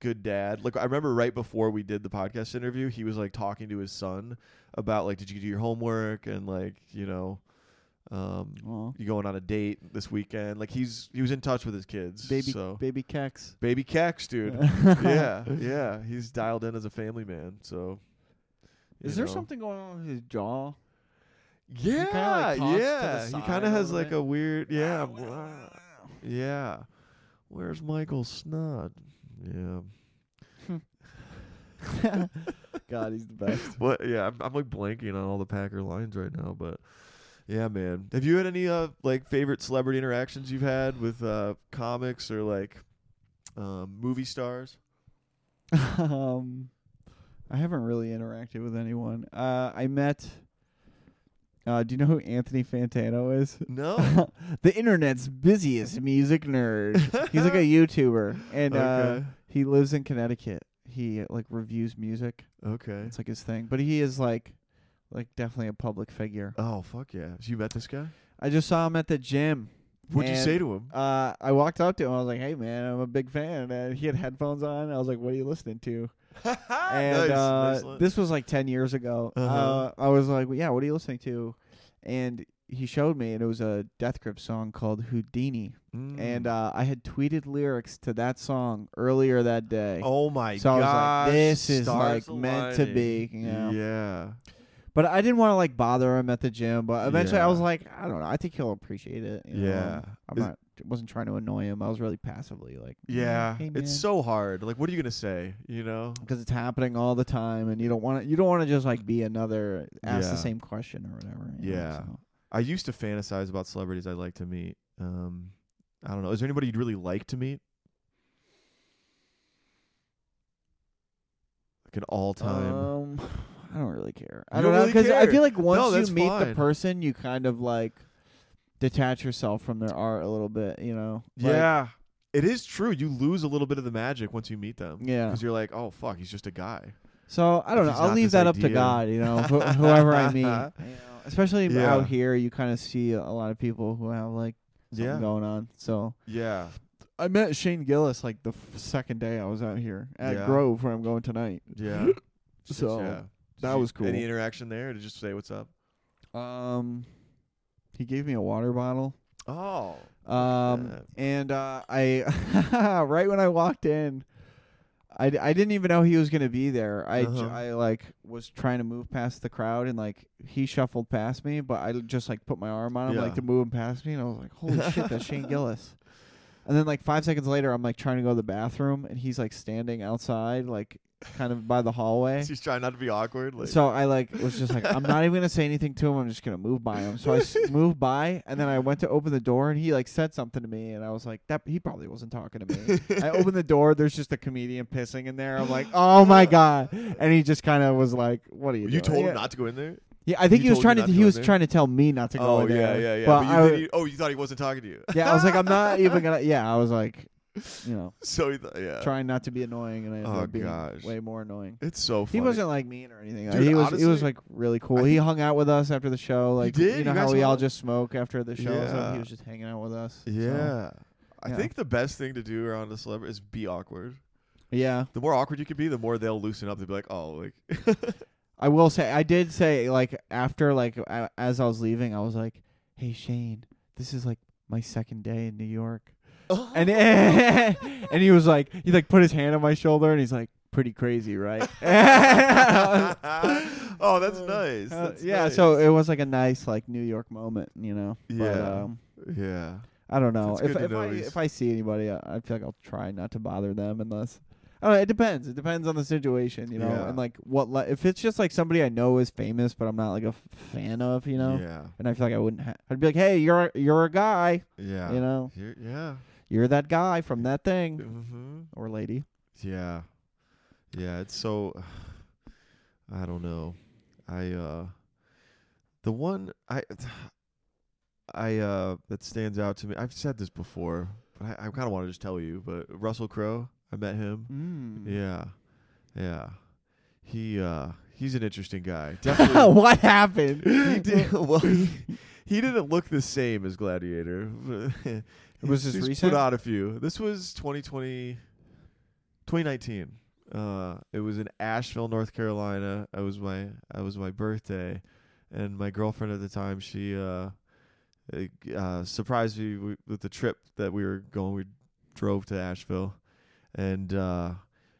A: good dad. Like I remember right before we did the podcast interview, he was like talking to his son about like did you do your homework and like, you know, um
C: Aw.
A: you going on a date this weekend. Like he's he was in touch with his kids.
C: baby
A: so
C: baby Kex.
A: baby Kex, dude. yeah, yeah. He's dialed in as a family man. So
C: Is
A: you
C: there
A: know.
C: something going on with his jaw?
A: Yeah,
C: kinda, like, talks to the
A: yeah. he
C: side a
A: kind
C: little
A: of has like
C: bit?
A: a weird, yeah, wah, yeah. Where's Michael Snod? Yeah.
C: God, he's the best.
A: What? Yeah, I'm, I'm like blanking on all the Packer lines right now, but yeah, man. Have you had any uh like favorite celebrity interactions you've had with uh comics or like um, movie stars?
C: um, I haven't really interacted with anyone. Uh, I met Uh, do you know who Anthony Fantano is?
A: No.
C: the internet's busiest music nerd. He's like a YouTuber, and uh,
A: okay.
C: he lives in Connecticut. He like reviews music.
A: okay.
C: It's like his thing. But he is like, like definitely a public figure.
A: Oh fuck yeah! So you met this guy?
C: I just saw him at the gym.
A: What'd you
C: And-
A: say to him?
C: Uh, I walked up to him. I was like, "Hey, man, I'm a big fan." And he had headphones on. I was like, "What are you listening to?"
A: and
C: and uh, this was like 10 years ago. uh
A: Uh-huh.
C: I was like, well, yeah, what are you listening to? And he showed me, and it was a Death Grip song called Houdini.
A: Hmm. Mm.
C: And uh, I had tweeted lyrics to that song earlier that day.
A: oh my
C: so I
A: gosh,
C: was like, this is like
A: stars
C: meant to
A: aligning.
C: be. You know?
A: Yeah.
C: But I didn't want to like bother him at the gym. But eventually I
A: Yeah.
C: was like, I don't know. I think he'll appreciate it. you know?
A: Yeah.
C: I'm
A: Is-
C: not, wasn't trying to annoy him. I was really passively like,
A: Yeah.
C: Hey,
A: it's
C: man."
A: so hard. Like, what are you gonna say? You know?
C: because it's happening all the time, and you don't want to. You don't want to just like be another ask the
A: Yeah.
C: same question or whatever. you know,
A: Yeah.
C: so.
A: I used to fantasize about celebrities I'd like to meet. Um, I don't know. Is there anybody you'd really like to meet? Like an all-time.
C: Um, I don't really care. I
A: You
C: don't
A: don't
C: know
A: really
C: because I
A: care.
C: feel like once
A: that's
C: you meet the
A: fine.
C: person, you kind of like detach yourself from their art a little bit. You know. Like,
A: yeah. It is true. You lose a little bit of the magic once you meet them.
C: Yeah.
A: Because you're like, oh fuck, he's just a guy.
C: So I don't know.
A: If he's
C: I'll
A: not
C: leave
A: this
C: that up to
A: idea.
C: God. You know, wh- whoever I meet. You know, especially
A: Yeah.
C: out here, you kind of see a lot of people who have like something
A: Yeah.
C: going on. So.
A: Yeah.
C: I met Shane Gillis like the f- second day I was out here at
A: Yeah.
C: Grove, where I'm going tonight.
A: Yeah. Shit,
C: So,
A: yeah.
C: that
A: Did you-
C: was cool.
A: Any interaction there to just say what's up?
C: Um, he gave me a water bottle.
A: Oh.
C: Um,
A: that.
C: and uh, I right when I walked in, I, d- I didn't even know he was gonna be there. I j-
A: Uh-huh.
C: I, like was trying to move past the crowd and like he shuffled past me, but I just like put my arm on him like
A: Yeah.
C: to move him past me, and I was like, holy shit, that's Shane Gillis. And then like five seconds later, I'm like trying to go to the bathroom, and he's like standing outside, like kind of by the hallway.
A: She's trying not to be awkward. Like,
C: Eh. So I like was just like I'm not even gonna say anything to him. I'm just gonna move by him. So I s- moved by, and then I went to open the door, and he like said something to me, and I was like, that he probably wasn't talking to me. I opened the door. There's just a comedian pissing in there. I'm like, oh my god, and he just kind of was like, what are you?
A: you
C: doing?"
A: told
C: yeah.
A: him not to go in there.
C: Yeah, I
A: you
C: think he was
A: told
C: trying
A: you
C: to
A: not to
C: he
A: go in
C: was
A: there?
C: trying to tell me not to go
A: oh
C: in
A: yeah,
C: there.
A: yeah, yeah.
C: But
A: But you
C: I
A: didn't-
C: w-
A: you- oh, you thought he wasn't talking to you.
C: yeah, I was like, I'm not even gonna. Yeah, I was like, you know,
A: so he thought, yeah,
C: trying not to be annoying, and I ended
A: Oh,
C: up being
A: gosh.
C: way more annoying.
A: it's so
C: He
A: funny.
C: wasn't like mean or anything.
A: Dude,
C: he was he was
A: honestly,
C: like really cool.
A: I
C: He hung out with us after the show. Like
A: did?
C: you
A: You
C: know
A: guys
C: how we
A: hung
C: all
A: out?
C: just smoke after the show. So he
A: Yeah.
C: was just hanging out with us. so-
A: Yeah. I
C: yeah.
A: think the best thing to do around a celebrity is be awkward.
C: yeah.
A: The more awkward you can be, the more they'll loosen up. They'll be like, "Oh, like,
C: I will say I did say like after like a as I was leaving, I was like, "Hey Shane, this is like my second day in New York,"
A: Oh,
C: and and he was like, he like put his hand on my shoulder and he's like, "Pretty crazy, right?"
A: oh, that's nice."
C: Uh,
A: That's
C: yeah,
A: nice.
C: so it was like a nice like New York moment, you know. But,
A: Yeah.
C: um,
A: yeah,
C: I don't know.
A: That's
C: If,
A: good to
C: if,
A: know
C: I,
A: he's-
C: if I see anybody, I, I feel like I'll try not to bother them unless. I don't know. It depends. It depends on the situation, you know,
A: Yeah.
C: and like what. Li- if it's just like somebody I know is famous, but I'm not like a f- fan of, you know,
A: yeah,
C: and I feel like I wouldn't. Ha- I'd be like, hey, you're you're a guy,
A: yeah,
C: you know,
A: You're- yeah,
C: you're that guy from that thing
A: hmm
C: or lady.
A: yeah, yeah. It's so I don't know. I uh, the one I I uh that stands out to me. I've said this before, but I, I kind of want to just tell you. But Russell Crowe, I met him.
C: Mm.
A: Yeah. Yeah. He uh he's an interesting guy. Definitely
C: what happened?
A: he did well he, he didn't look the same as Gladiator. it
C: Was this recent?
A: put out a few. This was 2020 2019. Uh it was in Asheville, North Carolina. I was my I was my birthday and my girlfriend at the time, she uh uh surprised me wi- with the trip that we were going. We drove to Asheville and uh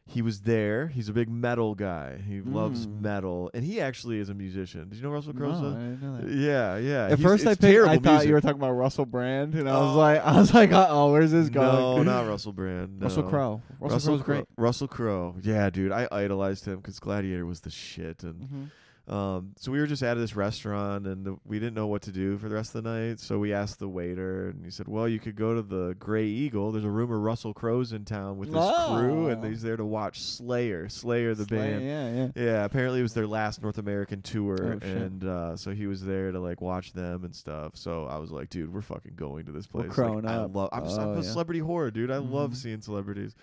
A: he was there. He's a big metal guy. He loves
C: Mm.
A: metal, and he actually is a musician. Did you know Russell
C: No,
A: Crowe's
C: I
A: a-
C: didn't know that.
A: yeah, yeah. He's-
C: At first, I
A: it's
C: picked, I
A: terrible
C: thought
A: music.
C: you were talking about Russell Brand, and I was
A: Oh.
C: like, I was like, uh oh, where's this going?
A: no, not Russell Brand.
C: Russell
A: no.
C: Crowe. Russell, Crowe's
A: Crowe-
C: great. Mm-hmm.
A: Russell Crowe. Yeah, dude, I idolized him because Gladiator was the shit, and
C: Mm.
A: Um, so we were just out of this restaurant and the, we didn't know what to do for the rest of the night. So we asked the waiter and he said, well, you could go to the Gray Eagle. There's a rumor Russell Crowe's in town with his crew and
C: Oh.
A: he's there to watch Slayer, Slayer the
C: Slay-
A: band.
C: Yeah, yeah.
A: Yeah, apparently it was their last North American tour,
C: Oh, shit.
A: and uh, so he was there to like watch them and stuff. So I was like, dude, we're fucking going to this
C: We're
A: place. Like,
C: crowing
A: I
C: up.
A: love. I'm, s-
C: Oh,
A: I'm a
C: yeah.
A: celebrity horror, dude. I
C: Mhm.
A: love seeing celebrities.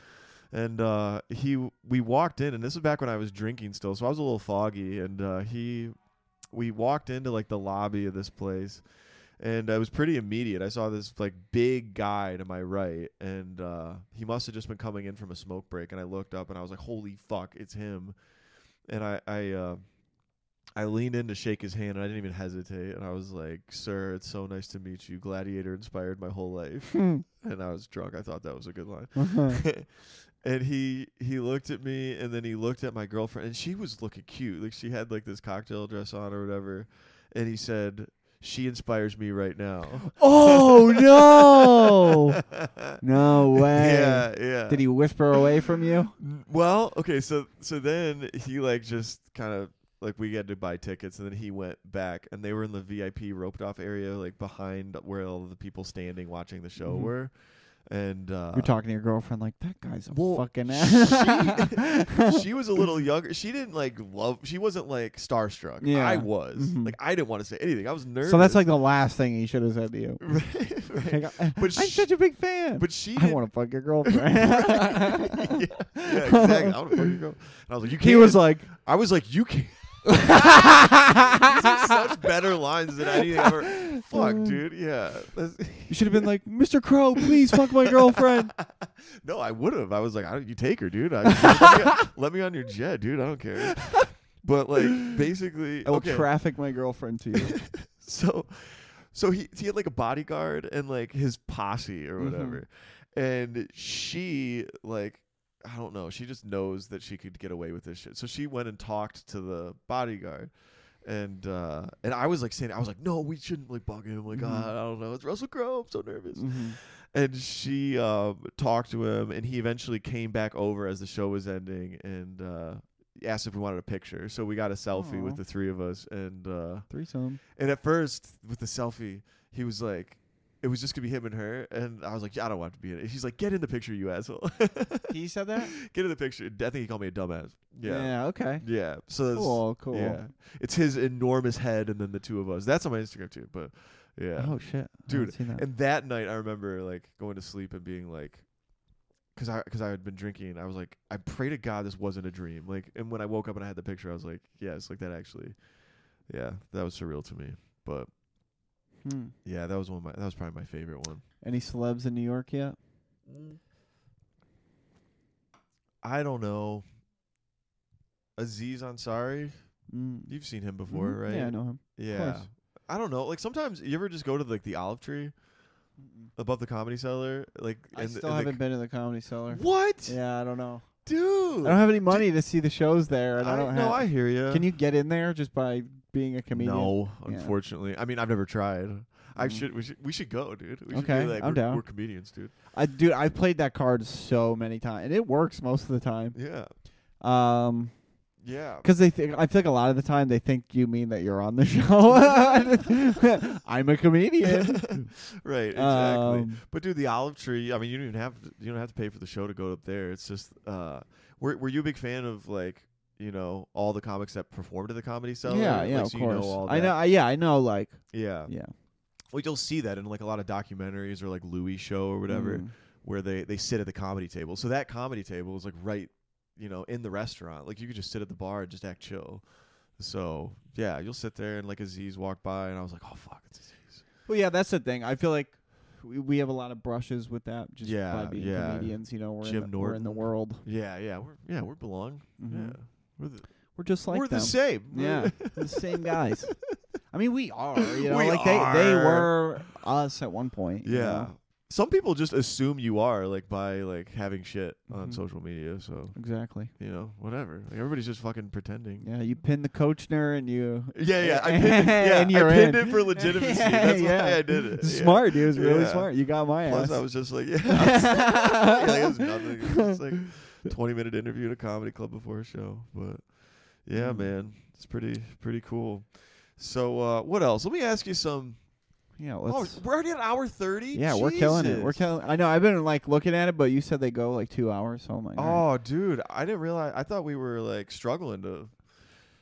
A: And uh, he, we walked in, and this was back when I was drinking still, so I was a little foggy. And uh, he, we walked into like the lobby of this place, and it was pretty immediate. I saw this like big guy to my right, and uh, he must have just been coming in from a smoke break. And I looked up, and I was like, "Holy fuck, it's him!" And I, I, uh, I leaned in to shake his hand, and I didn't even hesitate. And I was like, "Sir, it's so nice to meet you. Gladiator inspired my whole life." and I was drunk. I thought that was a good line.
C: Uh-huh.
A: and he he looked at me, and then he looked at my girlfriend, and she was looking cute. Like she had like this cocktail dress on or whatever. And he said, "She inspires me right now."
C: oh no! No way.
A: Yeah, yeah.
C: Did he whisper away from you?
A: N- Well, okay, so so then he like just kind of like we had to buy tickets, and then he went back, and they were in the VIP roped off area, like behind where all the people standing watching the show
C: Mhm.
A: were, and uh,
C: You're talking to your girlfriend like that guy's a
A: Well,
C: fucking
A: she,
C: ass.
A: she was a little younger. She didn't like love. She wasn't like starstruck.
C: Yeah.
A: I was
C: Mhm.
A: like I didn't want to say anything. I was nervous.
C: so that's like the last thing he should have said to you.
A: right, right.
C: Like, I-
A: But
C: I'm
A: sh-
C: such a big fan.
A: But she
C: I
A: didn't-
C: want to fuck your
A: Right.
C: girlfriend.
A: yeah, yeah, exactly. I wanna fuck your girl. And I was like, you can't.
C: he was like,
A: I was like, you can't. These are such better lines than anything I've ever.
C: Mm.
A: Fuck, dude. Yeah. That's-
C: you should have been like, Mr. Crow, please fuck my girlfriend.
A: no, I would have. I was like, I don't, you take her, dude. I, let, me, let me on your jet, dude. I don't care. But like, basically,
C: I will
A: okay.
C: traffic my girlfriend to you.
A: so so he he had like a bodyguard and like his posse or
C: Mhm.
A: whatever and she like i don't know she just knows that she could get away with this shit so she went and talked to the bodyguard and uh and i was like saying i was like no we shouldn't like bug him like
C: Mhm.
A: "Ah, i don't know it's russell crowe i'm so nervous
C: Mhm.
A: and she um, talked to him, and he eventually came back over as the show was ending and uh, asked if we wanted a picture. So we got a selfie
C: Aw.
A: with the three of us, and uh,
C: Threesome.
A: and at first with the selfie, he was like, it was just gonna be him and her, and I was like, yeah, I don't want to be in it. He's like, get in the picture, you asshole.
C: He said that?
A: get in the picture. I think he called me a dumbass. Yeah,
C: okay.
A: yeah. So that's,
C: Cool, cool.
A: yeah, it's his enormous head, and then the two of us. That's on my Instagram too, but yeah.
C: Oh shit. I
A: Dude,
C: haven't seen that.
A: And that night, I remember like going to sleep and being like, because I because I had been drinking, I was like, I pray to God this wasn't a dream. Like, and when I woke up and I had the picture, I was like, yes, like that actually, yeah, that was surreal to me. But
C: Hmm.
A: yeah, that was one of my that was probably my favorite one.
C: Any celebs in New York yet?
A: I don't know. Aziz Ansari,
C: Mm.
A: you've seen him before,
C: Mhm.
A: right?
C: Yeah, I know him.
A: Yeah.
C: course.
A: I don't know. Like sometimes you ever just go to like the olive tree above the comedy cellar, like
C: I
A: and the-
C: still
A: and the
C: haven't been to the Comedy Cellar.
A: What?
C: Yeah, I don't know. I
A: Dude.
C: don't have any money to see the shows there, and I, don't
A: No,
C: have.
A: I hear you.
C: Can you get in there just by being a comedian?
A: No,
C: Yeah.
A: unfortunately. I mean, I've never tried. I
C: Mm.
A: should we should we should go, dude. We should be
C: Okay,
A: like,
C: I'm
A: we're,
C: down.
A: we're comedians, dude.
C: I dude, I played that card so many times, and it works most of the time.
A: Yeah.
C: Um,
A: Yeah.
C: because they, think I feel like a lot of the time they think you mean that you're on the show. I'm a comedian.
A: right, exactly.
C: Um,
A: but dude, the olive tree, I mean, you don't even have to, you don't have to pay for the show to go up there. It's just uh were were you a big fan of like, you know, all the comics that performed at the comedy cellar?
C: yeah,
A: Like, so
C: yeah, of
A: you
C: course.
A: know all
C: I
A: that.
C: know. I, yeah, I know. Like,
A: Yeah.
C: yeah,
A: Well, you'll see that in like a lot of documentaries or like Louis show or whatever.
C: Mm.
A: where they they sit at the comedy table. So that comedy table is like right, you know, in the restaurant. Like you could just sit at the bar and just act chill. So yeah, you'll sit there and like Aziz walked by, and I was like, oh fuck, it's Aziz.
C: Well, yeah, that's the thing. I feel like we, we have a lot of brushes with that just by
A: Yeah,
C: being
A: yeah.
C: comedians. You know, we're,
A: Jim
C: in the, we're in the
A: Norton.
C: world.
A: Yeah, yeah, we're yeah we belong.
C: Mhm.
A: Yeah, we're the,
C: We're just like
A: we're
C: them.
A: the same.
C: Yeah, the same guys. I mean, we are. You know,
A: We
C: like they they
A: are.
C: were us at one point. you
A: yeah.
C: know?
A: Some people just assume you are like by like having shit on
C: Mhm.
A: social media. So
C: exactly.
A: you know, whatever. Like everybody's just fucking pretending.
C: Yeah, you pin the Coachner and you.
A: Yeah, yeah, I pinned it, yeah,
C: And you're
A: I pinned
C: in.
A: it for legitimacy. That's why I did it. yeah.
C: Smart, dude. It was really
A: Yeah.
C: smart. You got my
A: Plus,
C: ass.
A: I was just like, yeah, yeah, like, it was nothing. It's like twenty minute interview at a comedy club before a show, but Yeah,
C: Mm.
A: man, it's pretty pretty cool. So uh, what else? Let me ask you some.
C: Yeah,
A: Oh,
C: let's.
A: we're already at hour thirty.
C: yeah, we're killing it. We're
A: Jesus.
C: killing. I know. I've been like looking at it, but you said they go like two hours, so I'm like, all right.
A: Oh, dude, I didn't realize. I thought we were like struggling to.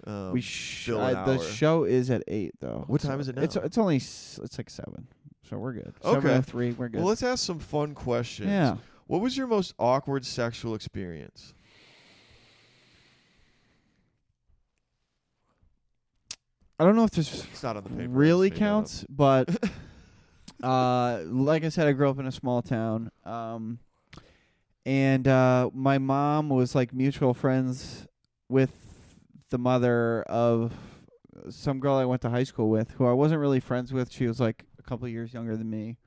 A: Um,
C: we sh-
A: fill an
C: uh, the
A: hour.
C: show is at eight though.
A: What
C: so
A: time is it
C: It's
A: now?
C: it's only s- it's like seven, so we're good.
A: Okay.
C: Seven oh three, we're good.
A: well, let's ask some fun questions.
C: yeah.
A: What was your most awkward sexual experience?
C: I don't know if this
A: It's not on the paper. I just
C: really
A: made that up.
C: counts, but uh, like I said, I grew up in a small town, um, and uh, my mom was like mutual friends with the mother of some girl I went to high school with, who I wasn't really friends with. She was like a couple years younger than me.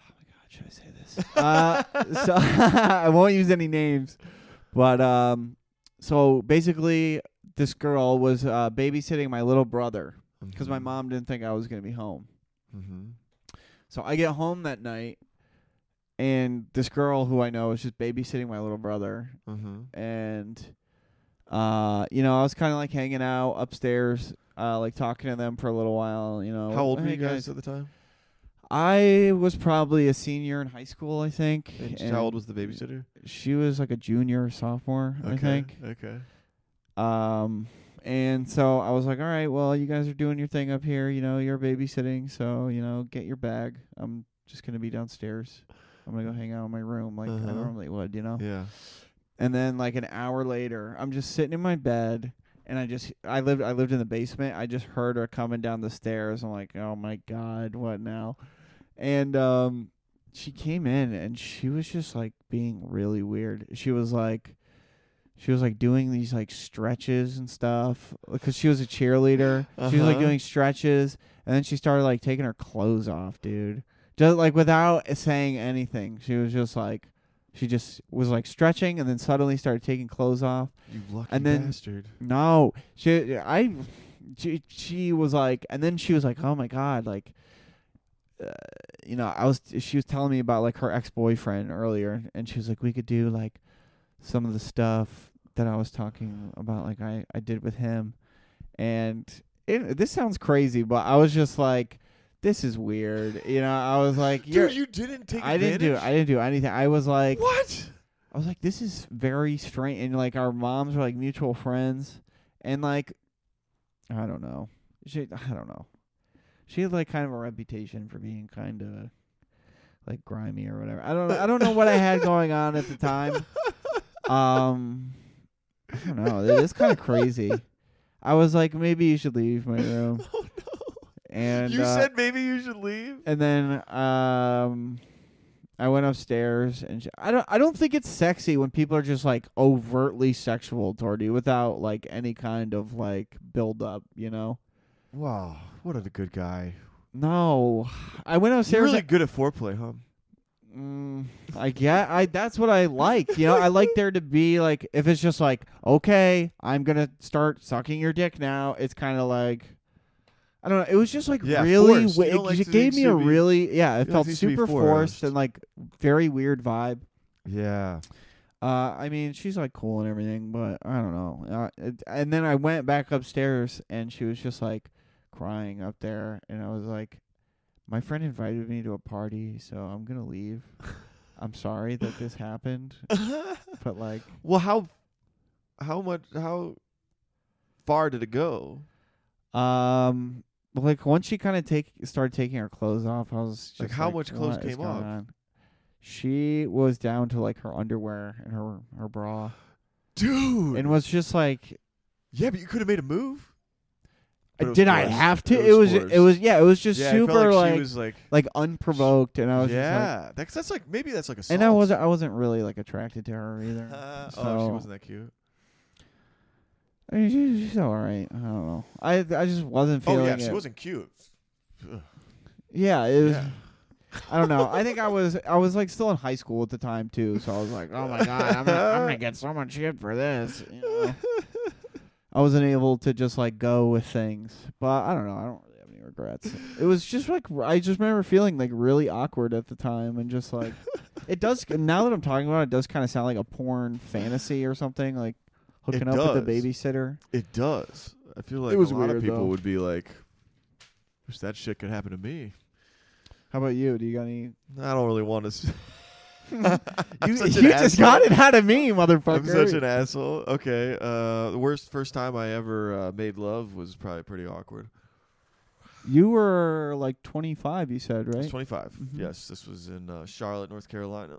C: Oh my god, should I say this? uh, so I won't use any names, but um, so basically, this girl was uh, babysitting my little brother because my
A: Mhm.
C: mom didn't think I was going to be home.
A: Mhm.
C: So I get home that night, and this girl who I know is just babysitting my little brother.
A: Mhm.
C: And, uh, you know, I was kind of like hanging out upstairs, uh, like talking to them for a little while, you know.
A: How old were
C: Oh, "Hey,
A: you guys at the time?
C: I was probably a senior in high school, I think.
A: And just how old was the babysitter?
C: She was like a junior or sophomore, I
A: okay.
C: think.
A: Okay.
C: Um, and so I was like, all right, well, you guys are doing your thing up here. You know, you're babysitting, so you know, get your bag. I'm just gonna be downstairs. I'm gonna go hang out in my room like I
A: Uh-huh.
C: normally would, you know.
A: Yeah.
C: And then like an hour later, I'm just sitting in my bed. And I just I lived I lived in the basement. I just heard her coming down the stairs. I'm like, oh my god, what now? And um, she came in and she was just like being really weird. She was like, she was like doing these like stretches and stuff because she was a cheerleader. She was like
A: Uh-huh.
C: doing stretches, and then she started like taking her clothes off, dude. Just like without saying anything, she was just like, she just was like stretching, and then suddenly started taking clothes off.
A: You lucky
C: And then-
A: bastard.
C: No, she, I, she, she was like, and then she was like, oh my god, like, uh, you know, I was, she was telling me about like her ex boyfriend earlier, and she was like, we could do like some of the stuff that I was talking about, like I, I did with him, and it, this sounds crazy, but I was just like, this is weird, you know, I was like, you're,
A: Dude, you didn't take.
C: I didn't do, I didn't do anything, I was like,
A: What?
C: I was like, this is very strange. And like, our moms were like mutual friends. And like, I don't know. She, I don't know. She had like kind of a reputation for being kind of like grimy or whatever. I don't know. I don't know what I had going on at the time. Um, I don't know. It is kind of crazy. I was like, maybe you should leave my room.
A: Oh no.
C: And
A: you
C: uh,
A: said maybe you should leave.
C: and then um I went upstairs and sh I don't I don't think it's sexy when people are just like overtly sexual toward you without like any kind of like build up, you know.
A: Wow, what a good guy.
C: No. I went
A: You're
C: upstairs
A: really
C: like,
A: good at foreplay, huh?
C: mm, I get I that's what I like. You know, I like there to be like if it's just like, okay, I'm going to start sucking your dick now, it's kind of like I don't know. It was just like
A: Yeah,
C: really.
A: forced.
C: wi-
A: You don't
C: it
A: like to
C: just gave me a
A: be-
C: really. Yeah, it
A: don't
C: felt
A: like to be
C: super
A: forced.
C: forced and like very weird vibe.
A: Yeah.
C: Uh, I mean, she's like cool and everything, but I don't know. Uh, it- and then I went back upstairs, and she was just like crying up there, and I was like, "My friend invited me to a party, so I'm gonna leave. I'm sorry that this happened, but like,
A: well, how, how much, how far did it go?
C: um, like once she kind of take started taking her clothes off, I was just
A: Like, how much clothes
C: "What is
A: came
C: going
A: off?"
C: on?" She was down to like her underwear and her her bra,
A: Dude.
C: and was just like
A: yeah, but you could have made a move. But it was
C: Did I
A: forced.
C: have to?
A: It
C: It
A: was
C: was.
A: forced.
C: It was. Yeah. It was just
A: yeah, I felt
C: super
A: like,
C: like
A: she
C: like,
A: was like,
C: unprovoked, and I was. Just like,
A: yeah, that's that's like maybe that's like a.
C: and I wasn't. I wasn't really like attracted to her either.
A: Uh, oh,
C: so-
A: she wasn't that cute.
C: I mean, she, she's all right. I don't know. I I just wasn't feeling
A: Oh yeah,
C: it.
A: she wasn't cute.
C: Yeah. It was.
A: Yeah.
C: I don't know. I think I was. I was like still in high school at the time too. So I was like, oh my god, I'm gonna, I'm gonna get so much shit for this. You know? I wasn't able to just like go with things, but I don't know. I don't really have any regrets. It was just like I just remember feeling like really awkward at the time, and just like it does. Now that I'm talking about it, it does kind of sound like a porn fantasy or something. Like hooking
A: It
C: up with the
A: does.
C: babysitter.
A: It does. I feel like
C: was
A: a lot
C: weird,
A: of people
C: though.
A: would be like, "Wish that shit could happen to me."
C: How about you? Do you got any?
A: I don't really want to.
C: you you just got it out of me, motherfucker.
A: I'm such an asshole. Okay. Uh, the worst first time I ever uh, made love was probably pretty awkward.
C: you were like 25, you said,
A: I
C: right?
A: was 25.
C: Mhm.
A: Yes, this was in uh, Charlotte, North Carolina.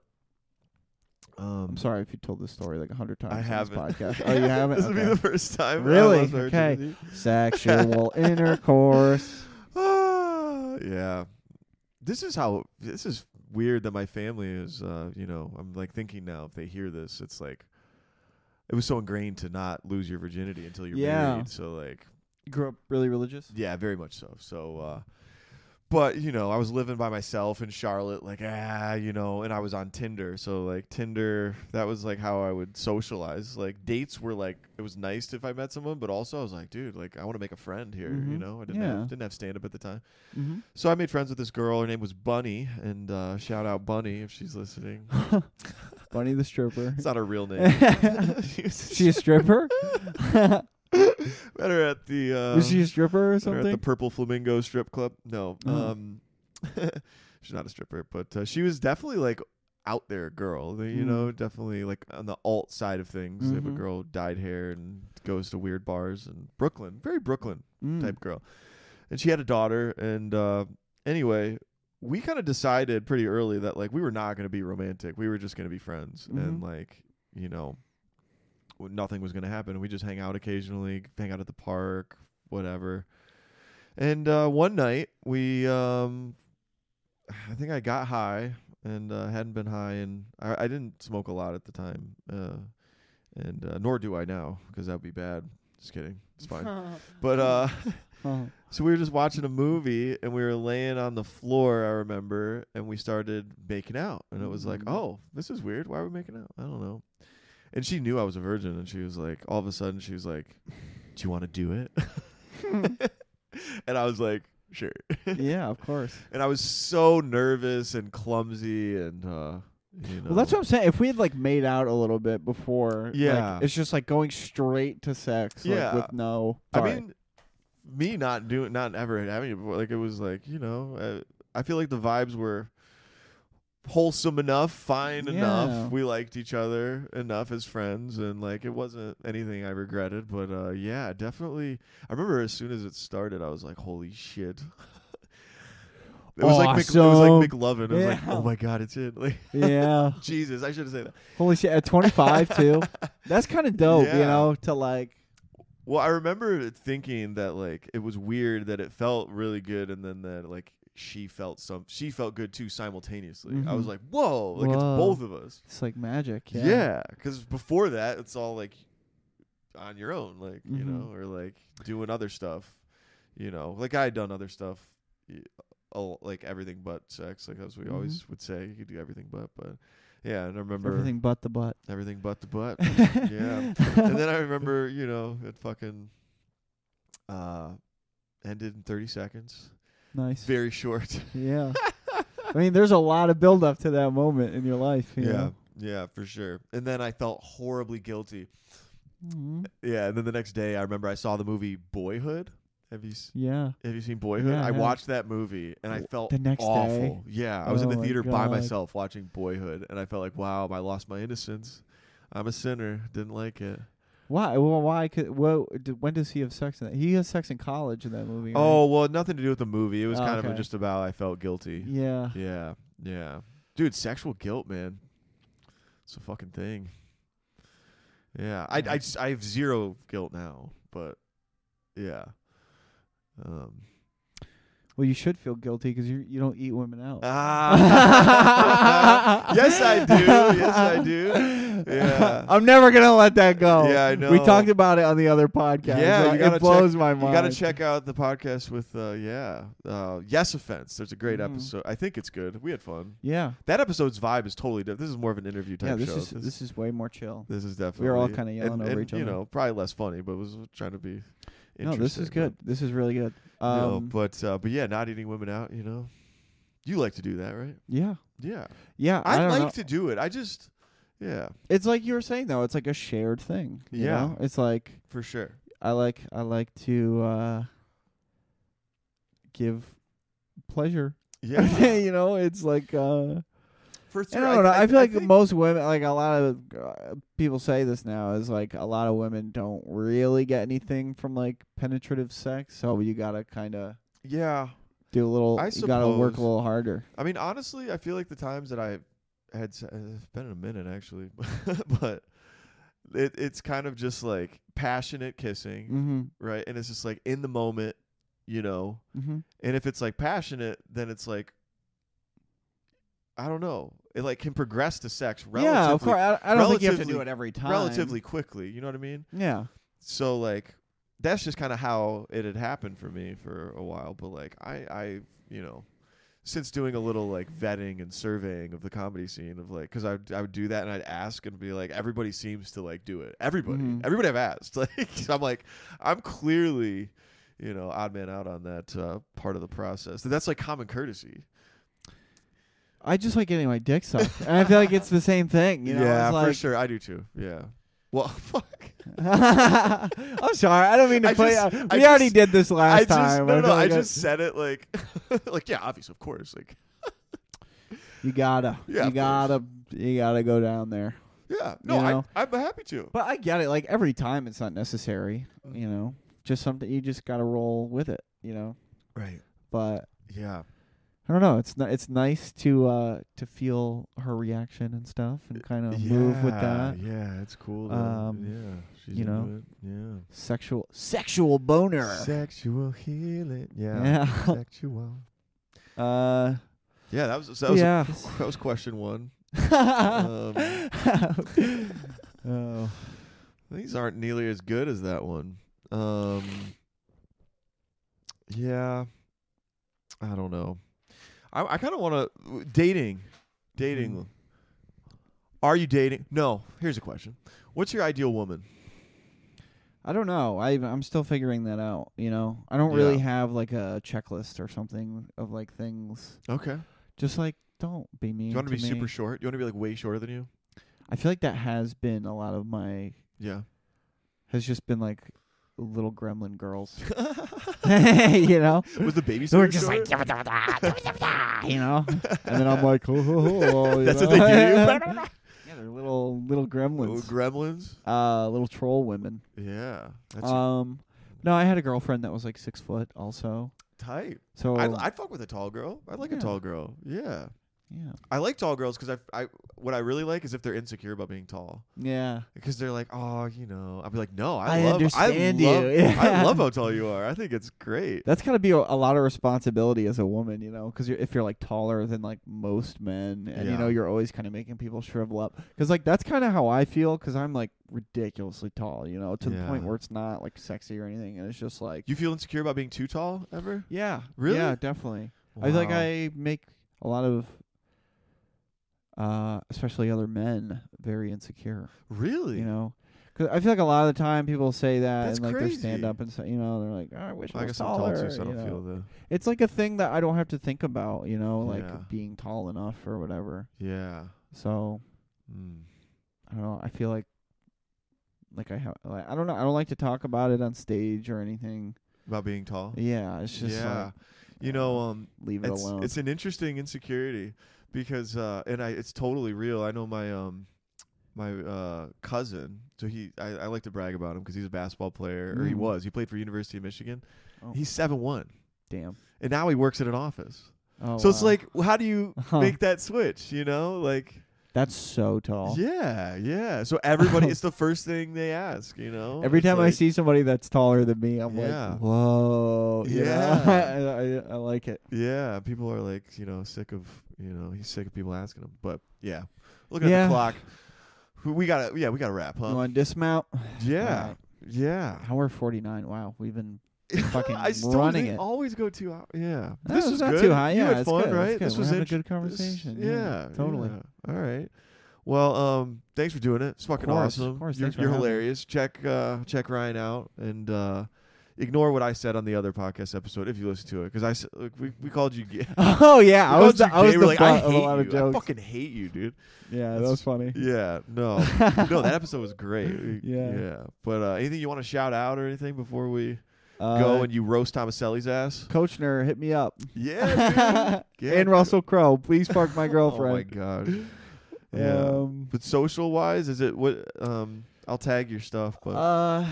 A: Um,
C: I'm sorry if you told this story like a hundred times.
A: I
C: on this
A: haven't.
C: podcast. Oh, you haven't.
A: this would be the
C: Okay.
A: first time. I
C: Really?
A: lost my
C: Okay.
A: virginity.
C: Sexual intercourse.
A: Ah, yeah. This is how. This is weird that my family is. Uh, you know, I'm like thinking now. If they hear this, it's like it was so ingrained to not lose your virginity until you're
C: Yeah.
A: married. So like,
C: You grew up really religious.
A: Yeah, very much so. So, uh, but you know, I was living by myself in Charlotte, like ah, you know, and I was on Tinder. So like Tinder, that was like how I would socialize. Like dates were like it was nice if I met someone, but also I was like, dude, like I want to make a friend here.
C: Mhm.
A: You know, I didn't
C: Yeah.
A: have, didn't have stand up at the time.
C: Mm-hmm.
A: So I made friends with this girl. Her name was Bunny, and uh, shout out Bunny if she's listening.
C: Bunny the stripper.
A: It's not her real name. she was-
C: she a stripper?
A: met her at the. Uh,
C: was she a stripper or
A: Met her At the
C: something?
A: Purple Flamingo Strip Club. No,
C: Oh.
A: um, she's not a stripper, but uh, she was definitely like out there girl. They- You
C: Mm.
A: know, definitely like on the alt side of things. They have a
C: Mhm.
A: girl with dyed hair and goes to weird bars in Brooklyn, very Brooklyn
C: Mm.
A: type girl. And she had a daughter. And uh, anyway, we kind of decided pretty early that like we were not going to be romantic. We were just going to be friends.
C: Mhm.
A: And like, you know, w- nothing was going to happen. We just hang out occasionally, hang out at the park, whatever. And uh, one night we, um, I think I got high and uh, hadn't been high, and I, I didn't smoke a lot at the time, uh, and uh, nor do I now because that would be bad. Just kidding, it's fine. but uh,
C: Oh.
A: so we were just watching a movie and we were laying on the floor, I remember, and we started making out. And it was like,
C: Mm.
A: oh, this is weird. Why are we making out? I don't know. And she knew I was a virgin and she was like, all of a sudden, she was like, do you want to do it? and I was like, sure.
C: yeah, of course.
A: And I was so nervous and clumsy and, uh, you know.
C: Well, that's what I'm saying. If we had like made out a little bit before, like,
A: Yeah.
C: it's just like going straight to sex, like,
A: Yeah.
C: with no.
A: I
C: Sorry.
A: mean, me not doing, not ever having it before. Like it was like you know, I, I feel like the vibes were wholesome enough, fine
C: Yeah.
A: enough. We liked each other enough as friends, and like it wasn't anything I regretted. But uh, yeah, definitely. I remember as soon as it started, I was like, "Holy shit!" it was like Mc, it was like McLovin. It was like,
C: Yeah.
A: "Oh my god, it's it!" Like
C: yeah.
A: Jesus, I should have said that.
C: Holy shit! At 25 too. That's kind of dope, you
A: Yeah.
C: know, to like.
A: Well, I remember thinking that like it was weird that it felt really good, and then that like she felt some she felt good too simultaneously. I was
C: Mhm.
A: like, whoa, like it's
C: Whoa.
A: both of us.
C: It's like magic. Yeah.
A: Yeah, because before that, it's all like on your own, like you
C: Mhm.
A: know, or like doing other stuff, you know, like I had done other stuff, y- all, like everything but sex, like as we
C: Mhm.
A: always would say, you could do everything but, but yeah, and I remember
C: Everything but the butt.
A: everything but the butt. yeah. and then I remember, you know, it fucking uh, ended in 30 seconds.
C: Nice.
A: Very short.
C: Yeah. I mean, there's a lot of build up to that moment in your life. You
A: Yeah.
C: Know?
A: Yeah, for sure. And then I felt horribly guilty.
C: Mhm.
A: Yeah, and then the next day I remember I saw the movie Boyhood. Have you s-
C: Yeah.
A: have you seen Boyhood?
C: Yeah, I
A: I
C: have.
A: watched that movie and I
C: W-
A: felt
C: the next
A: awful. Yeah, I was in
C: Oh
A: the
C: my
A: theater by
C: God.
A: myself watching Boyhood and I felt like, wow, I lost my innocence. I'm a sinner. Didn't like it.
C: Why? Well, why could? Well, d- when does he have sex in that? He has sex in college in that movie. right?
A: Oh, well, nothing to do with the movie. It was
C: Oh,
A: kind
C: okay.
A: of just about I felt guilty.
C: Yeah.
A: Yeah, yeah, dude, sexual guilt, man, it's a fucking thing. Yeah, I, I,
C: Yeah.
A: just- I have zero guilt now, but yeah, um,
C: Well, you should feel guilty because you you don't eat women out.
A: ah, yes, I do, yes, I do, yeah.
C: I'm never gonna let that go.
A: Yeah, I know.
C: We talked about it on the other podcast.
A: Yeah,
C: right?
A: you gotta
C: it blows
A: check-
C: my
A: You
C: mind.
A: got to check out the podcast with, uh, yeah, uh, Yes Offense. There's a great
C: Mhm.
A: episode. I think it's good. We had fun.
C: Yeah,
A: That episode's vibe is totally different. This is more of an interview type
C: yeah. This
A: show.
C: is this is way more chill.
A: This is definitely.
C: We were all kinda yelling
A: and-
C: over
A: and,
C: each
A: You
C: other.
A: know, probably less funny, but was trying to be.
C: No, this is
A: interesting,
C: good. This is really good.
A: But,
C: Um,
A: you know, but uh, but yeah, not eating women out. You know, you like to do that, right?
C: yeah,
A: Yeah,
C: yeah.
A: I,
C: don't
A: like
C: know.
A: to do it. I just Yeah,
C: It's like you were saying though. It's like a shared thing. you
A: Yeah.
C: know? It's like
A: for sure.
C: I like I like to uh give pleasure.
A: Yeah,
C: you know, it's like uh
A: for
C: I
A: sure.
C: don't know. I, feel like
A: think-
C: most women, like a lot of uh, people say this now, is like a lot of women don't really get anything from like penetrative sex, so you gotta kind of
A: yeah.
C: do a little.
A: I
C: you gotta work
A: suppose.
C: a little harder.
A: I mean, honestly, I feel like the times that I had se- it's been in a minute actually, but it, it's kind of just like passionate kissing,
C: Mm-hmm.
A: right? And it's just like in the moment, you know.
C: Mm-hmm.
A: And if it's like passionate, then it's like I don't know. It like can progress to sex relatively
C: yeah, of course. I, I don't think you have to do
A: relatively-
C: it every time.
A: relatively quickly. You know what I mean?
C: Yeah.
A: so like that's just kind of how it had happened for me for a while but like i i you know since doing a little like vetting and surveying of the comedy scene of like because I, would- I would do that and i'd ask and be like everybody seems to like do it everybody
C: Mhm.
A: everybody i've asked like so i'm like i'm clearly you know odd man out on that uh, part of the process that's like common courtesy
C: I just like getting my dick sucked. and I feel like it's the same thing. You know?
A: yeah
C: it's
A: for
C: like,
A: sure i do too yeah well fuck
C: I'm sorry. I don't mean to
A: I
C: play.
A: just-
C: uh,
A: I
C: we already
A: just-
C: did this last
A: i just
C: time.
A: no
C: feel
A: no i
C: like
A: just said it like like yeah obviously of course like
C: you gotta.
A: Yeah,
C: you
A: of course.
C: gotta. You gotta go down there.
A: Yeah. No,
C: You know?
A: I, I'm happy to.
C: But I get it. Like every time, it's not necessary. You know, just something you just gotta roll with it. You know,
A: Right.
C: but
A: Yeah.
C: I don't know. It's ni- it's nice to uh to feel her reaction and stuff and kind of move with that
A: Yeah, it's cool.
C: to- Um,
A: yeah. She's
C: you into know?
A: Yeah.
C: sexual sexual boner.
A: Sexual healing. Yeah.
C: yeah.
A: Sexual.
C: uh.
A: Yeah, that was that was
C: yeah.
A: that was question one. Um,
C: oh.
A: These aren't nearly as good as that one. Um. Yeah. I don't know. I I kind of want to dating, dating.
C: Mm.
A: Are you dating? No. Here's a question. What's your ideal woman?
C: I don't know. I I'm still figuring that out. You know, I don't really have like a checklist or something of like things.
A: Okay.
C: Just like don't be mean.
A: Do you want to be
C: me.
A: super short? You want to be like way shorter than you?
C: I feel like that has been a lot of my
A: Yeah.
C: has just been like little gremlin girls. you know,
A: Was the baby
C: who
A: short?
C: are just like you know, and then I'm like, oh,
A: That's what they do to you?
C: yeah, they're little little
A: Little
C: gremlins,
A: gremlins.
C: uh, little troll women.
A: Yeah. That's your
C: Um, no, I had a girlfriend that was like six foot also.
A: type.
C: So
A: I'd, I'd fuck with a tall girl. I like
C: Yeah.
A: a tall girl. Yeah.
C: yeah,
A: I like tall girls because I, I, what I really like is if they're insecure about being tall.
C: yeah.
A: Because they're like, oh, you know, I'd be like, no, I,
C: I
A: love,
C: understand
A: I
C: you."
A: love,
C: Yeah.
A: I love how tall you are. I think it's great.
C: That's gotta be a, a lot of responsibility as a woman, you know, because you're, if you're like taller than like most men, and you
A: Yeah.
C: know, you're always kind of making people shrivel up. Because like that's kind of how I feel, because I'm like ridiculously tall, you know, to the point
A: Yeah.
C: where it's not like sexy or anything, and it's just like,
A: You feel insecure about being too tall ever?
C: yeah,
A: Really?
C: yeah, definitely. I feel like
A: Wow.
C: I make a lot of, uh, especially other men, very insecure.
A: really.
C: you know. 'Cause I feel like a lot of the time people say that
A: That's
C: and like
A: crazy.
C: they stand up and say, you know, they're like, "Oh, I wish I,
A: I
C: was
A: guess I'm
C: taller.
A: tall too, so I
C: you
A: don't
C: know?
A: feel the.
C: It's like a thing that I don't have to think about, you know, like
A: Yeah.
C: being tall enough or whatever.
A: Yeah.
C: So
A: Mm.
C: I don't know. I feel like, like I have, like I don't know. I don't like to talk about it on stage or anything.
A: About being tall.
C: Yeah, it's just
A: Oh, yeah.
C: like
A: you know, um,
C: leave it
A: it's
C: alone.
A: it's an interesting insecurity because uh, and I it's totally real. I know my um my uh cousin. So he I, I like to brag about him because he's a basketball player or he
C: Mm.
A: was. He played for University of Michigan.
C: Oh.
A: He's seven one,
C: Damn.
A: and now he works at an office.
C: Oh,
A: so it's
C: wow.
A: like, w- how do you
C: Huh.
A: make that switch? You know, like
C: that's so tall.
A: yeah, yeah. So everybody, it's the first thing they ask. You know,
C: Every
A: It's
C: time I
A: like-
C: see somebody that's taller than me, I'm
A: Yeah.
C: like, whoa. you know?
A: Yeah.
C: I, I, I like it.
A: Yeah, people are like, you know, sick of, you know, he's sick of people asking him. But yeah, looking at
C: Yeah.
A: the clock, we- we gotta, yeah, we gotta wrap,
C: you
A: huh?
C: want to dismount?
A: Yeah,
C: Alright.
A: yeah.
C: Hour 49. Wow. We've been. fucking
A: I still
C: running
A: they
C: it.
A: always go two hours. Yeah,
C: No,
A: this
C: oh, it's
A: was
C: not
A: good.
C: too high.
A: you
C: Yeah,
A: had
C: it's
A: fun,
C: good, it's
A: right?
C: good.
A: This
C: We're
A: was
C: having a
A: int-
C: good
A: this-
C: conversation, yeah,
A: yeah,
C: totally.
A: yeah. All right. Well, um, thanks for doing it. It's fucking
C: course, of
A: awesome.
C: course,
A: you're
C: thanks for
A: you're
C: having me.
A: hilarious. Check uh, check Ryan out, and uh, Ignore what I said on the other podcast episode if you listen to it, because I s- like, we we called you gay.
C: Oh yeah,
A: we
C: I
A: called
C: was the,
A: you
C: I was
A: gay.
C: the
A: We're like, I
C: butt of a
A: hate
C: lot of
A: you. I
C: jokes.
A: fucking hate you, dude.
C: Yeah, that was funny.
A: Yeah, no, no, that episode was great. We-
C: Yeah.
A: yeah. But uh, anything you want to shout out or anything before we
C: Uh,
A: go and you roast Tomaselli's ass?
C: Kochner hit me up.
A: Yeah, dude. Yeah,
C: and
A: dude.
C: Russell Crowe, please fuck my
A: Oh my
C: girlfriend.
A: god. Yeah.
C: Um,
A: But social wise, is it what? Um, I'll tag your stuff, but
C: uh,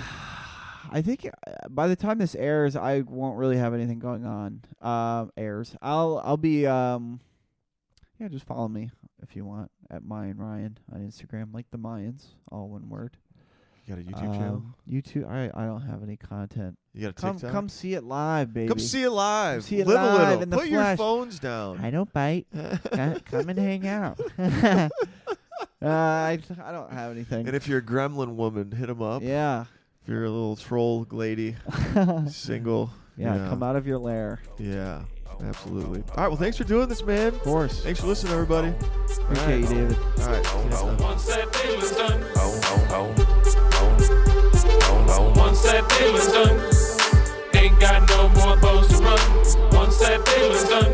C: I think uh, by the time this airs, I won't really have anything going on. Um, airs. I'll I'll be um, yeah, just follow me if you want at Mayan Ryan on Instagram, like the Mayans, all one word.
A: you got a YouTube channel.
C: Um, YouTube. I I don't have any content.
A: You got a
C: Come
A: TikTok.
C: come see it live, baby.
A: Come see it live.
C: see it
A: Live
C: live
A: a little.
C: in the
A: Put your
C: flesh.
A: phones down.
C: I don't bite. Come come and hang out. uh, I I don't have anything.
A: and if you're a gremlin woman, hit them up.
C: Yeah.
A: If you're a little troll lady, single.
C: yeah,
A: Yeah.
C: come out of your lair.
A: Yeah, absolutely. All right. Well, thanks for doing this, man.
C: Of course.
A: Thanks for listening, everybody.
C: Appreciate
A: All right.
C: you, David.
A: All right. see you next time.
D: Once that deal is done, oh, oh, oh, oh, oh, oh. Once that deal is done, ain't got no more bows to run. Once that deal is done,